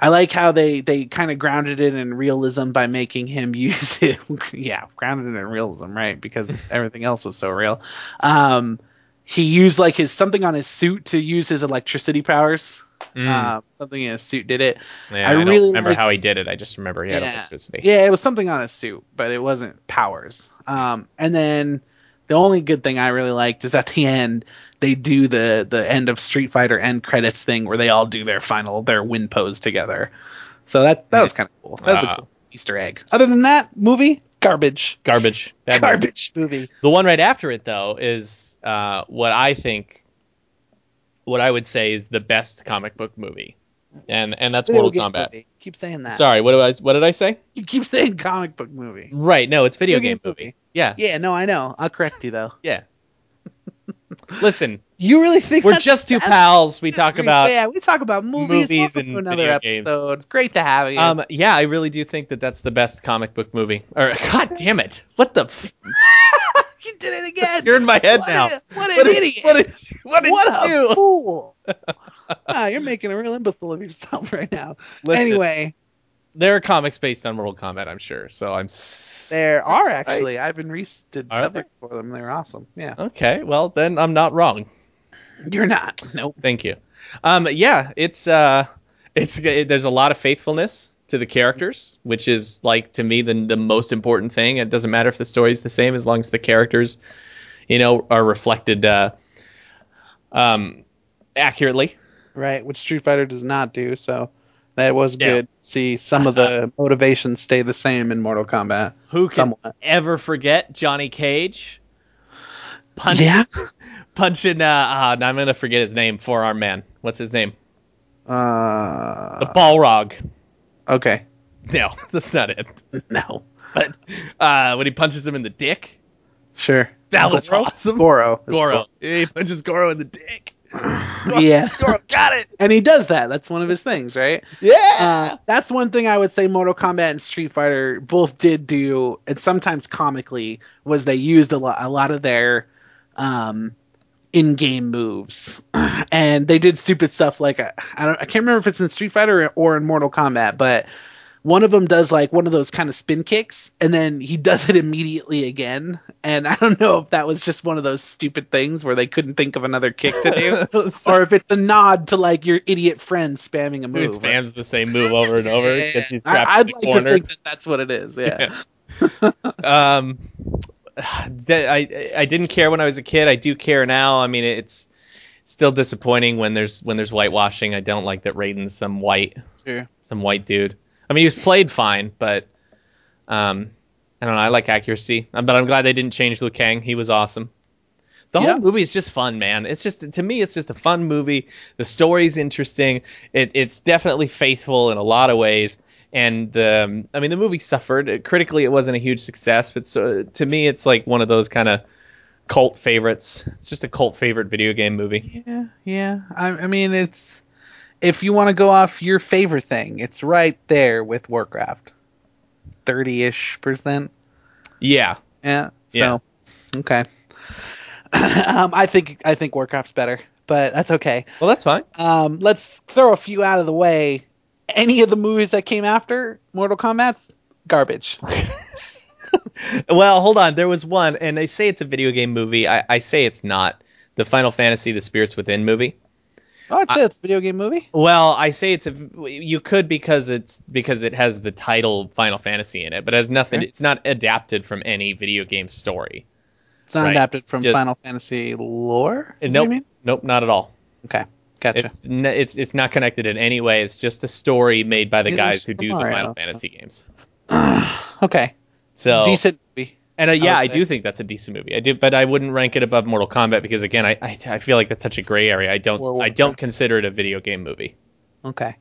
S1: I like how they they kind of grounded it in realism by making him use it. yeah, grounded it in realism, right? Because everything else was so real. Um, he used like his something on his suit to use his electricity powers.
S3: Mm.
S1: Um, something in his suit did it.
S3: Yeah, I,
S1: I
S3: don't
S1: really
S3: remember
S1: liked-
S3: how he did it. I just remember he had electricity.
S1: Yeah, it was something on his suit, but it wasn't powers. Um, and then the only good thing I really liked is at the end they do the the end of Street Fighter end credits thing where they all do their final their win pose together. So that that was kind of cool. That was
S3: Wow.
S1: a cool Easter egg. Other than that, movie garbage.
S3: Garbage. Bad movie.
S1: garbage movie.
S3: The one right after it, though, is uh, what I think, what I would say is the best comic book movie, and and that's Mortal
S1: Video game
S3: Kombat.
S1: movie. Keep saying that.
S3: Sorry, what do I? What did I say?
S1: You keep saying comic book movie.
S3: Right, no, it's video,
S1: Video
S3: game,
S1: game
S3: movie.
S1: movie.
S3: Yeah,
S1: Yeah, no, I know. I'll correct you though.
S3: yeah. Listen,
S1: You really think
S3: we're
S1: that's
S3: just two
S1: bad?
S3: pals. We talk about.
S1: yeah, we talk about movies,
S3: movies
S1: Welcome
S3: and
S1: to another
S3: video games.
S1: episode. Great to have you.
S3: Um, yeah, I really do think that that's the best comic book movie. Or God damn it, what the? F-
S1: you did it again.
S3: you're in my head
S1: what
S3: now.
S1: A, what an
S3: What did-
S1: idiot.
S3: What did, what did
S1: What
S3: you
S1: a
S3: do?
S1: fool. Ah, you're making a real imbecile of yourself right now.
S3: Listen.
S1: Anyway,
S3: There are comics based on Mortal Kombat, I'm sure. So I'm. s-
S1: there are actually. I've been re- did
S3: Are
S1: covers for them. They're awesome. Yeah.
S3: Okay, well then I'm not wrong.
S1: You're not. Nope.
S3: Thank you. Um, yeah, it's uh, it's there's a lot of faithfulness to the characters, which is like to me the the most important thing. It doesn't matter if the story's the same as long as the characters, you know, are reflected uh, um, accurately.
S1: Right, which Street Fighter does not do, so that was
S3: Yeah.
S1: good. to See some of the motivations stay the same in Mortal Kombat.
S3: Who can
S1: Somewhat.
S3: ever forget Johnny Cage? Punch,
S1: Yeah.
S3: punching. Uh, uh, I'm gonna forget his name. Forearm man. What's his name?
S1: Uh,
S3: The Balrog.
S1: okay.
S3: No, that's not it.
S1: No.
S3: But uh, when he punches him in the dick,
S1: Sure.
S3: that was
S1: Goro?
S3: awesome.
S1: Goro. It's
S3: Goro. Yeah, he punches Goro in the dick.
S1: Goro. Yeah.
S3: Goro got it.
S1: and he does that. That's one of his things, right?
S3: Yeah.
S1: Uh, that's one thing I would say Mortal Kombat and Street Fighter both did do, and sometimes comically, was they used a lot, a lot of their um, in-game moves, and they did stupid stuff like uh, I don't, I can't remember if it's in Street Fighter or in Mortal Kombat, but one of them does like one of those kind of spin kicks, and then he does it immediately again, and I don't know if that was just one of those stupid things where they couldn't think of another kick to do
S3: so
S1: or if it's a nod to like your idiot friend spamming a move.
S3: he spams the same move over and over
S1: Yeah,
S3: because he's trapped
S1: I,
S3: in
S1: I'd
S3: the
S1: like to
S3: corner.
S1: think that that's what it is. Yeah.
S3: Yeah. um, that- I I didn't care when I was a kid. I do care now. I mean, it's still disappointing when there's when there's whitewashing. I don't like that Raiden's some white
S1: Sure.
S3: some white dude. I mean, he was played fine, but um, I don't know. I like accuracy, Um, but I'm glad they didn't change Liu Kang. He was awesome. The
S2: Yeah.
S3: whole movie is just fun, man. It's just to me, it's just a fun movie. The story's interesting. It, it's definitely faithful in a lot of ways. And the, um, I mean, the movie suffered Uh, critically. It wasn't a huge success, but so, to me, it's like one of those kind of cult favorites. It's just a cult favorite video game movie.
S1: Yeah, yeah. I, I mean, it's if you want to go off your favorite thing, it's right there with Warcraft, thirty-ish percent.
S3: Yeah,
S1: Yeah.
S3: Yeah.
S1: So, okay. um, I think I think Warcraft's better, but that's okay.
S3: well, that's fine.
S1: Um, let's throw a few out of the way. Any of the movies that came after Mortal Kombat's garbage.
S3: Well, hold on. There was one, and they say it's a video game movie. I, I say it's not. The Final Fantasy: The Spirits Within movie.
S1: Oh, it's, it's a video game movie.
S3: Well, I say it's a. You could because it's because it has the title Final Fantasy in it, but it has nothing.
S1: Sure.
S3: It's not adapted from any video game story.
S1: It's not
S3: Right.
S1: adapted from
S3: Just-
S1: Final Fantasy lore.
S3: Uh,
S1: Is that what
S3: Nope,
S1: you mean?
S3: nope, not at all.
S1: Okay, gotcha.
S3: It's n- it's it's not connected in any way. It's just a story made by the
S1: Neither
S3: guys
S1: is
S3: who do the
S1: Mario.
S3: Final Fantasy games.
S1: okay,
S3: So
S1: decent movie.
S3: And uh, yeah,
S1: would
S3: I,
S1: say.
S3: do think that's a decent movie. I do, but I wouldn't rank it above Mortal Kombat because again, I, I, I feel like that's such a gray area. I
S1: Or
S3: don't I
S1: Warcraft.
S3: don't consider it a video game movie.
S1: Okay.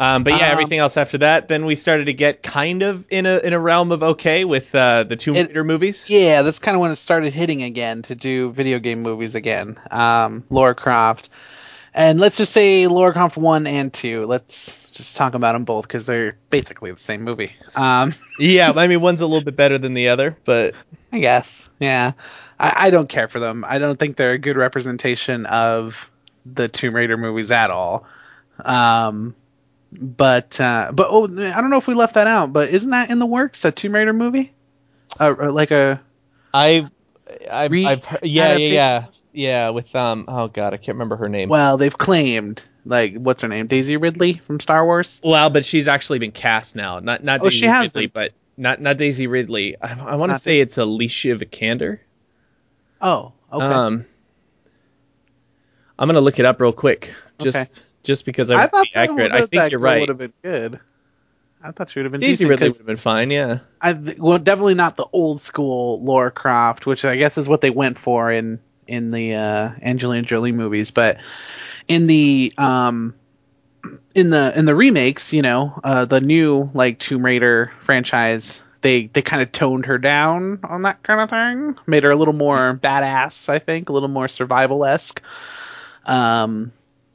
S3: Um, but yeah,
S1: Um,
S3: everything else after that, then we started to get kind of in a in a realm of okay with uh, the Tomb
S1: It-
S3: Raider movies.
S1: Yeah, that's kind of when it started hitting again to do video game movies again. Um, Laura Croft, and let's just say Laura Croft one and two. Let's just talk about them both because they're basically the same movie. Um,
S3: yeah, I mean one's a little bit better than the other, but
S1: I guess. Yeah. I, I don't care for them. I don't think they're a good representation of the Tomb Raider movies at all. Um, but uh, but oh, I don't know if we left that out. But isn't that in the works? A Tomb Raider movie? Uh, or like a
S3: I I
S1: Re-
S3: I've heard, yeah yeah
S1: adaptation?
S3: yeah yeah with um oh god I can't remember her name. Well,
S1: well, they've claimed like what's her name, Daisy Ridley from Star Wars.
S3: but she's actually been cast now. Not not
S1: Oh,
S3: Daisy
S1: she has
S3: Ridley,
S1: been.
S3: but not not Daisy Ridley. I, I want to
S1: not
S3: say
S1: Daisy-
S3: it's Alicia Vikander.
S1: Oh, okay.
S3: Um, I'm gonna look it up real quick, just just because I,
S1: I
S3: want to
S1: thought
S3: be accurate. I think you're
S1: Would
S3: right.
S1: have been good. I thought she would have been
S3: Daisy
S1: decent
S3: Ridley
S1: 'cause-
S3: would have been fine. Yeah.
S1: I th- well, definitely not the old school Laura Croft, which I guess is what they went for in in the uh, Angelina Jolie movies, but in the um in the in the remakes, you know, uh, the new like Tomb Raider franchise, they they kind of toned her down on that kind of thing, made her a little more badass, I think, a little more survival esque. Um,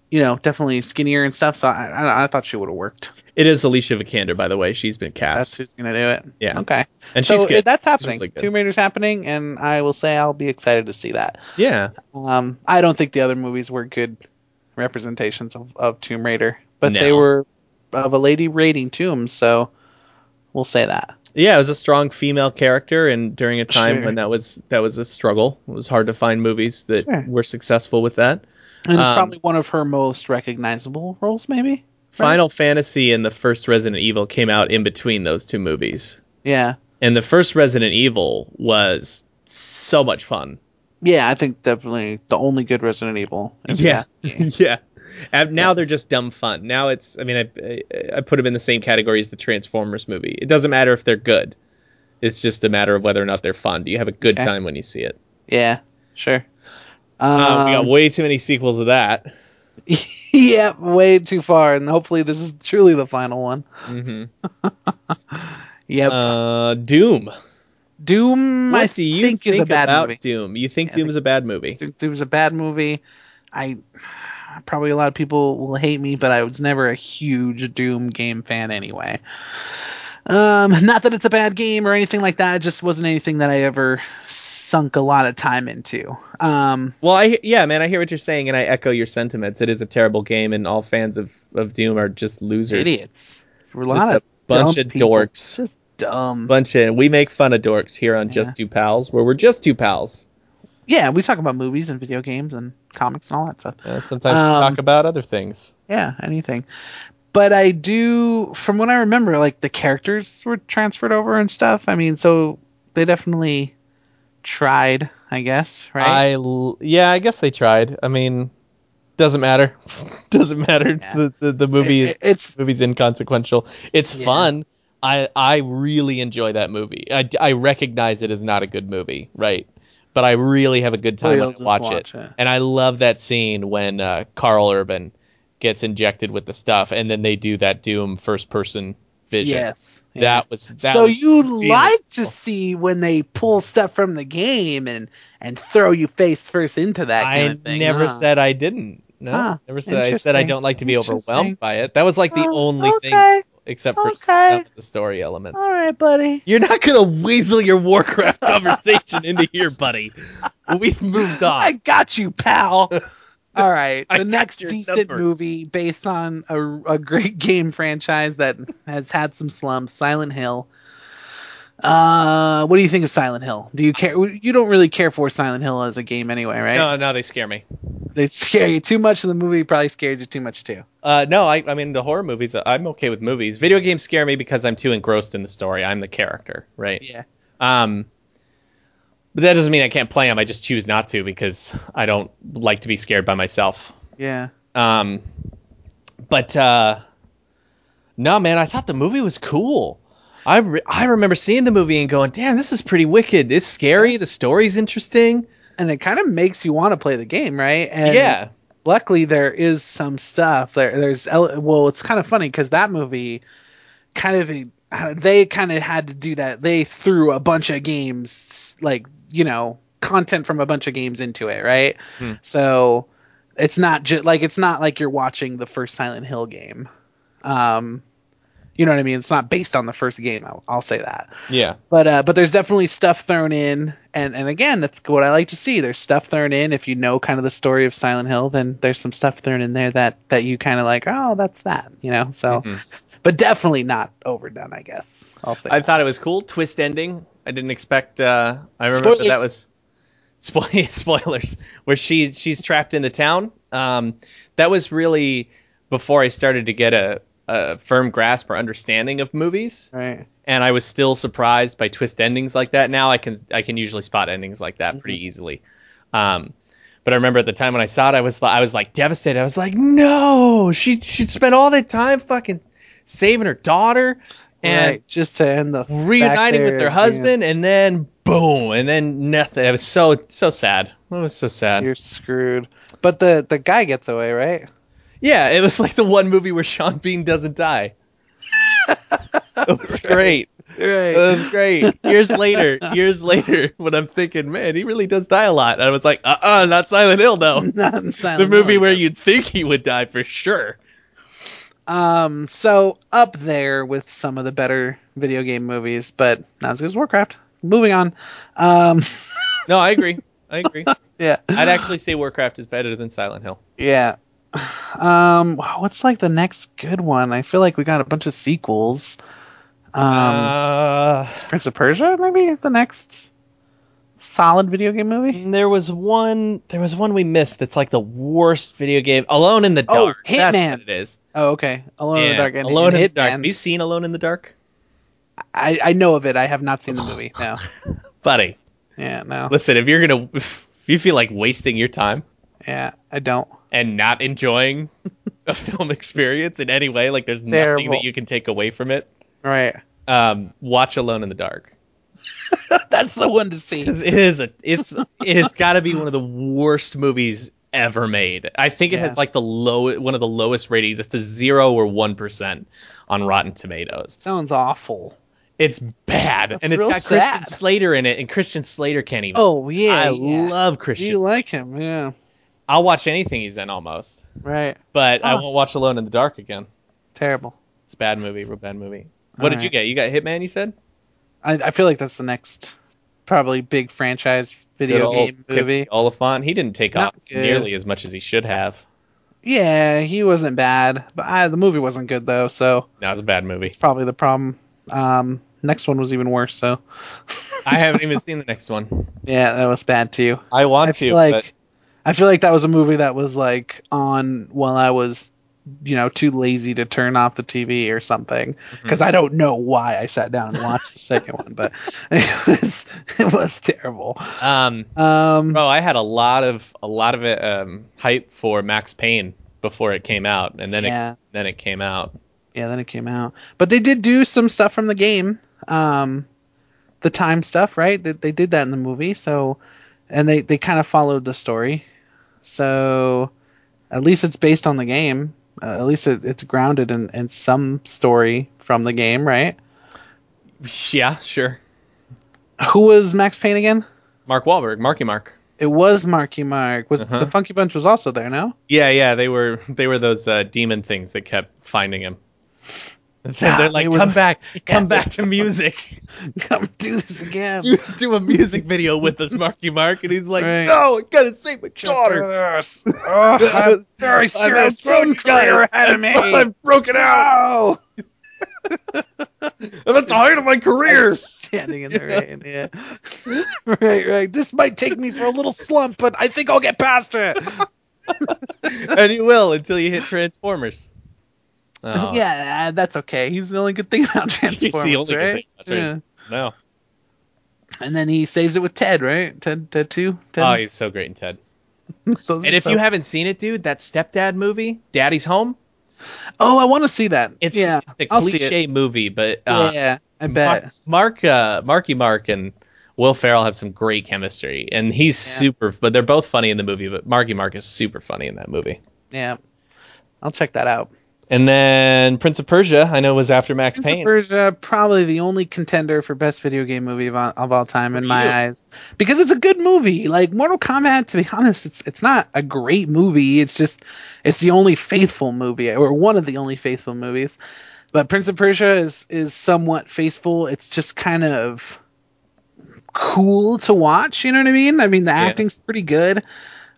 S1: you know, definitely skinnier and stuff. So I I, I thought she would have worked.
S3: It is Alicia Vikander, by the way. She's been
S1: That's
S3: cast,
S1: who's gonna do it.
S3: Yeah.
S1: Okay
S3: and
S1: so
S3: she's
S1: it-
S3: good.
S1: that's
S3: She's
S1: happening.
S3: really good.
S1: Tomb Raider's happening, and I will say I'll be excited to see that.
S3: yeah,
S1: Um, I don't think the other movies were good representations of, of Tomb Raider, but they
S3: No.
S1: were of a lady raiding tombs, so we'll say that.
S3: yeah. It was a strong female character, and during a time
S1: Sure.
S3: when that was that was a struggle, it was hard to find movies that
S1: Sure.
S3: were successful with that.
S1: And it's
S3: Um,
S1: probably one of her most recognizable roles, maybe.
S3: Final Fantasy and the first Resident Evil came out in between those two movies,
S1: Yeah,
S3: and the first Resident Evil was so much fun.
S1: yeah. I think definitely the only good Resident Evil. if you
S3: Yeah,
S1: ask me.
S3: yeah. And now they're just dumb fun. Now it's, I mean, I- I I put them in the same category as the Transformers movie. It doesn't matter if they're good. It's just a matter of whether or not they're fun. Do you have a good
S1: Okay.
S3: time when you see it?
S1: yeah, sure.
S3: Uh, we
S1: Um,
S3: got way too many sequels of that.
S1: yeah, way too far, and hopefully this is truly the final one.
S3: hmm Mm-hmm.
S1: Yep.
S3: Uh, Doom.
S1: Doom, I
S3: What do you
S1: think,
S3: think,
S1: is a bad
S3: about
S1: movie.
S3: Doom? You think
S1: I
S3: Doom
S1: think-
S3: is a bad movie?
S1: Doom. Doom's a bad movie. I probably a lot of people will hate me, but I was never a huge Doom game fan anyway. Um, not that it's a bad game or anything like that. It just wasn't anything that I ever sunk a lot of time into. Um,
S3: Well, I yeah, man, I hear what you're saying, and I echo your sentiments. It is a terrible game, and all fans of, of Doom are just losers.
S1: idiots. We're a
S3: Hmm. Just
S1: lot
S3: a
S1: of
S3: bunch
S1: dumb
S3: of
S1: people.
S3: dorks.
S1: Just dumb.
S3: bunch of we make fun of dorks here on Just Two Pals, where we're just two pals.
S1: yeah, we talk about movies and video games and comics and all that stuff.
S3: Uh, sometimes
S1: Um,
S3: we talk about other things.
S1: Yeah, anything. But I do, from what I remember, like the characters were transferred over and stuff. I mean, so they definitely tried
S2: I guess, right?
S3: I l- yeah, I guess they tried. I mean, doesn't matter. doesn't matter.
S2: Yeah.
S3: The, the the movie is
S1: It- it's
S3: movie's inconsequential. It's
S2: Yeah.
S3: fun. I I really enjoy that movie. I, I recognize it is not a good movie, right? But I really have a good time
S2: We'll
S3: when I
S2: just
S3: watch,
S2: watch
S3: it.
S2: it.
S3: And I love that scene when uh, Carl Urban gets injected with the stuff, and then they do that Doom first person vision.
S2: yes.
S3: That
S2: yeah.
S3: was that.
S1: so
S3: was
S1: you
S3: really
S1: like to
S3: cool.
S1: see when they pull stuff from the game and and throw you face first into that kind
S3: I
S1: of thing.
S3: never
S1: huh?
S3: said I didn't. No,
S1: Huh,
S3: never said I said I
S2: interesting,
S3: don't like to be
S2: interesting.
S3: overwhelmed by it. That was like the
S1: Oh,
S3: only thing,
S1: okay.
S3: except for
S1: okay.
S3: some of the story elements.
S1: All right, buddy.
S3: You're not gonna weasel your Warcraft conversation into here, buddy. We've moved on.
S1: I got you, pal. All right,
S3: I
S1: the
S3: got
S1: next
S3: your
S1: decent
S3: number.
S1: movie based on a, a great game franchise that has had some slumps, Silent Hill. Uh, what do you think of Silent Hill? Do you care? You don't really care for Silent Hill as a game anyway, right?
S3: No, no, they scare me.
S1: They scare you too much, and the movie probably scared you too much too.
S3: Uh, no, I, I mean the horror movies. uh, I'm okay with movies. Video games scare me because I'm too engrossed in the story. I'm the character, right?
S1: Yeah.
S3: Um, but that doesn't mean I can't play them. I just choose not to because I don't like to be scared by myself.
S1: Yeah.
S3: Um, but uh, no, man, I thought the movie was cool. I re- I remember seeing the movie and going, damn, this is pretty wicked. It's scary. The story's interesting.
S1: and it kind of makes you want to play the game, right? And
S3: yeah.
S1: Luckily, there is some stuff. There, there's ele- well, it's kind of funny because that movie, kind of, they kind of had to do that. They threw a bunch of games, like you know, content from a bunch of games into it, right?
S3: Hmm.
S1: So it's not just like it's not like you're watching the first Silent Hill game. Um, you know what I mean? It's not based on the first game. I'll, I'll say that
S3: Yeah.
S1: but uh, but there's definitely stuff thrown in, and and again, that's what I like to see. There's stuff thrown in. If you know kind of the story of Silent Hill, then there's some stuff thrown in there that that you kind of like, oh, that's that, you know. So, but definitely not overdone, I guess. I'll say.
S3: Mm-hmm. I
S1: that.
S3: thought it was cool. Twist ending. I didn't expect. Uh, I remember that, that
S1: Spoilers.
S3: was Spoil- spoilers. Where she she's trapped in the town. Um, that was really before I started to get a, a firm grasp or understanding of movies,
S1: right.
S3: and I was still surprised by twist endings like that. Now I can I can usually spot endings like that pretty
S1: Mm-hmm.
S3: easily. Um, but I remember at the time when I saw it, I was li- I was like devastated. I was like, no, she she spent all that time fucking saving her daughter. And
S1: right. Just to end the back
S3: reuniting
S1: there
S3: with their
S1: at the
S3: husband and then boom and then nothing it was so so sad it was so sad
S1: end, you're screwed. But the the guy gets away, right?
S3: yeah it was like the one movie where sean bean doesn't die it was great
S1: Right.
S3: it was great years later years later when i'm thinking man he really does die a lot i was like uh-uh not silent hill no
S1: Not in
S3: the
S1: Silent
S3: movie
S1: Hill.
S3: where you'd think he would die for sure
S1: Um, so up there with some of the better video game movies, but not as good as Warcraft. Moving on. Um,
S3: no i agree i agree
S1: yeah.
S3: i'd actually say warcraft is better than silent hill
S1: Yeah. Um, what's like the next good one? I feel like we got a bunch of sequels. Um,
S3: uh,
S1: Prince of Persia, maybe the next solid video game movie.
S3: There was one. There was one we missed. That's like the worst video game. Alone in the
S1: Oh,
S3: dark.
S1: Hitman.
S3: That's what it is.
S1: Oh, okay. Alone in
S3: Yeah,
S1: the Dark. and-
S3: Alone
S1: and
S3: in the dark.
S1: Hitman.
S3: Have you seen Alone in the Dark,
S1: I, I know of it. I have not seen the movie. No.
S3: buddy?
S1: Yeah, no.
S3: Listen, if you're gonna, if you feel like wasting your time
S1: Yeah, I don't.
S3: and not enjoying a film experience in any way, like there's nothing
S1: Terrible.
S3: that you can take away from it.
S1: Right.
S3: Um, watch Alone in the Dark.
S1: That's the one to see.
S3: 'Cause It is a. It's it has got to be one of the worst movies ever made. I think it
S1: Yeah.
S3: has like the low one of the lowest ratings. It's a zero or one percent on Rotten Tomatoes.
S1: Sounds awful.
S3: It's bad, and it's
S1: real
S3: got
S1: sad.
S3: Christian Slater in it, and Christian Slater can't even.
S1: Oh yeah.
S3: I
S1: yeah.
S3: love Christian.
S1: You like him, yeah.
S3: I'll watch anything he's in almost,
S1: Right.
S3: but I
S1: Huh.
S3: won't watch Alone in the Dark again.
S1: Terrible.
S3: It's a bad movie, real bad movie. What did
S1: Alright.
S3: you get? You got Hitman, you said?
S1: I, I feel like that's the next probably big franchise
S3: Good
S1: video
S3: old
S1: game
S3: Timothy
S1: movie.
S3: Oliphant. He didn't take
S1: Not
S3: off
S1: good.
S3: nearly as much as he should have.
S1: Yeah, he wasn't bad, but I, the movie wasn't good though, so
S3: That was a bad movie.
S1: it's probably the problem. Um, next one was even worse, so
S3: I haven't even seen the next one.
S1: yeah, that was bad too.
S3: I want
S1: I feel like I feel like that was a movie that was like on while I was you know too lazy to turn off the TV or something because I don't know why I sat down and watched the second one, but it was it was terrible.
S3: Um,
S1: Um,
S3: bro, I had a lot of a lot of um, hype for Max Payne before it came out, and then
S1: Yeah.
S3: it then it came out.
S1: yeah, then it came out, but they did do some stuff from the game, um, the time stuff, right? They, they did that in the movie, so and they they kind of followed the story, so at least it's based on the game. Uh, at least it, it's grounded in, in some story from the game, right?
S3: Yeah, sure.
S1: Who was Max Payne again?
S3: Mark Wahlberg, Marky Mark.
S1: It was Marky Mark. Was
S3: Uh-huh.
S1: the Funky Bunch was also there? No.
S3: Yeah, yeah, they were they were those uh, demon things that kept finding him. They're like,
S1: they were-
S3: come back, come back to music,
S1: Come do this again.
S3: do, do a music video with us, Marky Mark, and he's like,
S1: Right.
S3: no, I gotta save my daughter.
S1: Oh, I'm very serious
S3: outgrown
S1: film career
S3: guys.
S1: ahead of me.
S3: I'm broken out.
S1: Ow!
S3: I'm at the height of my career.
S1: Standing in the rain. Yeah. right, right. This might take me for a little slump, but I think I'll get past it.
S3: and he will until you hit Transformers. Oh,
S1: Yeah, uh, that's okay. He's the only good thing about
S3: he's the
S1: Transformers,
S3: only good
S1: right?
S3: thing about Transformers. No.
S1: Yeah. And then he saves it with Ted, right? Ted, Ted two. Ted.
S3: Oh, he's so great in Ted.
S1: Those are
S3: And if
S1: so-
S3: you haven't seen it, dude, that stepdad movie, Daddy's Home,
S1: oh, I want to see that.
S3: it's,
S1: yeah,
S3: it's a
S1: I'll see it.
S3: cliche movie, but uh,
S1: yeah, I bet.
S3: Mark, Mark uh, Marky Mark and Will Ferrell have some great chemistry, and he's super. But they're both funny in the movie. But Marky Mark is super funny in that movie.
S1: Yeah. I'll check that out.
S3: And then Prince of Persia, I know was after Max
S1: Prince of
S3: Payne.
S1: Persia, uh, probably the only contender for best video game movie of, all- of all time in my
S3: you.
S1: eyes, because it's a good movie. Like Mortal Kombat, to be honest, it's it's not a great movie. It's just it's the only faithful movie, or one of the only faithful movies. But Prince of Persia is is somewhat faithful. It's just kind of cool to watch. You know what I mean? I mean the acting's pretty good.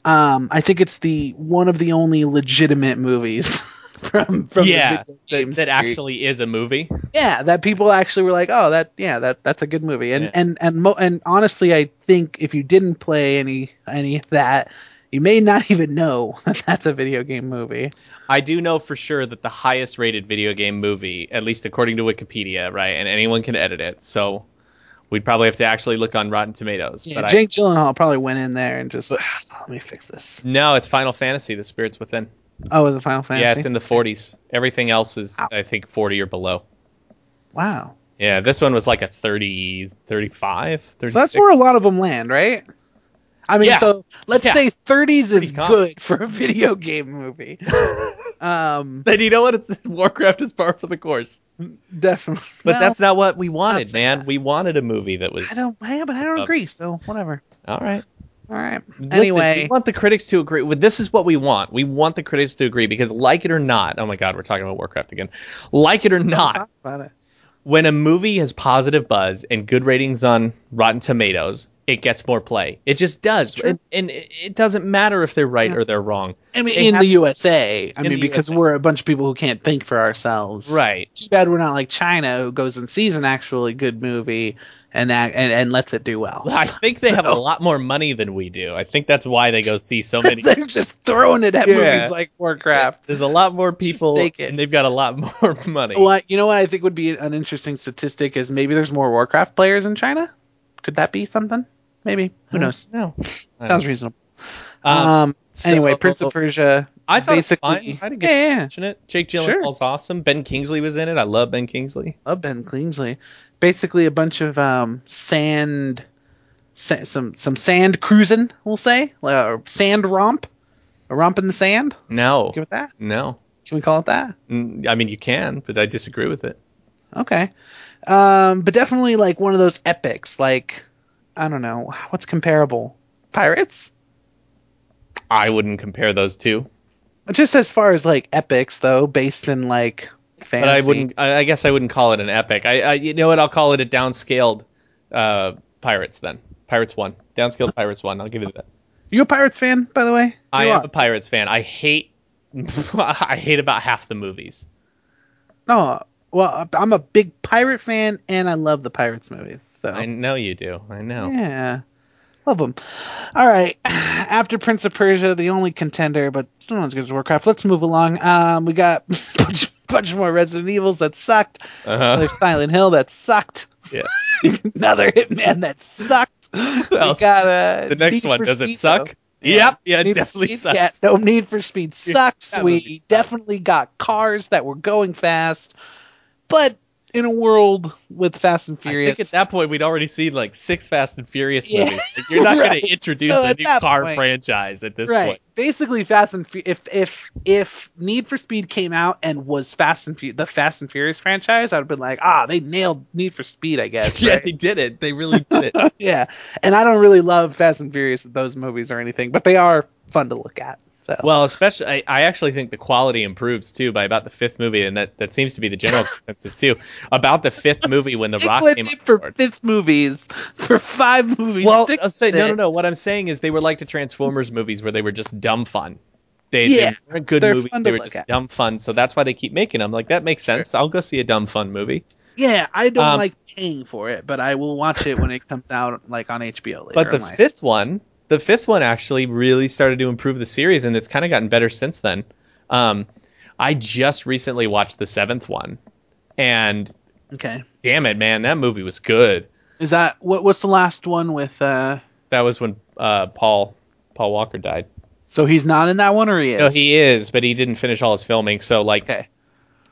S1: Um, I think it's the one of the only legitimate movies from from the video
S3: yeah, that,
S1: game
S3: that
S1: series
S3: actually is a movie.
S1: yeah that people actually were like oh that yeah that that's a good movie and
S3: Yeah.
S1: and and mo- and honestly i think if you didn't play any any of that you may not even know that that's a video game movie
S3: I do know for sure that the highest rated video game movie, at least according to Wikipedia, right? And anyone can edit it, so we'd probably have to actually look on Rotten Tomatoes.
S1: yeah,
S3: but I,
S1: jake gyllenhaal probably went in there and just "Ah, let me fix this
S3: no, it's Final Fantasy: The Spirits Within.
S1: oh is it final fantasy
S3: Yeah, it's in the 40s. Everything else is, I think, 40 or below.
S1: wow
S3: Yeah, this one was like a 30, 35, 36.
S1: so that's where a lot of them land right i mean
S3: Yeah.
S1: so let's
S3: Yeah.
S1: say 30s is
S3: Pretty common.
S1: good for a video game movie um
S3: then you know what? It's Warcraft is par for the course.
S1: definitely
S3: But
S1: Well,
S3: that's not what we wanted,
S1: that's-
S3: man. We wanted a movie that was
S1: i don't yeah but i don't
S3: Um,
S1: agree so whatever
S3: all right.
S1: all right
S3: Listen,
S1: anyway
S3: we want the critics to agree. Well, This is what we want. We want the critics to agree because, like it or not, oh my God, we're talking about Warcraft again. Like it or not,
S1: talk about it
S3: when a movie has positive buzz and good ratings on Rotten Tomatoes, it gets more play. It just does, and, and it it doesn't matter if they're right or they're wrong.
S1: I mean,
S3: They
S1: in
S3: have-
S1: the USA. I
S3: In
S1: mean,
S3: the
S1: because
S3: USA.
S1: we're a bunch of people who can't think for ourselves.
S3: Right.
S1: Too bad we're not like China, who goes and sees an actually good movie and act, and, and lets it do well.
S3: I think they have a
S1: So-
S3: lot more money than we do. I think that's why they go see so many.
S1: They're just throwing it at
S3: Yeah.
S1: movies like Warcraft.
S3: There's a lot more people,
S1: take it.
S3: and they've got a lot more money.
S1: What you know? What I think would be an interesting statistic is maybe there's more Warcraft players in China. Could that be something? Maybe. Who knows?
S3: No.
S1: Sounds reasonable.
S3: Um,
S1: Um.
S3: so-
S1: anyway, Prince of Persia.
S3: I thought it was
S1: basically.
S3: fine. I didn't get
S1: yeah, yeah.
S3: to mention it. Jake
S1: Sure.
S3: Gyllenhaal's awesome. Ben Kingsley was in it. I love Ben Kingsley.
S1: of Ben Kingsley. Basically, a bunch of um, sand, sa- some some sand cruising, we'll say, uh, or sand romp, a romp in the sand.
S3: No.
S1: Give it that.
S3: No.
S1: Can we call it that?
S3: Mm, I mean, you can, but I disagree with it.
S1: Okay. Um, but definitely like one of those epics. Like, I don't know what's comparable. Pirates.
S3: I wouldn't compare those two.
S1: Just as far as like epics, though, based in like fantasy.
S3: But I wouldn't. I, I guess I wouldn't call it an epic. I, I. You know what? I'll call it a downscaled uh, Pirates then. Pirates one. Downscaled Pirates one. I'll give you that.
S1: You a Pirates fan, by the way?
S3: I
S1: You
S3: am
S1: are.
S3: a Pirates fan. I hate. I hate about half the movies.
S1: No. Well, I'm a
S3: Oh.
S1: big pirate fan, and I love the Pirates movies. So
S3: I know you do. I know.
S1: Yeah. Love them. All right. After Prince of Persia, the only contender, but still not as good as Warcraft. Let's move along. Um, we got a bunch, bunch more Resident Evils that sucked.
S3: Uh-huh.
S1: Another Silent Hill that sucked.
S3: Yeah.
S1: Another Hitman that sucked.
S3: Well,
S1: we got uh,
S3: The next
S1: Need
S3: one
S1: for
S3: does it
S1: Speed,
S3: suck?
S1: though.
S3: Yep. Yeah,
S1: Need
S3: it
S1: for
S3: definitely
S1: Speed,
S3: sucks.
S1: yeah, no, Need for Speed sucks.
S3: that
S1: we
S3: movie sucks.
S1: definitely got cars that were going fast, but in a world with Fast and
S3: I
S1: Furious,
S3: think at that point we'd already seen like six Fast and Furious
S1: Yeah.
S3: movies. Like, you're not
S1: Right.
S3: going to introduce
S1: So
S3: a
S1: at
S3: new
S1: that
S3: car
S1: point-
S3: franchise at this
S1: right?
S3: point.
S1: Basically, Fast and Fu- if if if Need for Speed came out and was Fast and Fu- the Fast and Furious franchise, I'd have been like, ah, they nailed Need for Speed, I guess.
S3: Yeah,
S1: right?
S3: they did it. They really did it.
S1: yeah. And I don't really love Fast and Furious those movies or anything, but they are fun to look at. So
S3: well, especially I, I actually think the quality improves too by about the fifth movie, and that, that seems to be the general consensus too. About the fifth movie when the
S1: stick
S3: Rock
S1: with
S3: came
S1: it
S3: on
S1: for
S3: board.
S1: fifth movies for five movies.
S3: Well,
S1: stick
S3: I'll say
S1: with
S3: no,
S1: it.
S3: no, no. What I'm saying is they were like the Transformers movies where they were just dumb fun. They,
S1: Yeah,
S3: they weren't good
S1: they're
S3: movies.
S1: fun to
S3: They were
S1: look
S3: just
S1: at.
S3: dumb fun. So that's why they keep making them. Like that makes sense. I'll go see a dumb fun movie.
S1: Yeah, I don't
S3: Um,
S1: like paying for it, but I will watch it when it comes out, like on HBO later.
S3: But the
S1: in life.
S3: fifth one, the fifth one actually really started to improve the series, and it's kind of gotten better since then. Um, I just recently watched the seventh one, and
S1: okay,
S3: damn it, man, that movie was good.
S1: is that what? What's the last one with? uh
S3: That was when uh, Paul Paul Walker died.
S1: So he's not in that one, or he is?
S3: No, he is, but he didn't finish all his filming. So like,
S1: Okay.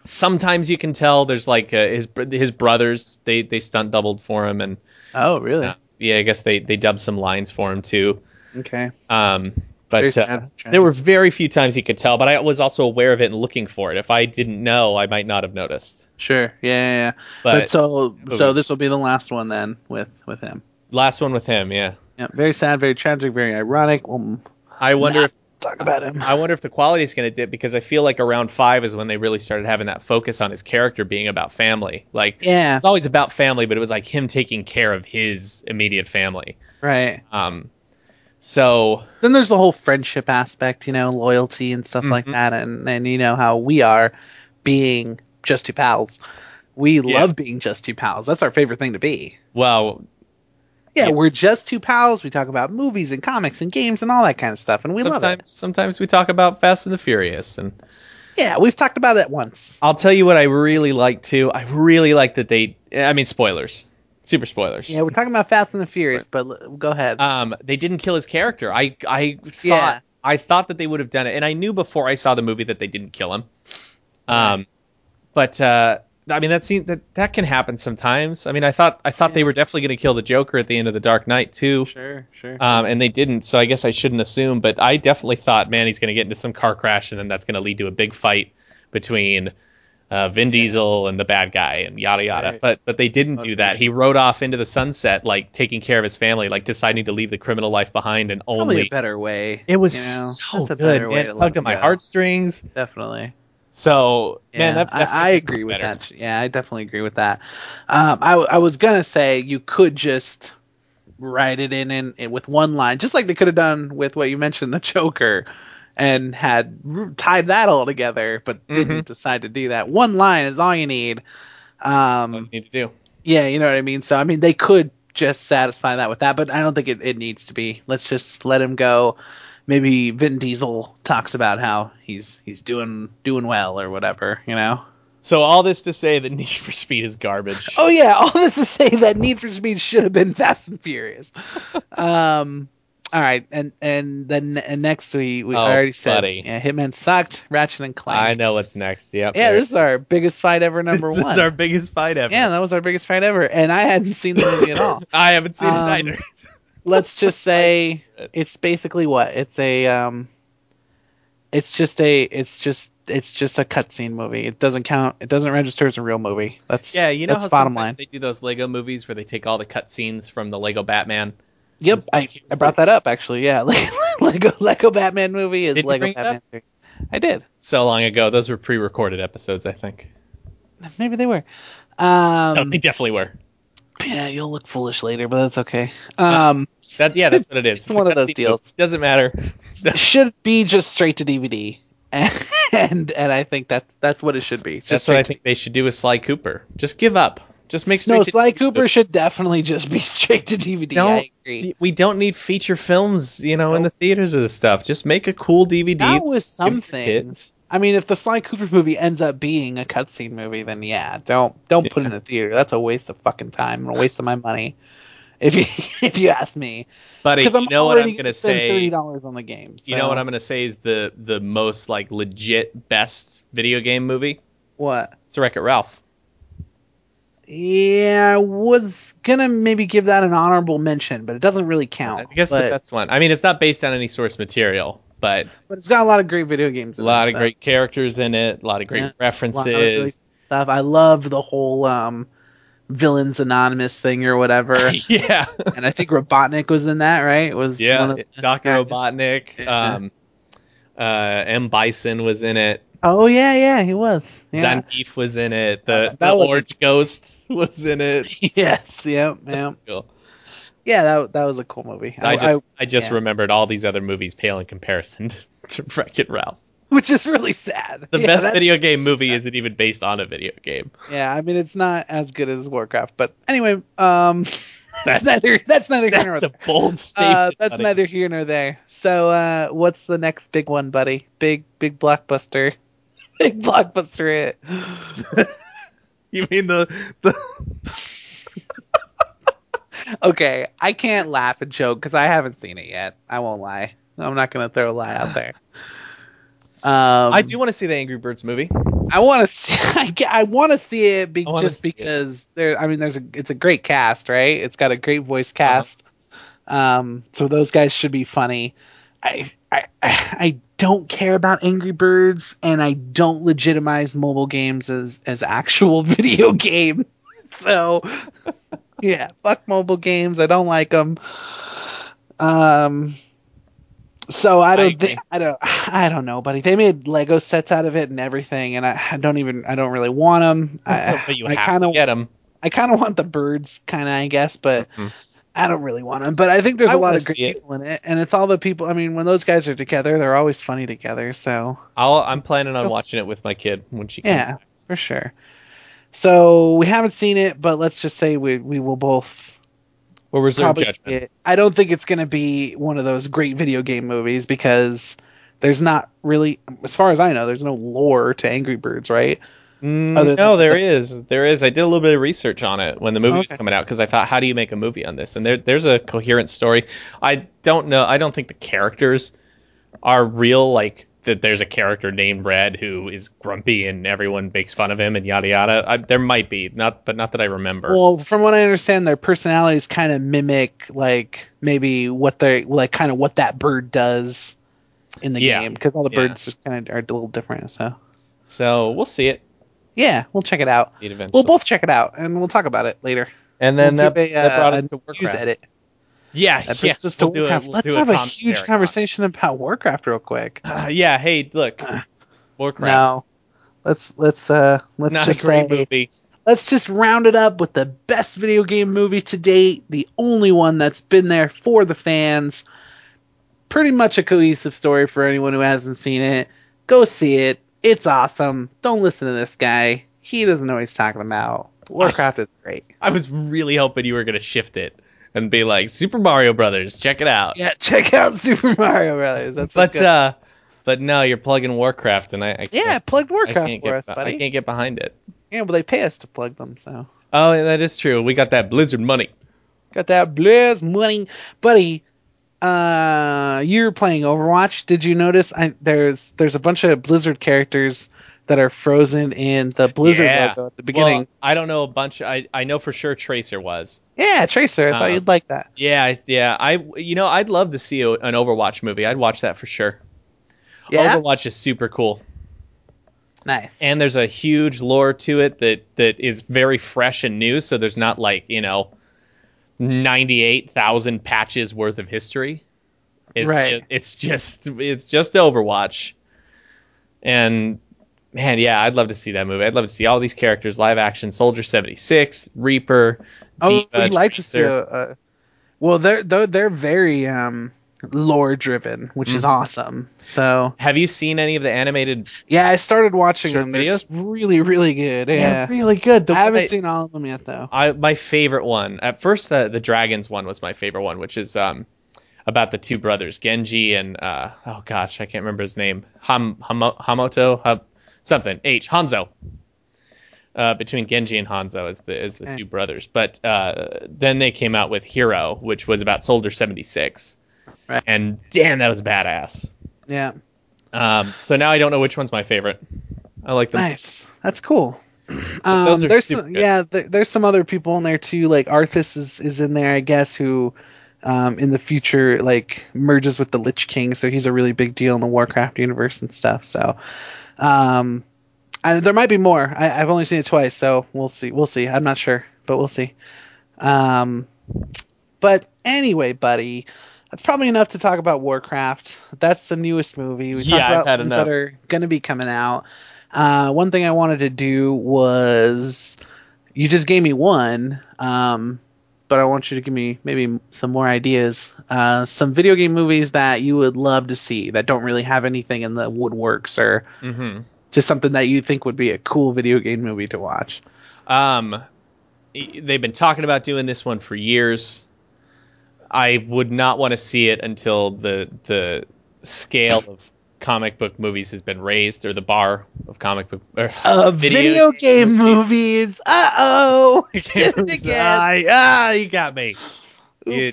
S3: sometimes you can tell there's like uh, his br- his brothers they they stunt doubled for him, and
S1: Oh, really?
S3: uh, yeah, I guess they they dubbed some lines for him too.
S1: Okay.
S3: Um,
S1: Very
S3: but
S1: sad,
S3: uh,
S1: tragic.
S3: there were very few times you could tell, but I was also aware of it and looking for it. If I didn't know, I might not have noticed.
S1: Sure. Yeah. yeah, yeah. But,
S3: But,
S1: so,
S3: but-
S1: so this will be the last one then with with him.
S3: last one with him, yeah.
S1: Yeah. Very sad. Very tragic. Very ironic. We'll
S3: I wonder.
S1: not
S3: If,
S1: talk about him.
S3: I wonder if the quality is going to dip because I feel like around five is when they really started having that focus on his character being about family. Like,
S1: Yeah.
S3: it's always about family, but it was like him taking care of his immediate family.
S1: Right.
S3: Um, so
S1: Then there's the whole friendship aspect, you know, loyalty and stuff
S3: Mm-hmm.
S1: like that, and and you know how we are being just two pals. We
S3: Yeah.
S1: love being just two pals. That's our favorite thing to be.
S3: well,
S1: Yeah,
S3: Yeah.
S1: we're just two pals. We talk about movies and comics and games and all that kind of stuff, and we love
S3: sometimes
S1: it.
S3: sometimes we talk about Fast and the Furious and.
S1: Yeah, we've talked about it once.
S3: I'll tell you what I really like too. I really like that they. I mean, spoilers, super spoilers.
S1: Yeah, we're talking about Fast and the Furious, but l- go ahead.
S3: Um, they didn't kill his character. I I thought
S1: Yeah.
S3: I thought that they would have done it, and I knew before I saw the movie that they didn't kill him. Um, but uh, I mean that scene that that can happen sometimes. I mean, I thought I thought they were definitely going to kill the Joker at the end of the Dark Knight too.
S1: sure, sure.
S3: Um, and they didn't, so I guess I shouldn't assume. But I definitely thought, man, he's going to get into some car crash, and then that's going to lead to a big fight between uh, Vin Diesel and the bad guy, and yada yada.
S1: Right.
S3: But but they didn't do that. He rode off into the sunset, like taking care of his family, like deciding to leave the criminal life behind, and
S1: Probably
S3: only
S1: a better way.
S3: it was
S1: you know?
S3: so
S1: That's a
S3: good.
S1: better way
S3: Man,
S1: to
S3: it
S1: let
S3: tugged
S1: him
S3: at my
S1: go.
S3: heartstrings.
S1: Definitely.
S3: So
S1: Yeah,
S3: man, that
S1: I, I
S3: definitely
S1: agree with
S3: better.
S1: that. Yeah, I definitely agree with that. Um, I, w- I was gonna say you could just write it in, in, in with one line, just like they could have done with what you mentioned, the Joker, and had r- tied that all together, but
S3: Mm-hmm.
S1: didn't decide to do that. One line is all you need.
S3: What you
S1: Um,
S3: need to do.
S1: yeah, you know what I mean. So I mean, they could just satisfy that with that, but I don't think it, it needs to be. Let's just let him go. Maybe Vin Diesel talks about how he's he's doing doing well or whatever, you know.
S3: So all this to say that Need for Speed is garbage.
S1: Oh yeah, all this to say that Need for Speed should have been Fast and Furious. um, all right, and and then and next we we
S3: Oh,
S1: already said
S3: buddy.
S1: yeah, Hitman sucked, Ratchet and
S3: I
S1: Clank.
S3: know what's next. Yep.
S1: Yeah,
S3: there
S1: this is
S3: it
S1: our biggest fight ever, number
S3: This
S1: one.
S3: is our biggest fight ever.
S1: yeah, that was our biggest fight ever, and I hadn't seen the movie at all.
S3: I haven't seen
S1: Um,
S3: it either.
S1: Let's just say it's basically what it's a um, it's just a it's just it's just a cutscene movie. It doesn't count. It doesn't register as a real movie. That's
S3: Yeah, you know
S1: that's
S3: how
S1: bottom
S3: sometimes
S1: line.
S3: they do those Lego movies where they take all the cutscenes from the Lego Batman.
S1: Yep,
S3: It's
S1: I,
S3: like-
S1: I brought that up actually. Yeah, Lego Lego Batman movie is
S3: Did you
S1: Lego
S3: bring it
S1: Batman.
S3: up?
S1: 3. I did.
S3: So long ago, those were pre-recorded episodes, I think.
S1: Maybe they were.
S3: No,
S1: Um,
S3: they definitely were.
S1: yeah, you'll look foolish later, but that's okay.
S3: Uh,
S1: Um,
S3: That yeah, that's what it is.
S1: It's one of
S3: a
S1: those
S3: cutscene
S1: deals.
S3: movie. Doesn't matter.
S1: should be just straight to DVD, and and I think that's that's what it should be. It's just
S3: that's what I
S1: straight
S3: think they should do with Sly Cooper. Just give up. Just make straight
S1: No,
S3: to
S1: Sly Cooper should definitely just be straight to DVD.
S3: Don't-
S1: I agree.
S3: we don't need feature films, you know, in the theaters of this stuff. Just make a cool DVD.
S1: That was
S3: give it to
S1: something.
S3: kids.
S1: I mean, if the Sly Cooper movie ends up being a cutscene movie, then yeah, don't don't put it in the theater. That's a waste of fucking time and a waste of my money. If you if you ask me,
S3: Buddy,
S1: because I'm
S3: you know what
S1: already
S3: I'm gonna
S1: spend
S3: say.
S1: thirty dollars on the game.
S3: You know what
S1: so-
S3: I'm gonna say is the the most like legit best video game movie.
S1: What?
S3: It's Wreck It Ralph.
S1: Yeah, I was gonna maybe give that an honorable mention, but it doesn't really
S3: I
S1: count.
S3: guess the
S1: but,
S3: best one. I mean, it's not based on any source material, but
S1: but it's got a lot of great video games.
S3: a lot of great characters in it, a lot of great
S1: Yeah,
S3: references.
S1: stuff. I loved the whole um, villains anonymous thing or whatever.
S3: yeah,
S1: and I think Robotnik was in that, right? Was one
S3: yeah.
S1: of the
S3: Doctor
S1: guys.
S3: Robotnik.
S1: Yeah.
S3: Um, uh, M Bison was in it.
S1: Oh yeah, yeah, he was. Yeah.
S3: Zangief was in it.
S1: Uh,
S3: The,
S1: that
S3: the
S1: was a-
S3: Orange Ghost was in it.
S1: yes, yep, yep.
S3: Cool.
S1: Yeah, that that was a cool movie.
S3: I just I, just
S1: yeah.
S3: remembered all these other movies pale in comparison to Wreck It Ralph.
S1: which is really sad.
S3: The
S1: Yeah,
S3: best
S1: that-
S3: video game movie isn't even based on a video game.
S1: Yeah, I mean it's not as good as Warcraft, but anyway, um that's neither that's neither here nor
S3: That's a
S1: there.
S3: bold statement.
S1: Uh, that's
S3: buddy.
S1: neither here nor there. So uh what's the next big one, buddy? Big big blockbuster. big blockbuster hit.
S3: You mean the the
S1: Okay, I can't laugh and joke because I haven't seen it yet. I won't lie. I'm not gonna throw a lie out there. Um,
S3: I do want to see the Angry Birds movie.
S1: I want to see. I, ge- I want to see it be,
S3: I wanna
S1: just
S3: see it.
S1: because there. I mean, there's a. It's a great cast, right? It's got a great voice
S3: Uh-huh.
S1: cast. Um, so those guys should be funny. I, I I don't care about Angry Birds, and I don't legitimize mobile games as as actual video games. So, yeah, fuck mobile games. I don't like them. Um, so I don't
S3: agree.
S1: think I don't I don't know, buddy. They made Lego sets out of it and everything, and I, I don't even I don't really want them. I,
S3: but you
S1: Ah, I
S3: have
S1: kind
S3: to
S1: of
S3: get them.
S1: I kind of want the birds, kind of I guess, but
S3: Mhm.
S1: I don't really want them. But I think there's
S3: I
S1: a lot
S3: wanna
S1: of great
S3: see it.
S1: people in it, and it's all the people. I mean, when those guys are together, they're always funny together. So
S3: I'll, I'm planning on watching it with my kid when she. Comes.
S1: yeah, for sure. So we haven't seen it, but let's just say we we will both
S3: We'll reserve
S1: probably see
S3: judgment.
S1: it. I don't think it's going to be one of those great video game movies because there's not really, as far as I know, there's no lore to Angry Birds, right? Other
S3: Mm,
S1: than-
S3: no, there is, there is. I did a little bit of research on it when the movie was
S1: Okay.
S3: coming out because I thought, how do you make a movie on this? And there, there's a coherent story. I don't know. I don't think the characters are real. Like that, there's a character named Red who is grumpy and everyone makes fun of him and yada yada. I, there might be, not, but not that I remember.
S1: Well, from what I understand, their personalities kind of mimic like maybe what they like, kind of what that bird does in the
S3: Yeah.
S1: game because all the
S3: Yeah.
S1: birds kind of are a little different. So
S3: so we'll see it.
S1: yeah, we'll check it out.
S3: See it eventually.
S1: We'll both check it out and we'll talk about it later.
S3: and then
S1: We'll
S3: that,
S1: do a,
S3: that
S1: uh,
S3: brought
S1: a
S3: us to
S1: news
S3: Warcraft.
S1: edit.
S3: Yeah,
S1: That brings
S3: yeah.
S1: us to
S3: we'll do a-
S1: Warcraft.
S3: we'll
S1: Let's
S3: do
S1: have a
S3: commentary
S1: huge
S3: on it.
S1: conversation about Warcraft real quick.
S3: Uh, yeah. Hey, look, Warcraft.
S1: No. Let's let's uh let's
S3: not a
S1: just
S3: great
S1: say-
S3: movie.
S1: let's just round it up with the best video game movie to date, the only one that's been there for the fans. Pretty much a cohesive story for anyone who hasn't seen it. Go see it. It's awesome. Don't listen to this guy. He doesn't know what he's talking about. Warcraft is great.
S3: I was really hoping you were gonna shift it and be like Super Mario Brothers. Check it out.
S1: Yeah, check out Super Mario Brothers. That's a
S3: but
S1: good.
S3: uh, but no, you're plugging Warcraft, and I, I
S1: yeah,
S3: can't,
S1: plugged
S3: I
S1: Warcraft
S3: can't
S1: for
S3: get
S1: us,
S3: beh- I
S1: buddy.
S3: can't get behind it.
S1: Yeah, well they pay us to plug them, so.
S3: Oh, yeah, that is true. We got that Blizzard money.
S1: Got that blizz money, buddy. Uh, you're playing Overwatch. Did you notice? I, there's there's a bunch of Blizzard characters that are frozen in the Blizzard
S3: Yeah.
S1: logo at the beginning.
S3: Well, I don't know a bunch. I I know for sure Tracer was.
S1: yeah, Tracer. I thought
S3: Uh,
S1: you'd like that.
S3: Yeah, I- yeah. I you know I'd love to see a, an Overwatch movie. I'd watch that for sure.
S1: Yeah,
S3: Overwatch is super cool.
S1: nice.
S3: and there's a huge lore to it that that is very fresh and new so there's not like you know 98,000 patches worth of history it's
S1: Right.
S3: ju- it's just it's just overwatch and man yeah i'd love to see that movie i'd love to see all these characters live action soldier 76 reaper
S1: oh,
S3: Diva,
S1: we'd like to see.
S3: Tracer.
S1: A, a, well, they're, they're they're very um
S2: lore driven, which
S3: Mm.
S2: is awesome. So
S3: Have you seen any of the animated?
S2: yeah, I started watching
S3: Short
S2: them. They're just really, really good. Yeah,
S3: really good. The
S2: I haven't
S3: one-
S2: seen all of them yet though.
S3: I my favorite one at first the the dragons one was my favorite one, which is um about the two brothers Genji and uh oh gosh I can't remember his name Ham Hamo, Hamoto Hub something H Hanzo. Uh, between Genji and Hanzo as the as the
S2: Okay.
S3: two brothers, but uh, then they came out with Hero, which was about Soldier seventy six,
S2: Right.
S3: and damn that was badass.
S2: Yeah,
S3: Um, so now I don't know which one's my favorite. I like them.
S2: nice. That's cool. Um,
S3: those are
S2: there's
S3: super
S2: some,
S3: good.
S2: yeah, th- there's some other people in there too. Like Arthas is is in there, I guess, who um, in the future like merges with the Lich King, so he's a really big deal in the Warcraft universe and stuff. So. Um, I, there might be more. I, I've only seen it twice, so we'll see. We'll see. I'm not sure, but we'll see. Um, but anyway, buddy, that's probably enough to talk about Warcraft. That's the newest movie. We
S3: Yeah,
S2: talked
S3: I've
S2: about
S3: had
S2: ones
S3: enough.
S2: that are going to be coming out. Uh, one thing I wanted to do was you just gave me one, um, but I want you to give me maybe some more ideas. Uh, some video game movies that you would love to see that don't really have anything in the woodworks or
S3: hmm
S2: just something that you think would be a cool video game movie to watch.
S3: Um, e- they've been talking about doing this one for years. I would not want to see it until the the scale of comic book movies has been raised, or the bar of comic book. er, Or
S2: Uh, video, game, movies. Uh oh.
S3: Games. I- ah, you got me. You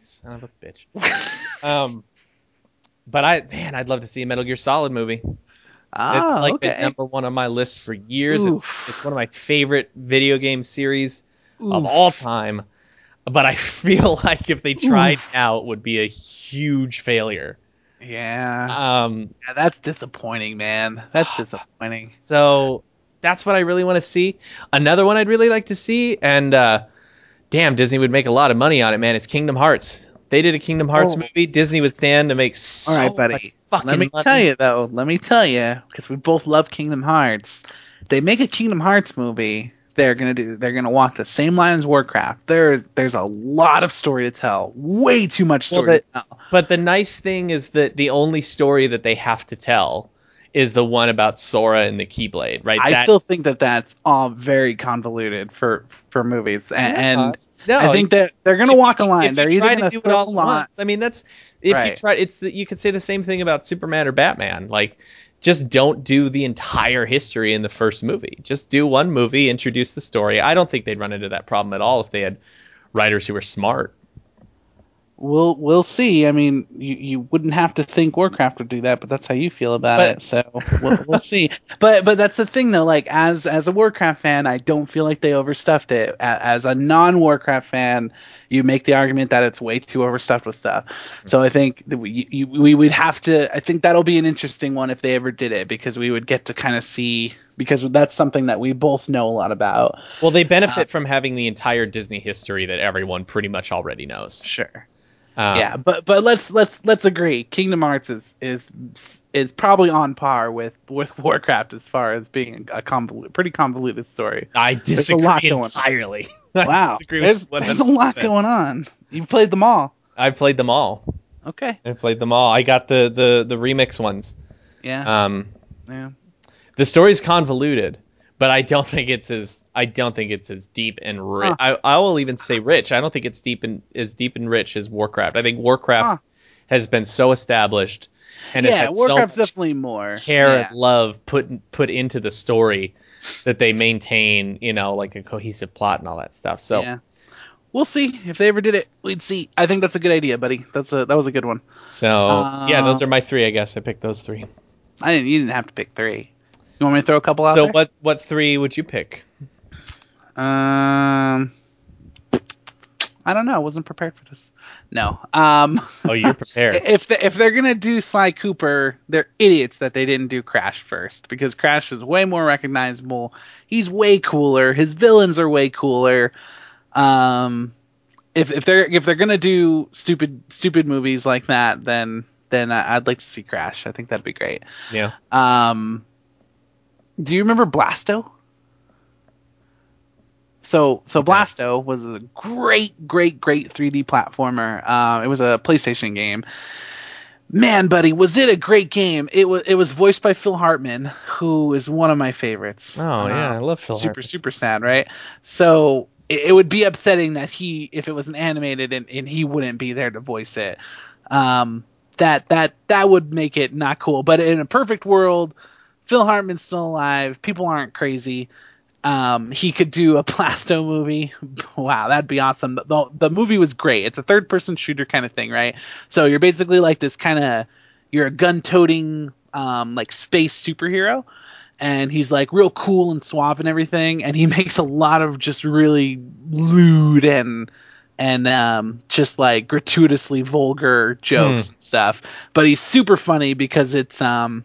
S3: son of a bitch. um, but I man, I'd love to see a Metal Gear Solid movie.
S2: Ah,
S3: it's like been
S2: okay.
S3: number one on my list for years. It's,
S2: Oof.
S3: it's one of my favorite video game series of
S2: Oof.
S3: all time. But I feel like if they tried
S2: Oof.
S3: now, it would be a huge failure.
S2: Yeah.
S3: Um,
S2: Yeah, that's disappointing, man. That's disappointing.
S3: so that's what I really want to see. Another one I'd really like to see, and uh, damn, Disney would make a lot of money on it, man. It's Kingdom Hearts. They did a Kingdom Hearts
S2: Oh.
S3: movie. Disney would stand to make so
S2: All right,
S3: much
S2: buddy.
S3: fucking
S2: Let me
S3: money.
S2: tell you though. Let me tell you because we both love Kingdom Hearts. They make a Kingdom Hearts movie. They're gonna do. They're gonna walk the same line as Warcraft. There, there's a lot of story to tell. Way too much
S3: Well,
S2: story to tell.
S3: But the nice thing is that the only story that they have to tell is the one about Sora and the Keyblade, right?
S2: I
S3: That-
S2: still think that that's all very convoluted for for movies, and, and
S3: uh, No,
S2: I think that they're gonna
S3: if-
S2: walk a line.
S3: if
S2: They're
S3: you
S2: either
S3: try
S2: gonna
S3: to do it
S2: throw
S3: all
S2: a
S3: at
S2: line.
S3: once. I mean, that's if you
S2: Right.
S3: try. It's the, you could say the same thing about Superman or Batman. Like, just don't do the entire history in the first movie. Just do one movie, introduce the story. I don't think they'd run into that problem at all if they had writers who were smart.
S2: We'll we'll see. I mean, you, you wouldn't have to think Warcraft would do that, but that's how you feel about
S3: But-
S2: it. So we'll, we'll see. But but that's the thing though. Like as as a Warcraft fan, I don't feel like they overstuffed it. A- As a non Warcraft fan, you make the argument that it's way too overstuffed with stuff. So I think that we you, we would have to. I think that'll be an interesting one if they ever did it because we would get to kind of see because that's something that we both know a lot about.
S3: Well, they benefit
S2: Uh,
S3: from having the entire Disney history that everyone pretty much already knows.
S2: Sure.
S3: Um,
S2: yeah but but let's let's let's agree kingdom hearts is is is probably on par with with warcraft as far as being a convoluted pretty convoluted story
S3: I
S2: a
S3: disagree
S2: lot going on.
S3: entirely. I
S2: wow
S3: disagree
S2: there's,
S3: with
S2: there's a lot
S3: 100%.
S2: going on you played them all
S3: I've played them all.
S2: okay
S3: I played them all. I got the the the remix ones.
S2: yeah
S3: Um,
S2: yeah
S3: the story's convoluted, but I don't think it's as I don't think it's as deep and rich.
S2: Huh.
S3: I I will even say rich. I don't think it's deep and as deep and rich as Warcraft. I think Warcraft
S2: Huh.
S3: has been so established and has
S2: yeah
S3: had
S2: warcraft
S3: so much
S2: definitely more
S3: care
S2: yeah.
S3: and love put put into the story that they maintain, you know, like a cohesive plot and all that stuff. So
S2: yeah we'll see if they ever did it we'd see i think that's a good idea buddy that's a that was a good one
S3: so
S2: Uh,
S3: yeah, those are my three. I guess I picked those three.
S2: i didn't you didn't have to pick three you want me to throw a couple out
S3: So
S2: there?
S3: what what three would you pick?
S2: Um, I don't know. I wasn't prepared for this. No. Um,
S3: Oh, you're prepared.
S2: if the, if they're gonna do Sly Cooper, they're idiots that they didn't do Crash first because Crash is way more recognizable. He's way cooler. His villains are way cooler. Um, if if they're if they're gonna do stupid stupid movies like that, then then I- I'd like to see Crash. I think that'd be great.
S3: yeah.
S2: Um, do you remember Blasto? So so Blasto was a great, great, great 3D platformer. Uh, it was a PlayStation game. Man, buddy, was it a great game? It was it was voiced by Phil Hartman, who is one of my favorites. Uh,
S3: Oh, yeah, I love Phil
S2: Super
S3: Hartman.
S2: super sad, right? So it, it would be upsetting that he, if it was an animated, and, and he wouldn't be there to voice it. Um, that that that would make it not cool. But in a perfect world, Phil Hartman's still alive. People aren't crazy. Um, he could do a Plasto movie. Wow, that'd be awesome. The, the, the movie was great. It's a third person shooter kind of thing, right? So you're basically like this kind of you're a gun toting um, like space superhero. And he's like real cool and suave and everything, and he makes a lot of just really lewd and and um, just like gratuitously vulgar jokes
S3: Hmm.
S2: and stuff. But he's super funny because it's um,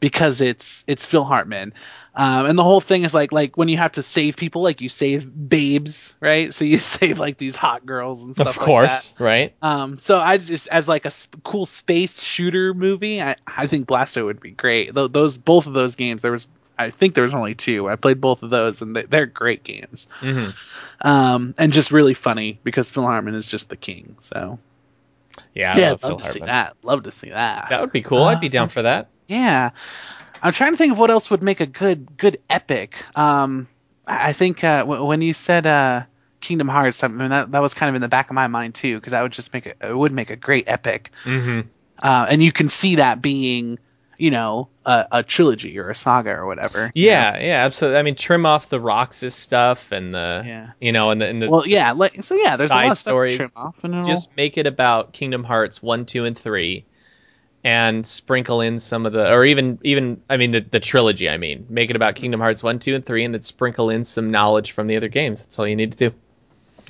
S2: because it's it's Phil Hartman, um, and the whole thing is like like when you have to save people, like you save babes, right? So you save like these hot girls and stuff.
S3: of
S2: like
S3: course, right?
S2: that. Um, so I just as like a sp- cool space shooter movie, I, I think Blasto would be great. Tho- those both of those games, there was I think there was only two. I played both of those, and they, they're great games
S3: hmm
S2: um, and just really funny because Phil Hartman is just the king. So
S3: Yeah, I
S2: yeah,
S3: love
S2: love,
S3: Phil
S2: to see
S3: Hartman.
S2: that. Love to see that.
S3: That would be cool. I'd be down for that.
S2: Yeah, I'm trying to think of what else would make a good good epic. Um, I I think uh, w- when you said uh, Kingdom Hearts, I mean, that that was kind of in the back of my mind too because that would just make a, it would make a great epic.
S3: Mm-hmm.
S2: Uh, and you can see that being you know a, a trilogy or a saga or whatever. you know?
S3: Yeah, yeah, absolutely. I mean, trim off the Roxas stuff and the,
S2: Yeah.
S3: you know, and the, and the
S2: Well, yeah, like so. Yeah, there's a
S3: Side
S2: lot of stuff
S3: stories.
S2: to trim off, and it'll-
S3: just make it about Kingdom Hearts one, two, and three, and sprinkle in some of the, or even even I mean the the trilogy. I mean, make it about Kingdom Hearts one, two, and three, and then sprinkle in some knowledge from the other games. That's all you need to do.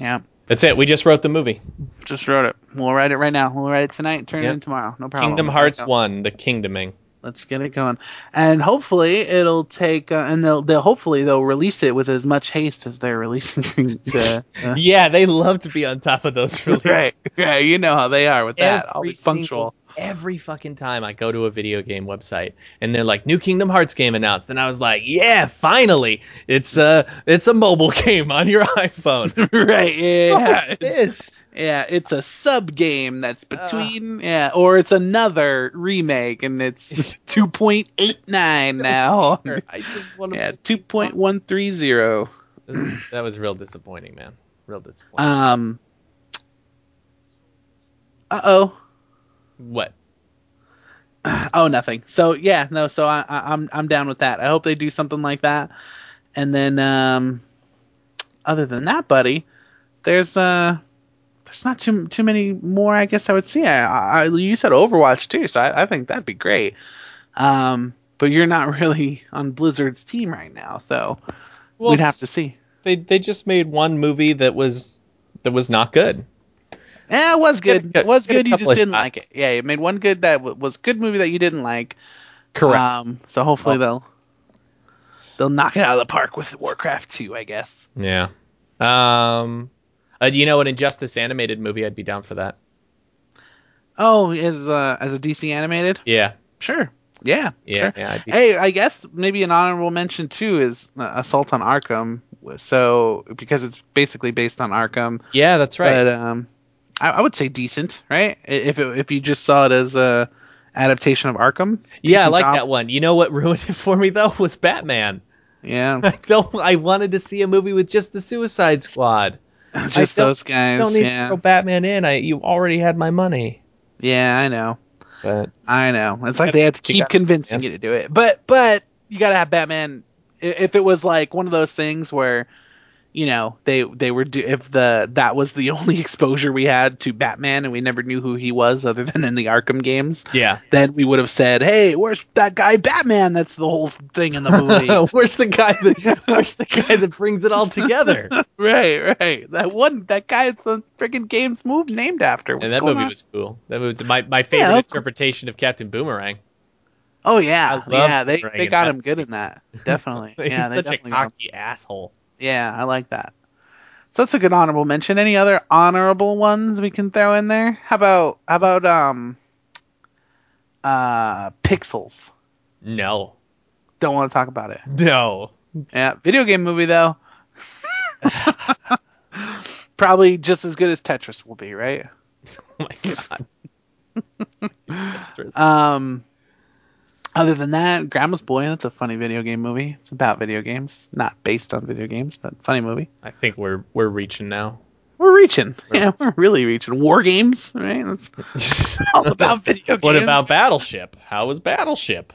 S2: yeah.
S3: That's it. We just wrote the movie.
S2: Just wrote it. We'll write it right now. We'll write it tonight. Turn
S3: Yep.
S2: it in tomorrow. No problem.
S3: Kingdom
S2: Let's
S3: Hearts
S2: go.
S3: one, the Kingdoming.
S2: Let's get it going. And hopefully it'll take. Uh, and they'll, they'll hopefully they'll release it with as much haste as they're releasing the. the
S3: Yeah, they love to be on top of those releases.
S2: right. Right. You know how they are with that.
S3: Every
S2: Always
S3: single-
S2: punctual.
S3: every fucking time I go to a video game website and they're like, "New Kingdom Hearts game announced," and I was like, "Yeah, finally! It's a it's a mobile game on your iPhone."
S2: right. Yeah.
S3: Fuck
S2: it's-
S3: this.
S2: Yeah. It's a sub game that's between. yeah. Or it's another remake and it's 2.89 now.
S3: I just want to.
S2: yeah. 2.130.
S3: That was real disappointing, man. Real disappointing.
S2: Um. Uh oh.
S3: what?
S2: Oh, nothing. So yeah, no. So I, I, I'm I'm down with that. I hope they do something like that. And then um, other than that, buddy, there's uh, there's not too too many more. I guess I would see. I, I you said Overwatch too, so I, I think that'd be great. Um, but you're not really on Blizzard's team right now, so
S3: Well,
S2: we'd have to see.
S3: they they just made one movie that was that was not good.
S2: Yeah, it was
S3: Get-
S2: good.
S3: get-
S2: It was
S3: get a
S2: good. You
S3: couple
S2: just
S3: of
S2: didn't
S3: shots.
S2: like it. Yeah, you made one good that w- was good movie that you didn't like.
S3: Correct.
S2: Um, so hopefully
S3: Oh.
S2: they'll they'll knock it out of the park with Warcraft 2, I guess.
S3: yeah. Um. Uh, you know, an Injustice animated movie, I'd be down for that.
S2: Oh, as uh, as a DC animated?
S3: Yeah.
S2: Sure. Yeah.
S3: Yeah.
S2: Sure.
S3: yeah I'd be-
S2: Hey, I guess maybe an honorable mention too is uh, Assault on Arkham. So because it's basically based on Arkham,
S3: yeah. That's right.
S2: but um, I, I would say decent, right? I- If it, if you just saw it as a adaptation of Arkham.
S3: Yeah, I
S2: decent
S3: like
S2: job.
S3: that one. You know what ruined it for me though was Batman.
S2: Yeah.
S3: I don't. I wanted to see a movie with just the Suicide Squad.
S2: just
S3: don't-
S2: those guys.
S3: don't need
S2: yeah.
S3: to throw Batman in. I you already had my money.
S2: yeah, I know.
S3: But
S2: I know. It's like they had to
S3: You
S2: keep
S3: gotta-
S2: convincing you to do it. But but you gotta have Batman. i- If it was like one of those things where, you know, they they were do if the that was the only exposure we had to Batman and we never knew who he was other than in the Arkham games,
S3: yeah,
S2: then we would have said, hey, where's that guy Batman? That's the whole thing in the movie.
S3: where's the guy that where's the guy that brings it all together?
S2: right, right. That one that guy's the freaking game's move named after. What's
S3: and that
S2: going
S3: movie
S2: on?
S3: was cool. That movie was my my favorite
S2: that's cool.
S3: interpretation of Captain Boomerang.
S2: Oh yeah,
S3: I love
S2: yeah. They
S3: Boomerang
S2: they
S3: in
S2: got
S3: that
S2: him good in that. Definitely.
S3: He's
S2: yeah, they
S3: such a
S2: definitely got him.
S3: cocky asshole.
S2: Yeah, I like that. So that's a good honorable mention. Any other honorable ones we can throw in there? How about how about um uh Pixels?
S3: No, Mm-hmm.
S2: Don't want to talk about it.
S3: no.
S2: Yeah, video game movie though. probably just as good as Tetris will be, right?
S3: Oh my god.
S2: Um, other than that, Grandma's Boy, that's a funny video game movie. It's about video games, not based on video games, but funny movie.
S3: I think we're we're reaching now.
S2: We're reaching. Yeah, we're really reaching. War games, right? That's all about video games.
S3: What about Battleship? How was Battleship?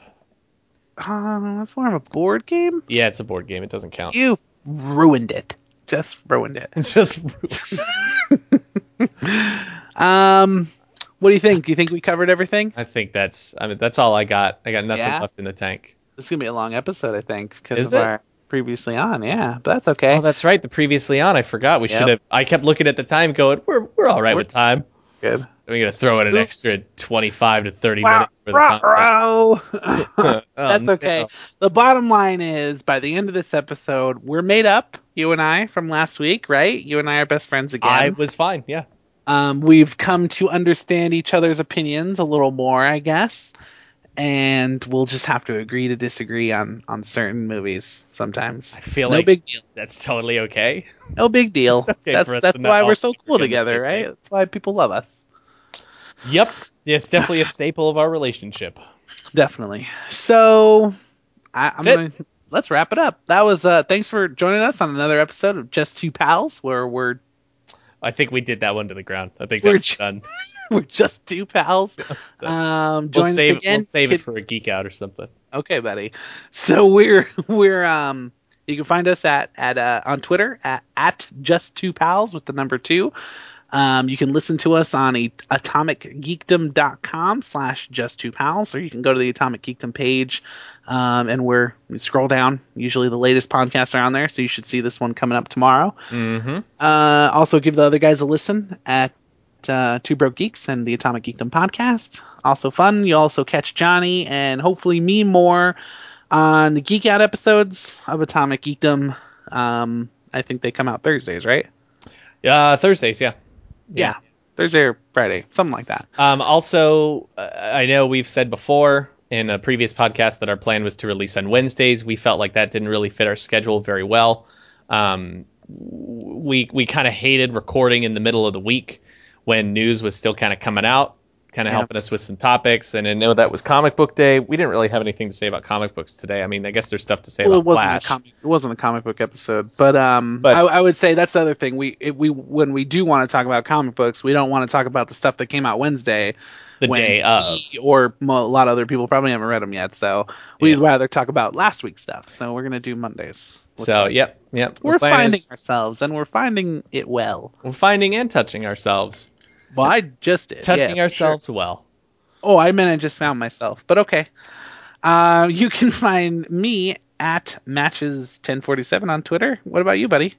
S2: Um, that's more of a board game.
S3: Yeah, it's a board game. It doesn't count.
S2: You ruined it. Just ruined it.
S3: Just
S2: Um, what do you think? Do you think we covered everything?
S3: I think that's I mean that's all I got. I got nothing
S2: Yeah?
S3: left in the tank.
S2: This is gonna be a long episode, I think, because
S3: Is
S2: of
S3: it?
S2: our previously on. Yeah, but that's okay.
S3: Oh, that's right. The previously on, I forgot. We
S2: Yep.
S3: should have. I kept looking at the time, going, "We're we're all right with time."
S2: good.
S3: We're gonna throw in an extra twenty-five to thirty
S2: Wow,
S3: minutes for the content. Oh,
S2: that's
S3: no.
S2: okay. The bottom line is, by the end of this episode, we're made up, you and I, from last week, right? You and I are best friends again.
S3: I was fine. Yeah.
S2: um, we've come to understand each other's opinions a little more, I guess, and we'll just have to agree to disagree on on certain movies sometimes.
S3: I feel
S2: no
S3: like
S2: big deal.
S3: that's totally okay.
S2: No big deal.
S3: okay for
S2: that's
S3: us
S2: that's
S3: to not
S2: why
S3: all
S2: we're so
S3: speak
S2: cool
S3: on the
S2: together,
S3: same
S2: right?
S3: page.
S2: That's why people love us.
S3: Yep. It's definitely a staple of our relationship.
S2: Definitely. So I, I'm
S3: That's
S2: gonna let's wrap it up. That was uh thanks for joining us on another episode of Just Two Pals where we're
S3: I think we did that one to the ground. I think
S2: We're
S3: that's
S2: j-
S3: done.
S2: we're just two pals. Um join
S3: We'll save,
S2: us again.
S3: we'll save
S2: Kid-
S3: it for a geek out or something.
S2: Okay, buddy. So we're we're um you can find us at at uh, on Twitter at, at just two pals with the number two. Um, you can listen to us on a, atomicgeekdom.com slash just two pals, or you can go to the Atomic Geekdom page, um, and we're we scroll down. Usually the latest podcasts are on there, so you should see this one coming up tomorrow.
S3: Mm-hmm.
S2: Uh, also, give the other guys a listen at uh, Two Broke Geeks and the Atomic Geekdom podcast. Also fun. You'll also catch Johnny and hopefully me more on the Geek Out episodes of Atomic Geekdom. Um, I think they come out Thursdays, right?
S3: Uh, Thursdays, yeah.
S2: Yeah. Thursday or Friday, something like that.
S3: Um, also, uh, I know we've said before in a previous podcast that our plan was to release on Wednesdays. We felt like that didn't really fit our schedule very well. Um, w- we we kind of hated recording in the middle of the week when news was still kind of coming out, kind of
S2: Yeah.
S3: helping us with some topics. And I know that was comic book day. We didn't really have anything to say about comic books today. I mean, I guess there's stuff to say
S2: Well, it
S3: about
S2: wasn't
S3: Flash.
S2: a comic. It wasn't a comic book episode, but um,
S3: But-
S2: I, I would say that's the other thing. We it, we when we do want to talk about comic books, we don't want to talk about the stuff that came out Wednesday,
S3: The
S2: when
S3: day of.
S2: we or mo- a lot of other people probably haven't read them yet. So we'd rather talk about last week's stuff. So we're gonna do Mondays. Looks
S3: so
S2: like.
S3: yep, yep. The
S2: we're
S3: plan
S2: finding
S3: is-
S2: ourselves, and we're finding it well.
S3: we're finding and touching ourselves,
S2: Well, I just did. yeah,
S3: touching
S2: for sure.
S3: ourselves well.
S2: Oh, I meant I just found myself, but okay. Uh, you can find me at matches1047 on Twitter. What about you, buddy?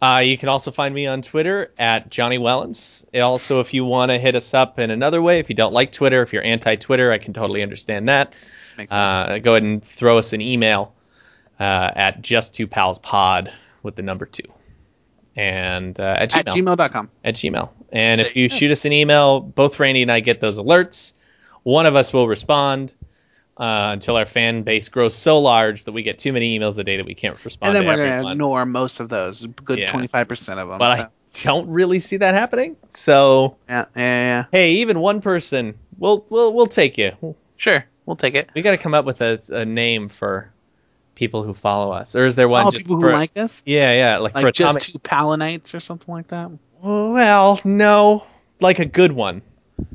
S3: Uh, you can also find me on Twitter at Johnny Wellens. And Also, if you want to hit us up in another way, if you don't like Twitter, if you're anti-Twitter, I can totally understand that.
S2: Makes
S3: Uh, go ahead and throw us an email uh, at just two pals pod with the number two and uh, at
S2: At
S3: Gmail.
S2: gmail.com.
S3: At Gmail. And if you, shoot us an email, both Randy and I get those alerts. One of us will respond. Uh, until our fan base grows so large that we get too many emails a day that we can't respond
S2: And then
S3: to
S2: we're going to
S3: everyone
S2: ignore most of those, a good
S3: Yeah.
S2: 25% of them.
S3: but
S2: so.
S3: I don't really see that happening. So
S2: yeah, yeah, yeah.
S3: hey, even one person, we'll we'll we'll take you.
S2: Sure, we'll take it.
S3: We got to come up with a, a name for people who follow us, or is there one
S2: oh,
S3: just
S2: people
S3: for?
S2: who like us?
S3: yeah, yeah, like, for
S2: Like
S3: atomic.
S2: just two Palinites or something like that?
S3: well, no, like a good one.
S2: Yeah,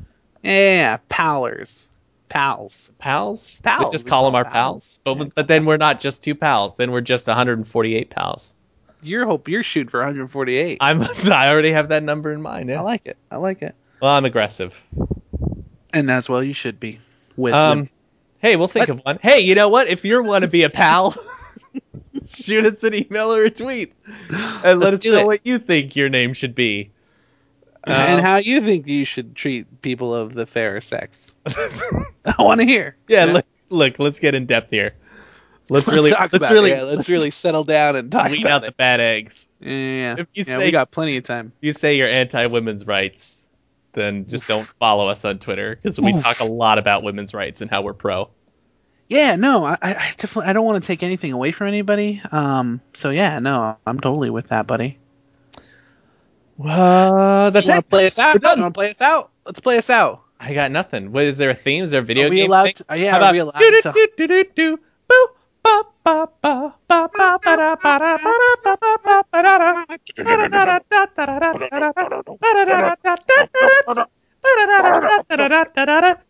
S2: yeah, yeah. Palers. Pals.
S3: Pals.
S2: Pals,
S3: We just
S2: we
S3: call
S2: call
S3: them our pals.
S2: pals.
S3: But but then we're not just two pals. Then we're just 148 pals.
S2: Your hope, you're shooting for 148. I,
S3: I'm I already have that number in mind. Yeah.
S2: like it. I like it.
S3: Well, I'm aggressive.
S2: And as well, you should be. With
S3: Um, hey, we'll think of one. Hey, you know what? If you want to be a pal, shoot us an email or a tweet, and let
S2: Let's
S3: us
S2: do
S3: know
S2: it.
S3: what you think your name should be.
S2: and
S3: um,
S2: how you think you should treat people of the fairer sex. I want to hear.
S3: Yeah,
S2: Yeah.
S3: Look, look, let's get in depth here. Let's, really,
S2: talk
S3: let's
S2: about it.
S3: really
S2: Yeah, let's really settle down and talk
S3: weed
S2: about
S3: out
S2: it.
S3: the bad eggs.
S2: Yeah, yeah, yeah.
S3: If you
S2: yeah
S3: say-
S2: we got plenty of time.
S3: If you say you're anti women's rights, then just don't follow us on Twitter because we
S2: Oof.
S3: talk a lot about women's rights and how we're pro.
S2: Yeah, no, I, I I definitely I don't want to take anything away from anybody. Um, so yeah, no, I'm totally with that, buddy.
S3: Uh, that's
S2: You want
S3: it.
S2: to play us out?
S3: We're
S2: You
S3: done.
S2: want to play us out? Let's play us out.
S3: I got nothing. What is there a theme? Is there a video
S2: Are we
S3: game?
S2: allowed
S3: thing?
S2: to- oh, yeah,
S3: How
S2: are
S3: about
S2: we allowed
S3: do,
S2: to-
S3: do, do, do, do, boo, ba, ba, ba, ba, ba, ba, da, ba, da, ba, da, ba, ba, ba, da, da. Ba, da, da, da, da, da, da, da, da, da. Ba, da, da, da, da, da, da, da. Ba, da, da, da, da, da, da, da, da, da.